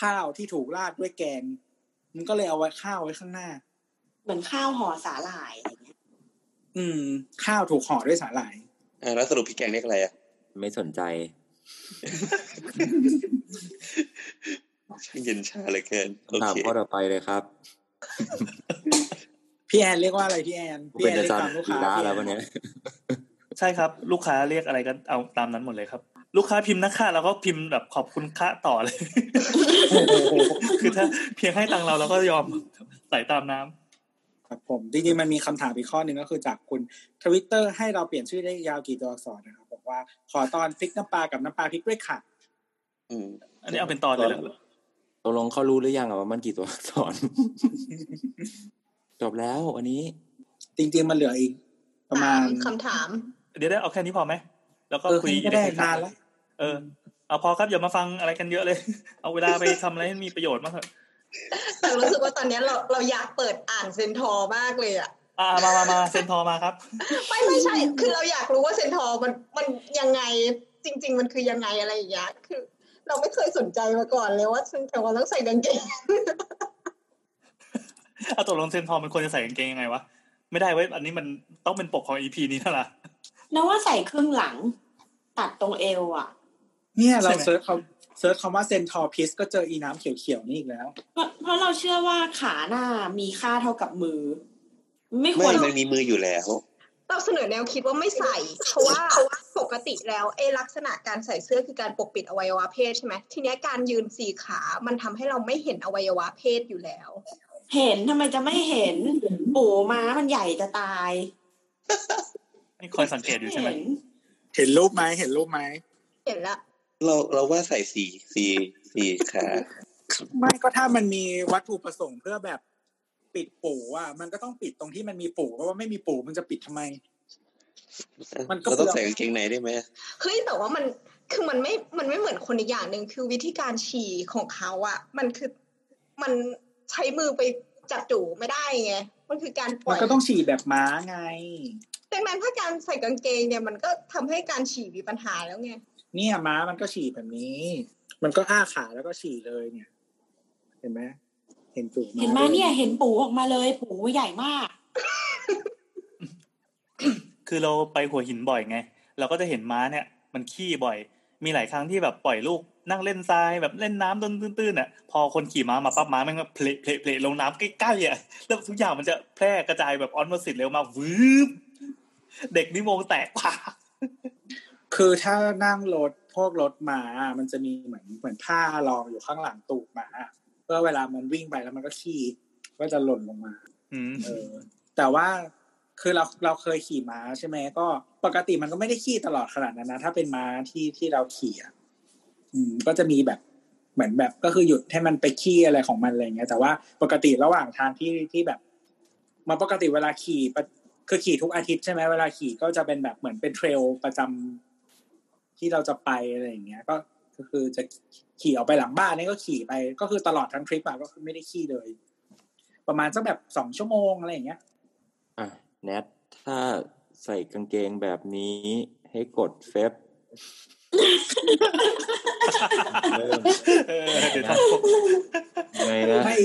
ข้าวที่ถูกราดด้วยแกง มันก็เลยเอาไว้ข้าวไว้ข้างหน้า เหมือนข้าวห่อสาหร่าย อืม ข้าวถูกห่อด้วยสาหร่าย อ่าแล้วสรุปพี่แกงเรียกอะไรอ่ะ ไม่สนใจ ช่างเย็นชาเหลยเกิน โอ ถา เค มข้อต่อไปเลยครับ พี่แอนเรียกว่าอะไรพี่แอน กู พี่ เป็ แอน น อา เรียกตามลูกจารย์ลี ค้า ลา พี่แอนแล้ววันเนี้ย ใช่ครับ ลูกค้าเรียกอะไรก็เอาตามนั้นหมดเลยครับ ลูกค้าพิมพ์นักค่าเราก็พิมพ์แบบขอบคุณค่าต่อเลย โอ้โห คือถ้าเพียงให้ตังค์เราเราก็ยอมใส่ตามน้ำ ครับผมจริงๆมันมีคำถามอีกข้อหนึ่งก็คือจากคุณทวิตเตอร์ให้เราเปลี่ยนชื่อได้ยาวกี่ตัวอักษรนะครับบอกว่าขอตอนพริกน้ำปลากับน้ำปลาพริกด้วยค่ะ อืม อันนี้เอาเป็นตอนเลยแล้ว ตกลงเขารู้หรือยังอะว่ามันกี่ตัวอักษร จบแล้ววันนี้ จริงๆมันเหลืออีก ประมา สา ณ มคำถาม เดี๋ยวได้เอาแค่นี้พอไหมแล้วก็ เออ คุย แค่นี้ก็ ใน ได้ คุยข่าน าน ว ละ เออ เอาพอครับอย่ามาฟังอะไรกันเยอะเลย เอาเวลาไปทำอะไรให้มีประโยชน์มากเถอะ แต่รู้สึกว่าตอนเนี้ยเราเราอยากเปิดอ่านเซนทอร์มากเลยอะ อ่ามามามาเซ็นทอมาครับ ไม่ไม่ใช่ คือเราอยากรู้ว่าเซนทอร์มันมันยังไงจริง ๆ มันคือยังไงอะไรอย่างเงี้ยคือ เราไม่เคยสนใจมาก่อนเลยว่าเซนทอร์ต้องใส่กางเกง เอาตกลงเซ็นทอมันควรจะใส่กางเกงยังไงวะไม่ได้เว้ยอันนี้มันต้องเป็นปกของอีพีนี้นั่นแหละ นะว่าใส่ครึ่งหลัง ตัดตรงเอวอ่ะ เนี่ยเรา ใช่ไหม เซิร์ชคำเซิร์ชคำว่าเซนทอร์พิสก็เจออีน้ำเขียวๆนี่อีกแล้ว เพราะเพราะเราเชื่อว่าขาหน้ามีค่าเท่ากับมือ ไม่ค ไม่ วร มันมีมืออยู่แล้ว เราเสนอแนวคิดว่าไม่ใส่ เพราะว่าปกติแล้วเอยลักษณะการใส่เสื้อคือการปกปิดอวัยวะเพศใช่ไหมทีเนี้ยการยืนสี่ขา มันทำให้เราไม่เห็นอวัยวะเพศอยู่แล้ว เห็นทำไมจะไม่เห็นปู่ม้ามันใหญ่จะตาย นี่คอยสังเกตอยู่ใช่ไหม เห็น เห็นรูปไหมเห็นรูปไหม เห็นละ เราเราว่าใส่สี่สี่สี่ขา ไม่ก็ถ้ามันมีวัตถุประสงค์เพื่อแบบปิดปู่อ่ะมันก็ต้องปิดตรงที่มันมีปู่เพราะว่าไม่มีปู่มันจะปิดทำไม มันก็ เราต้องใส่กางเกงในได้ไหม เฮ้ยแต่ว่ามันคือมันไม่มันไม่เหมือนคนอีกอย่างหนึ่งคือวิธีการฉี่ของเขาอะมันคือมันใช้มือไปจับจูไม่ได้ไงมันคือการปล่ มั อน ย ก็ต้องฉี่แบบม้าไง ดังนั้นถ้าการใส่กางเกงเนี่ยมันก็ทำให้การฉี่มีปัญหาแล้วไง เนี่ยม้ามันก็ฉี่แบบนี้ มันก็อ้าขาแล้วก็ฉี่เลยเนี่ย เห็นไหมเห็นจูบ เห็นไหม ด้ว เนี่ยเห็นปู่ออกมาเลย ปู่ใหญ่มาก คือเราไปหัวหินบ่อยไง เราก็จะเห็นม้าเนี่ย มันขี้บ่อย มีหลายครั้งที่แบบปล่อยลูกนั่งเล่นทรายแบบเล่นน้ำตื้นๆๆอ่ะพอคนขี่ม้ามาปั๊บม้าแม่งก็เพลเพลเพลลงน้ำใกล้ๆอ่ะแล้วทุกอย่างมันจะแพร่กระจายแบบออนมาสิตเร็วมากวืบเด็กนี่วงแตกปาก คือถ้านั่งรถพวกรถม้ามันจะมีเหมือนเหมือนผ้ารองอยู่ข้างหลังตูดม้าเพื่อเวลามันวิ่งไปแล้วมันก็ขี้ก็จะหล่นลงมา อืม เออ แต่ว่าคือเราเราเคยขี่ม้าใช่ไหมก็ ปกติมันก็ไม่ได้ขี้ตลอดขนาดนั้นนะถ้าเป็นม้าที่ที่เราขี่อ่ะอืม ก็จะมีแบบเหมือนแบบก็คือหยุดให้มันไปขี้อะไรของมันอะไรเงี้ยแต่ว่าปกติระหว่างทางที่ที่แบบมันปกติเวลาขี่ปะคือขี่ทุกอาทิตย์ใช่ไหมเวลาขี่ก็จะเป็นแบบเหมือนเป็นเทรลประจำที่เราจะไปอะไรอย่างเงี้ย ก็ก็คือจะขี่ออกไปหลังบ้านนี่ก็ขี่ไป ก็คือตลอดทั้งทริปอะก็คือไม่ได้ขี้เลย ประมาณสักแบบสองชั่วโมงอะไรอย่างเงี้ย แนทถ้าใส่กางเกงแบบนี้ให้กดเฟ บเริ่ม เออเดี๋ยว นะ ทำผม ไงนะ ไม่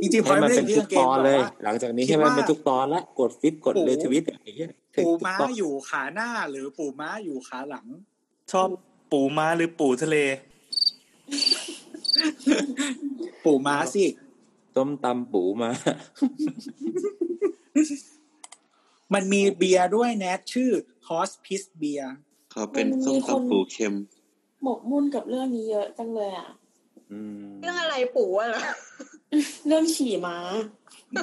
จริงๆพอยให้มัน ไม่ เป็ ได้ น ที่ ทุ กาก งเก ต งบออนก เลย ว่า หลังจากนี้ คิ ให้ ดว่า มันเป็นทุกตอนละกดฟิปกด โอ้โห เลทวิตอะไรเงี้ยให้ ปู่ ทุก ม้า ตอน อยู่ขาหน้าหรือปู่ม้าอยู่ขาหลัง ชอบปูม้าหรือปูทะเล ปู่ม้าสิ ต้มตำปูมา มันมีเบียร์ด้วยแนทชื่อ Horse Piss Beer เขาเป็นส้มตำปูเค็ม หมกมุ่นกับเรื่องนี้เยอะจังเลยอ่ะ อืม เรื่องอะไรปู่วะเหรอ เรื่องขี่ม้า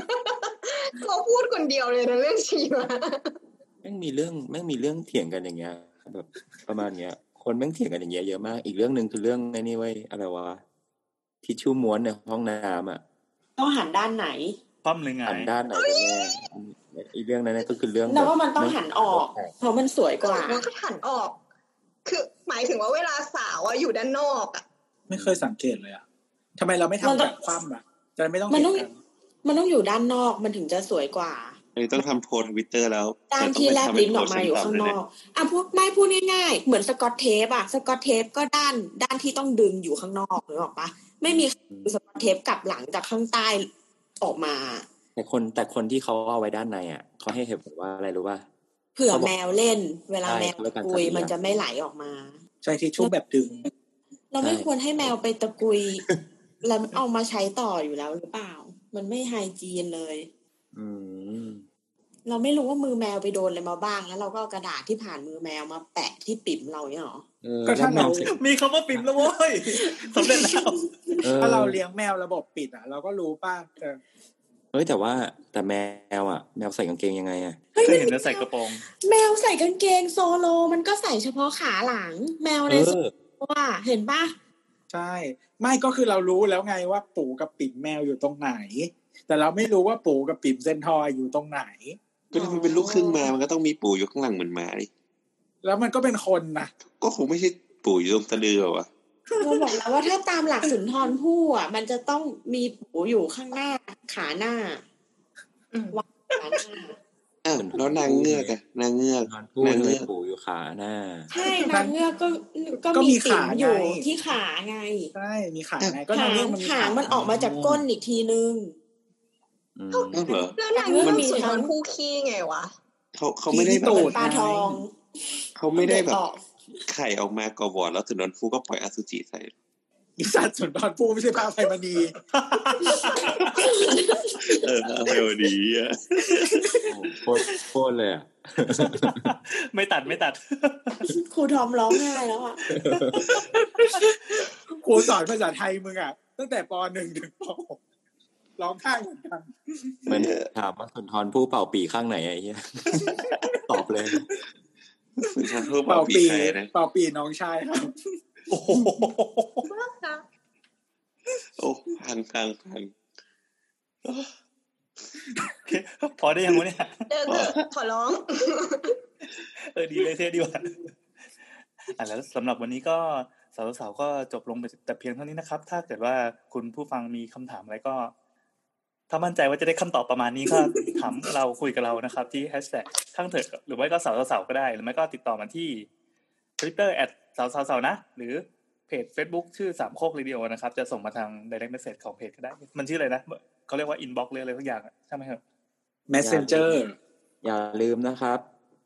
เขาพูดคนเดียวเลยนะเรื่องชีวะ แม่งมีเรื่องแม่งมีเรื่องเถียงกันอย่างเงี้ยแบบประมาณเนี้ย คนแม่งเถียงกันอย่างเงี้ยเยอะมากอีกเรื่องหนึ่งคือเรื่องไอ้นี่ไว้ยอะไรวะทิชชู่ม้วนในห้องน้ำอ่ะ ต้องหันด้านไหน ป้อมหรือไง หันด้านไหนกันแน่อีกเรื่องนั้นเนยก็คือเรื่อง เรา แบบ ว่ามันต้องหันออก เพราะมันสวยกว่า มันก็หันออก คือหมายถึงว่าเวลาสาวอะอยู่ด้านนอกอะ ไม่เคยสังเกตเลยอ่ะทำไมเราไม่ มัน ทำ ต้ แบ อง บคว่ำอ่ะจะได้ไม่ต้อง มัน เห็น ต้อง กัน มันต้องอยู่ด้านนอกมันถึงจะสวยกว่า อันนี้ต้องทำโพลทวิตเตอร์แล้ว ด้าน เธอต้อง ที่ ไป แลบ ทำเป็ ลิ้ น น โพ อ ล อกมา ชั้น อยู่ข้าง ต่ำเลย นอ นะ กอ่ะพูดไม่พูดง่ายๆ เหมือนสกอตเทปอะสกอตเทปก็ด้านด้านที่ต้องดึงอยู่ข้างนอกหรือออกปะไม่มีใครเอาสกอตเทปกลับหลังจากข้างใต้ออกมา แต่คนแต่คนที่เขาเอาไว้ด้านในอ่ะเขาให้เหตุผลว่าอะไรรู้ป่ะ เผื่อ เขาบอก แมวเล่น เวลา ใช่ แมว เขาต้องการ กุย สัตว์เลี้ยง มันจะไม่ไหลออกมา ใช้ทิชชู่แบบดึง เราไม่ควรให้แมวไปตะกุย แล้วเอามาใช้ต่ออยู่แล้วหรือเปล่า มันไม่ไฮจีนเลย อืม เราไม่รู้ว่ามือแมวไปโดนอะไรมาบ้าง แล้วเราก็เอากระดาษที่ผ่านมือแมวมาแปะที่ปิ่มเราเนี่ยหรอ เออ ก็ถ้าเรา แล้วแมวสร็จ มีคำว่าปิ่มแล้วเว้ยสำเร็จแล้ว ออ ถ้าเราเลี้ยงแมวระบบปิดอ่ะ เราก็รู้ป่ะเออ เฮ้ยแต่ว่าแต่แมวอ่ะ แมวใส่กางเกงยังไงอ่ะ เฮ้ย เคย มัน เห็น มี แล้วใส่กระโปรง แมวใส่กางเกงโซโล มันก็ใส่เฉพาะขาหลัง แมว เอ ในโซ อ โลอ่ะเห็นปะ ใช่ ไม่ก็คือเรารู้แล้วไงว่าปู่กับปิ่มแมวอยู่ตรงไหน แต่เราไม่รู้ว่าปู่กับปิ่มเซนทอยอยู่ตรงไหน ก็ถ้ามันเป็นลูกครึ่งมามันก็ต้องมีปู่อยู่ข้างหลังเหมือนหมาดิ แล้วมันก็เป็นคนนะ ก็คงไม่ใช่ปู่อยู่ตรงสะดือหรอวะ เราบอกแล้วว่าถ้าตามหลักสุนทรภู่อ่ะ มันจะต้องมีปูอยู่ข้างหน้า ขาห น้า อืม ขาหน้า อ้าวแล้วนางเงือกอะนางเงือก นอนพูด นาง ทำไม เงือก ปู่อยู่ขาหน้า ใช่นางเงือกก็ก็ ก็มี มีติ่ม ขาไง อยู่ที่ขาไง ใช่มีขาไงหานก็าง ง เงือกมันมี หา ขาง มันออกมาจากก้นอีกทีนึง อืม อ้าวเหรอ แล้วนางเงือกสุดมันคู่ขี้ไงวะ เขาเขาไม่ได้ ที่ แบบ ตู เหมือ ด นปลาทอง เขาไม่ได้แบบ เยวต่อ ไข่ออกมาก่อวอร์ดแล้วสุนทรภู่ก็ปล่อยอสุจิใส่ อีสัตว์สุนทรภู่ไม่ใช่พระอภัยมณี เออเอาไปวันนี้อะ โอ้โคตรโคตรเลยอ่ะ ไม่ตัดไม่ตัด ครูทอมร้องไห้แล้วอ่ะ ครูสอนภาษาไทยมึงอ่ะ ตั้งแต่ปหนึ่งถึงปหกร้องไห้เหมือนกัน เหมันถามว่าสุนทรผู้เป่าปีข้างไหนอะไอ้เหี้ย ตอบเลย สุนทรภู่เป่า เป่า ปี ปี ใครนะ เป่าปีน้องชายครับ โอ้โห โอ้พังพังพัง พอได้ยังวะเนี่ย เดินเถอะขอร้อง เออดีเลยเท่ดีว่ะ อ่ะแล้วสำหรับวันนี้ก็สาวๆก็จบลงไปแต่เพียงเท่านี้นะครับ ถ้าเกิดว่าคุณผู้ฟังมีคำถามอะไรก็ ถ้ามั่นใจว่าจะได้คำตอบประมาณนี้ก็ ถามเราคุยกับเรานะครับ ที่แฮชแท็กทั้งเถอะหรือไม่ก็สาวๆก็ได้ หรือไม่ก็ติดต่อมาที่ Twitter แอดสาวๆนะ หรือเพจ Facebook ชื่อสามโคกเรดิโอนะครับ จะส่งมาทาง direct message ของเพจก็ได้ มันชื่ออะไรนะเขาเรียกว่า inbox หรืออะไรสักอย่างอะใช่ไหมครับ messenger อย่าลืมนะครับ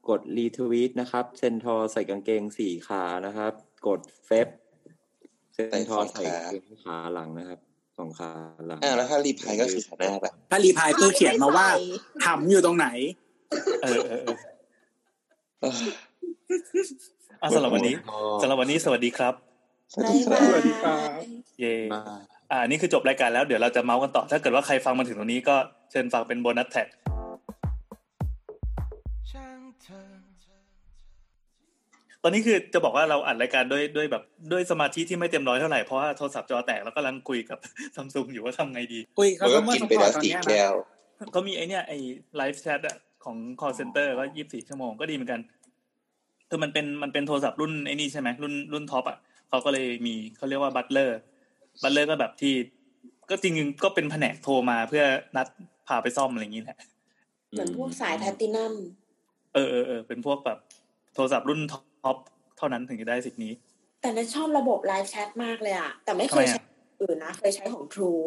กดรีทวีตนะครับเซนทอใส่กางเกงสี่ขานะครับ กดเฟบเซนทอใส่กางเกงขาหลังนะครับสองขาหลัง อ่าแล้วถ้ารีพายก็คือขาหน้าปะ ถ้ารีพายตู้เขียนมาว่า ไม่ใส่ ถำอยู่ตรงไหน เออเออเออ เออ อ่ะสำหรับวันนี้สำหรับวันนี้สวัสดีครับ สวัสดีครับ สวัสดีครับ เย่ บ้า อ่าอันนี่คือจบรายการแล้วเดี๋ยวเราจะเมาส์กันต่อ ถ้าเกิดว่าใครฟังมาถึงตรงนี้ก็เชิญฟังเป็นโบนัสแท็ก ช่างเธอ ตอนนี้คือจะบอกว่าเราอัดรายการด้วยด้วยแบบด้วยสมาธิที่ไม่เต็มร้อยเท่าไหร่ เพราะว่าโทรศัพท์จอแตกแล้วกำลังคุยกับ ซัมซุงอยู่ว่าทำไงดี คุยเขา แล้ว ก็ ก็ เมื่อ กิน สป ไป อร์ แล้วตตอน สี่ เนี้ย แก้ นะ ว ก็มีไอเนี้ยไอไลฟ์แชทอะของ call center ก็ยี่สิบสี่ชั่วโมงก็ดีเหมือนกันคือมันเป็นมันเป็นโทรศัพท์รุ่นไอนี่ใช่ไหมรุ่นรุ่นท็อปอะเขาก็เลยมีเขาเรียกว่าบัตเลอร์บัตเลอร์ก็แบบที่ ก็จริงๆก็เป็นแผนกโทรมาเพื่อนัดพาไปซ่อมอะไรอย่างนี้แหละ เหมือนพวกสายแพลตตินัม เออเออเออเป็นพวกแบบโทรศัพท์รุ่นท็อปเท่านั้นถึงจะได้สิทธิ์นี้ แต่นันชอบระบบไลฟ์แชทมากเลยอะแต่ไม่เคย ทำไมอะ ใช้อื่นนะ เคยใช้ของ True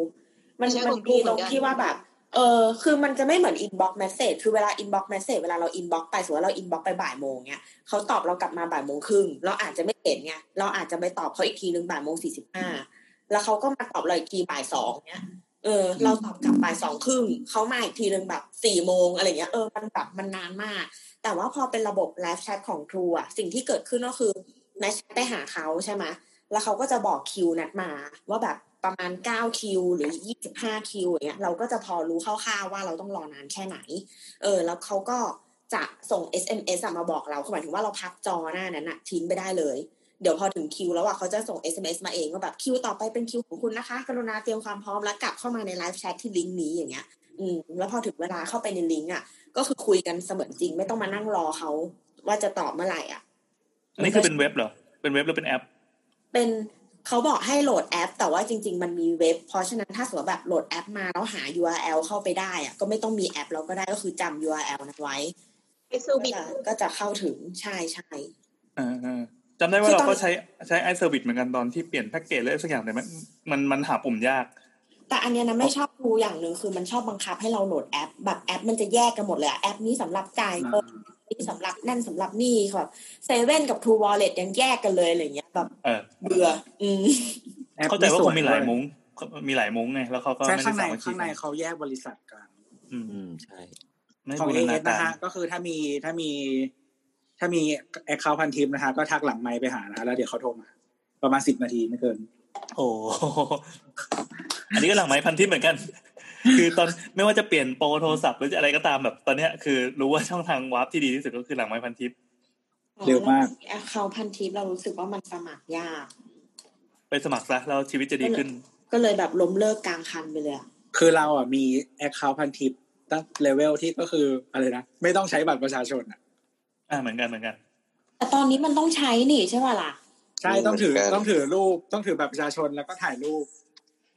มัน เคยใช้ มันของ True มี เหตมืร อง นกัน ที่ว่าแบบ เออคือมันจะไม่เหมือน inbox message คือเวลา inbox message เวลาเรา inbox ไปสมมติว่าเรา inbox ไปบ่ายโมงเนี้ยเขาตอบเรากลับมาบ่ายโมงครึ่งเราอาจจะไม่เห็นไงเราอาจจะไปตอบเขาอีกทีหนึ่งบ่ายโมงสี่สิบห้าแล้วเขาก็มาตอบเราอีกทีบ่ายสองเนี้ย เออ เราตอบกลับบ่ายสองครึ่งเขามาอีกทีหนึ่งแบบสี่โมงอะไรเงี้ยเออมันแบบมันนานมาก แต่ว่าพอเป็นระบบไลฟ์แชทของ True อะสิ่งที่เกิดขึ้นก็คือในแชทไปหาเขาใช่ไหมแล้วเขาก็จะบอกคิวนัดมา ว่าแบบประมาณ 9 คิว หรือ 25 คิวอย่างเงี้ยเราก็จะพอรู้คร่าวๆว่าเราต้องรอนานแค่ไหน เออ แล้วเขาก็จะส่ง SMS อะมาบอกเราคือหมายถึงว่าเราพับจอหน้านั้นอะทิ้งไปได้เลย เดี๋ยวพอถึงคิวแล้วอะเขาจะส่ง SMS มาเองว่าแบบคิวต่อไปเป็นคิวของคุณนะคะ กรุณาเตรียมความพร้อมแล้วกลับเข้ามาในไลฟ์แชทที่ลิงก์นี้อย่างเงี้ย อืมแล้วพอถึงเวลาเข้าไปในลิงก์อะ ก็คือคุยกันเสมือนจริงไม่ต้องมานั่งรอเขาว่าจะตอบเมื่อไหร่อ่ะ อันนี้คือเป็นเว็บเหรอ เป็นเว็บหรือเป็นแอป เป็นเขาบอกให้โหลดแอป แต่ว่าจริง ๆ มันมีเว็บ เพราะฉะนั้นถ้าสมมติแบบโหลดแอปมาแล้วหา URL เข้าไปได้อ่ะก็ไม่ต้องมีแอปเราก็ได้ก็คือจำ URL นั้นไว้ ไอซู ก็ บิ จะก็จะเข้าถึงใช่ใช่ เออเออจำได้ คือว่าตอน เราก็ใช้ใช้ไอเซอร์วิสเหมือนกันตอนที่เปลี่ยนแพ็กเกจเลยสักอย่างแต่มันมันมันหาปุ่มยาก แต่อันเนี้ยนะไม่ชอบดูอย่างหนึ่งคือมันชอบบังคับให้เราโหลดแอป แบบแอปมันจะแยกกันหมดเลยอะแอปนี้สำหรับจ่ายเงินแอปนี้สำหรับนั่นสำหรับนี่แบบเซเว่นกับ True Wallet ยังแยกกันเลยอะไรอย่างเงี้ยแบบ เออ เบื่ออืม แอป เข้าใจว่าคงมีหลายมุ้งมีหลายมุ้งไงแล้วเขาก็ ใช่ ไม่ได้ ข้างใน สามัคคี ข้างใน กัน เขาแยกบริษัทกัน อืม อืมใช่ ไม่ ของ บูร เอ ณา เอส กา นะ ร ฮะก็คือถ้ามีถ้ามี ถ้ามีแอคเคาท์พันทิปนะฮะก็ทักหลังไมค์ไปหานะฮะแล้วเดี๋ยวเขาโทรมา ประมาณสิบนาทีไม่เกิน โอ้โหอันนี้ก็หลังไม้พันทิปเหมือนกัน คือตอนไม่ว่าจะเปลี่ยนโปรโทรศัพท์หรือจะอะไรก็ตามแบบตอนเนี้ยคือรู้ว่าช่องทางวาร์ปที่ดีที่สุดก็คือหลังไม้พันทิป เร็วมาก แอคเคาพันทิปเรารู้สึกว่ามันสมัครยาก ไปสมัครซะแล้วชีวิตจะดีขึ้น ก็เลยแบบล้มเลิกกลางคันไปเลยอะ คือเราอ่ะมีแอคเคาท์พันทิปตั้งเลเวลที่ก็คืออะไรนะ ไม่ต้องใช้บัตรประชาชนอะ อ่าเหมือนกันเหมือนกัน แต่ตอนนี้มันต้องใช้นี่ใช่ป่ะล่ะ ใช่ต้องถือต้องถือรูปต้องถือบัตรประชาชนแล้วก็ถ่ายรูป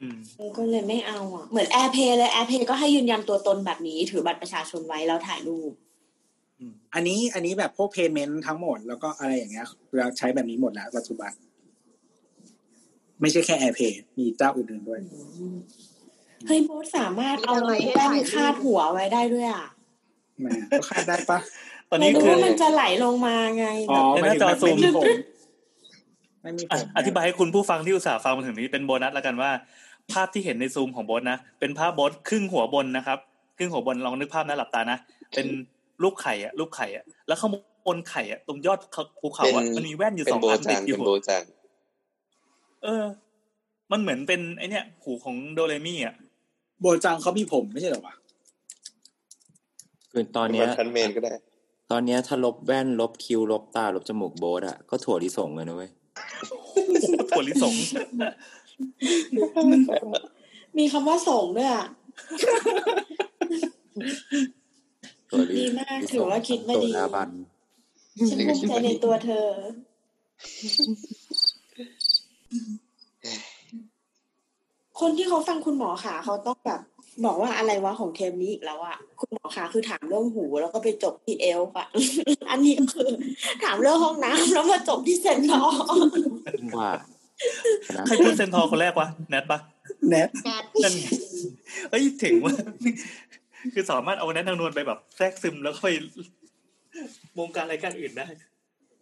อืม เออก็เลยไม่เอาอะเหมือนแอร์เพย์เลยแอร์เพย์ก็ให้ยืนยันตัวตนแบบนี้ ถือบัตรประชาชนไว้แล้วถ่ายรูป อันนี้อันนี้แบบพวกเพย์เมนต์ทั้งหมดแล้วก็อะไรอย่างเงี้ยเราใช้แบบนี้หมดแล้วปัจจุบัน ไม่ใช่แค่ AirPay มีเจ้าอื่นๆด้วย เฮ้ยโบทสามารถเอา มีอะไรให้ แป้น ถ่ายรูป คาดหัวไว้ได้ด้วยอะ แหมาก็คาดได้ปะ ตอน ไม่ นี้ รู้ คือ ว่ามันจะไหลลงมาไง อ๋ แบ อบ หมายถึงแบบ ในหน้าจอซูมไม่มีผมไม่มีผ อ่ะ ม อธิบายให้คุณผู้ฟังที่อุตส่าห์ฟังมาถึงนี้เป็นโบนัสแล้วกันว่า ภาพที่เห็นในซูมของโบทนะ เป็นภาพโบทครึ่งหัวบนนะครับ ครึ่งหัวบนลองนึกภาพนะหลับตานะ เป็นรูปไข่อะรูปไข่อะแล้วข้างบนไข่อะตรงยอดภูเขาอะ เป็น มันมีแว่นอยู่ เป็ ส น อง โบ อันติ จั ด ง อยู่ เป็นโบจัง เออ มันเหมือนเป็นไอเนี้ยหูของโดเรมี่อะ โบจังเขามีผมไม่ใช่เหรอวะ คือตอน เป็น เนี้ วั ย นพันเมนก็ได้ ตอนเนี้ยถ้าลบแว่นลบคิ้วลบตาลบจมูกโบสอะก็ถั่วลิสงเลยนะเว้ย ถั่วลิสง มีคำว่าส่งด้วยอะ ถั่วลิ ดีมาก ลิส ถืองว่าคิดมา ถั่ว ดี หน้าบัน ฉันภูมิใจในตัวเธอ คนที่เขาฟังคุณหมอขาเขาต้องแบบบอกว่าอะไรวะของเทมนี้อีกแล้วอะคุณหมอขาคือถามเรื่องหูแล้วก็ไปจบที่เอวค่ะ อันนี้ก็คือ ถามเรื่องห้องน้ำแล้วมาจบที่เซนทอล ว่านะ ใครพูดเซนทอร์คนแรกวะแนทปะ แนท แอด นั่นไง เอ้ยเถึงว่า คือสามารถเอาแนทนางนวลไปแบบแทรกซึมแล้วก็ไปวงการรายการอื่นได้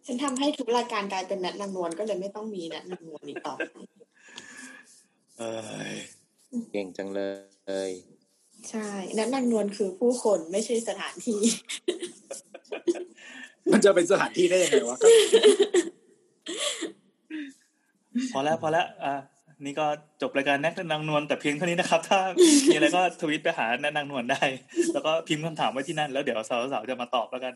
ฉันทำให้ทุกรายการกลายเป็นแนทนางนวลก็เลยไม่ต้องมีแนทนางนวลอีกต่อไป เอ้ย เก่งจังเลย ใช่แนทนางนวลคือผู้คนไม่ใช่สถานที่ มันจะเป็นสถานที่ได้ยังไงวะก็ พอแล้วพอแล้วอ่ะนี่ก็จบรายการแนทนางนวลแต่เพียงเท่านี้นะครับ ถ้ามีอะไรก็ทวิตไปหาแนทนางนวลได้ แล้วก็พิมพ์คำถามไว้ที่นั่น แล้วเดี๋ยวสาวๆจะมาตอบแล้ว กัน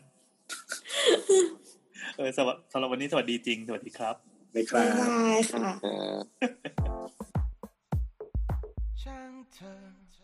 เออสำหรับสำหรับวันนี้สวัสดีจริง สวัสดีครับ ไม่ครับ บ๊ายบายค่ะ อ่า ช่างเธอ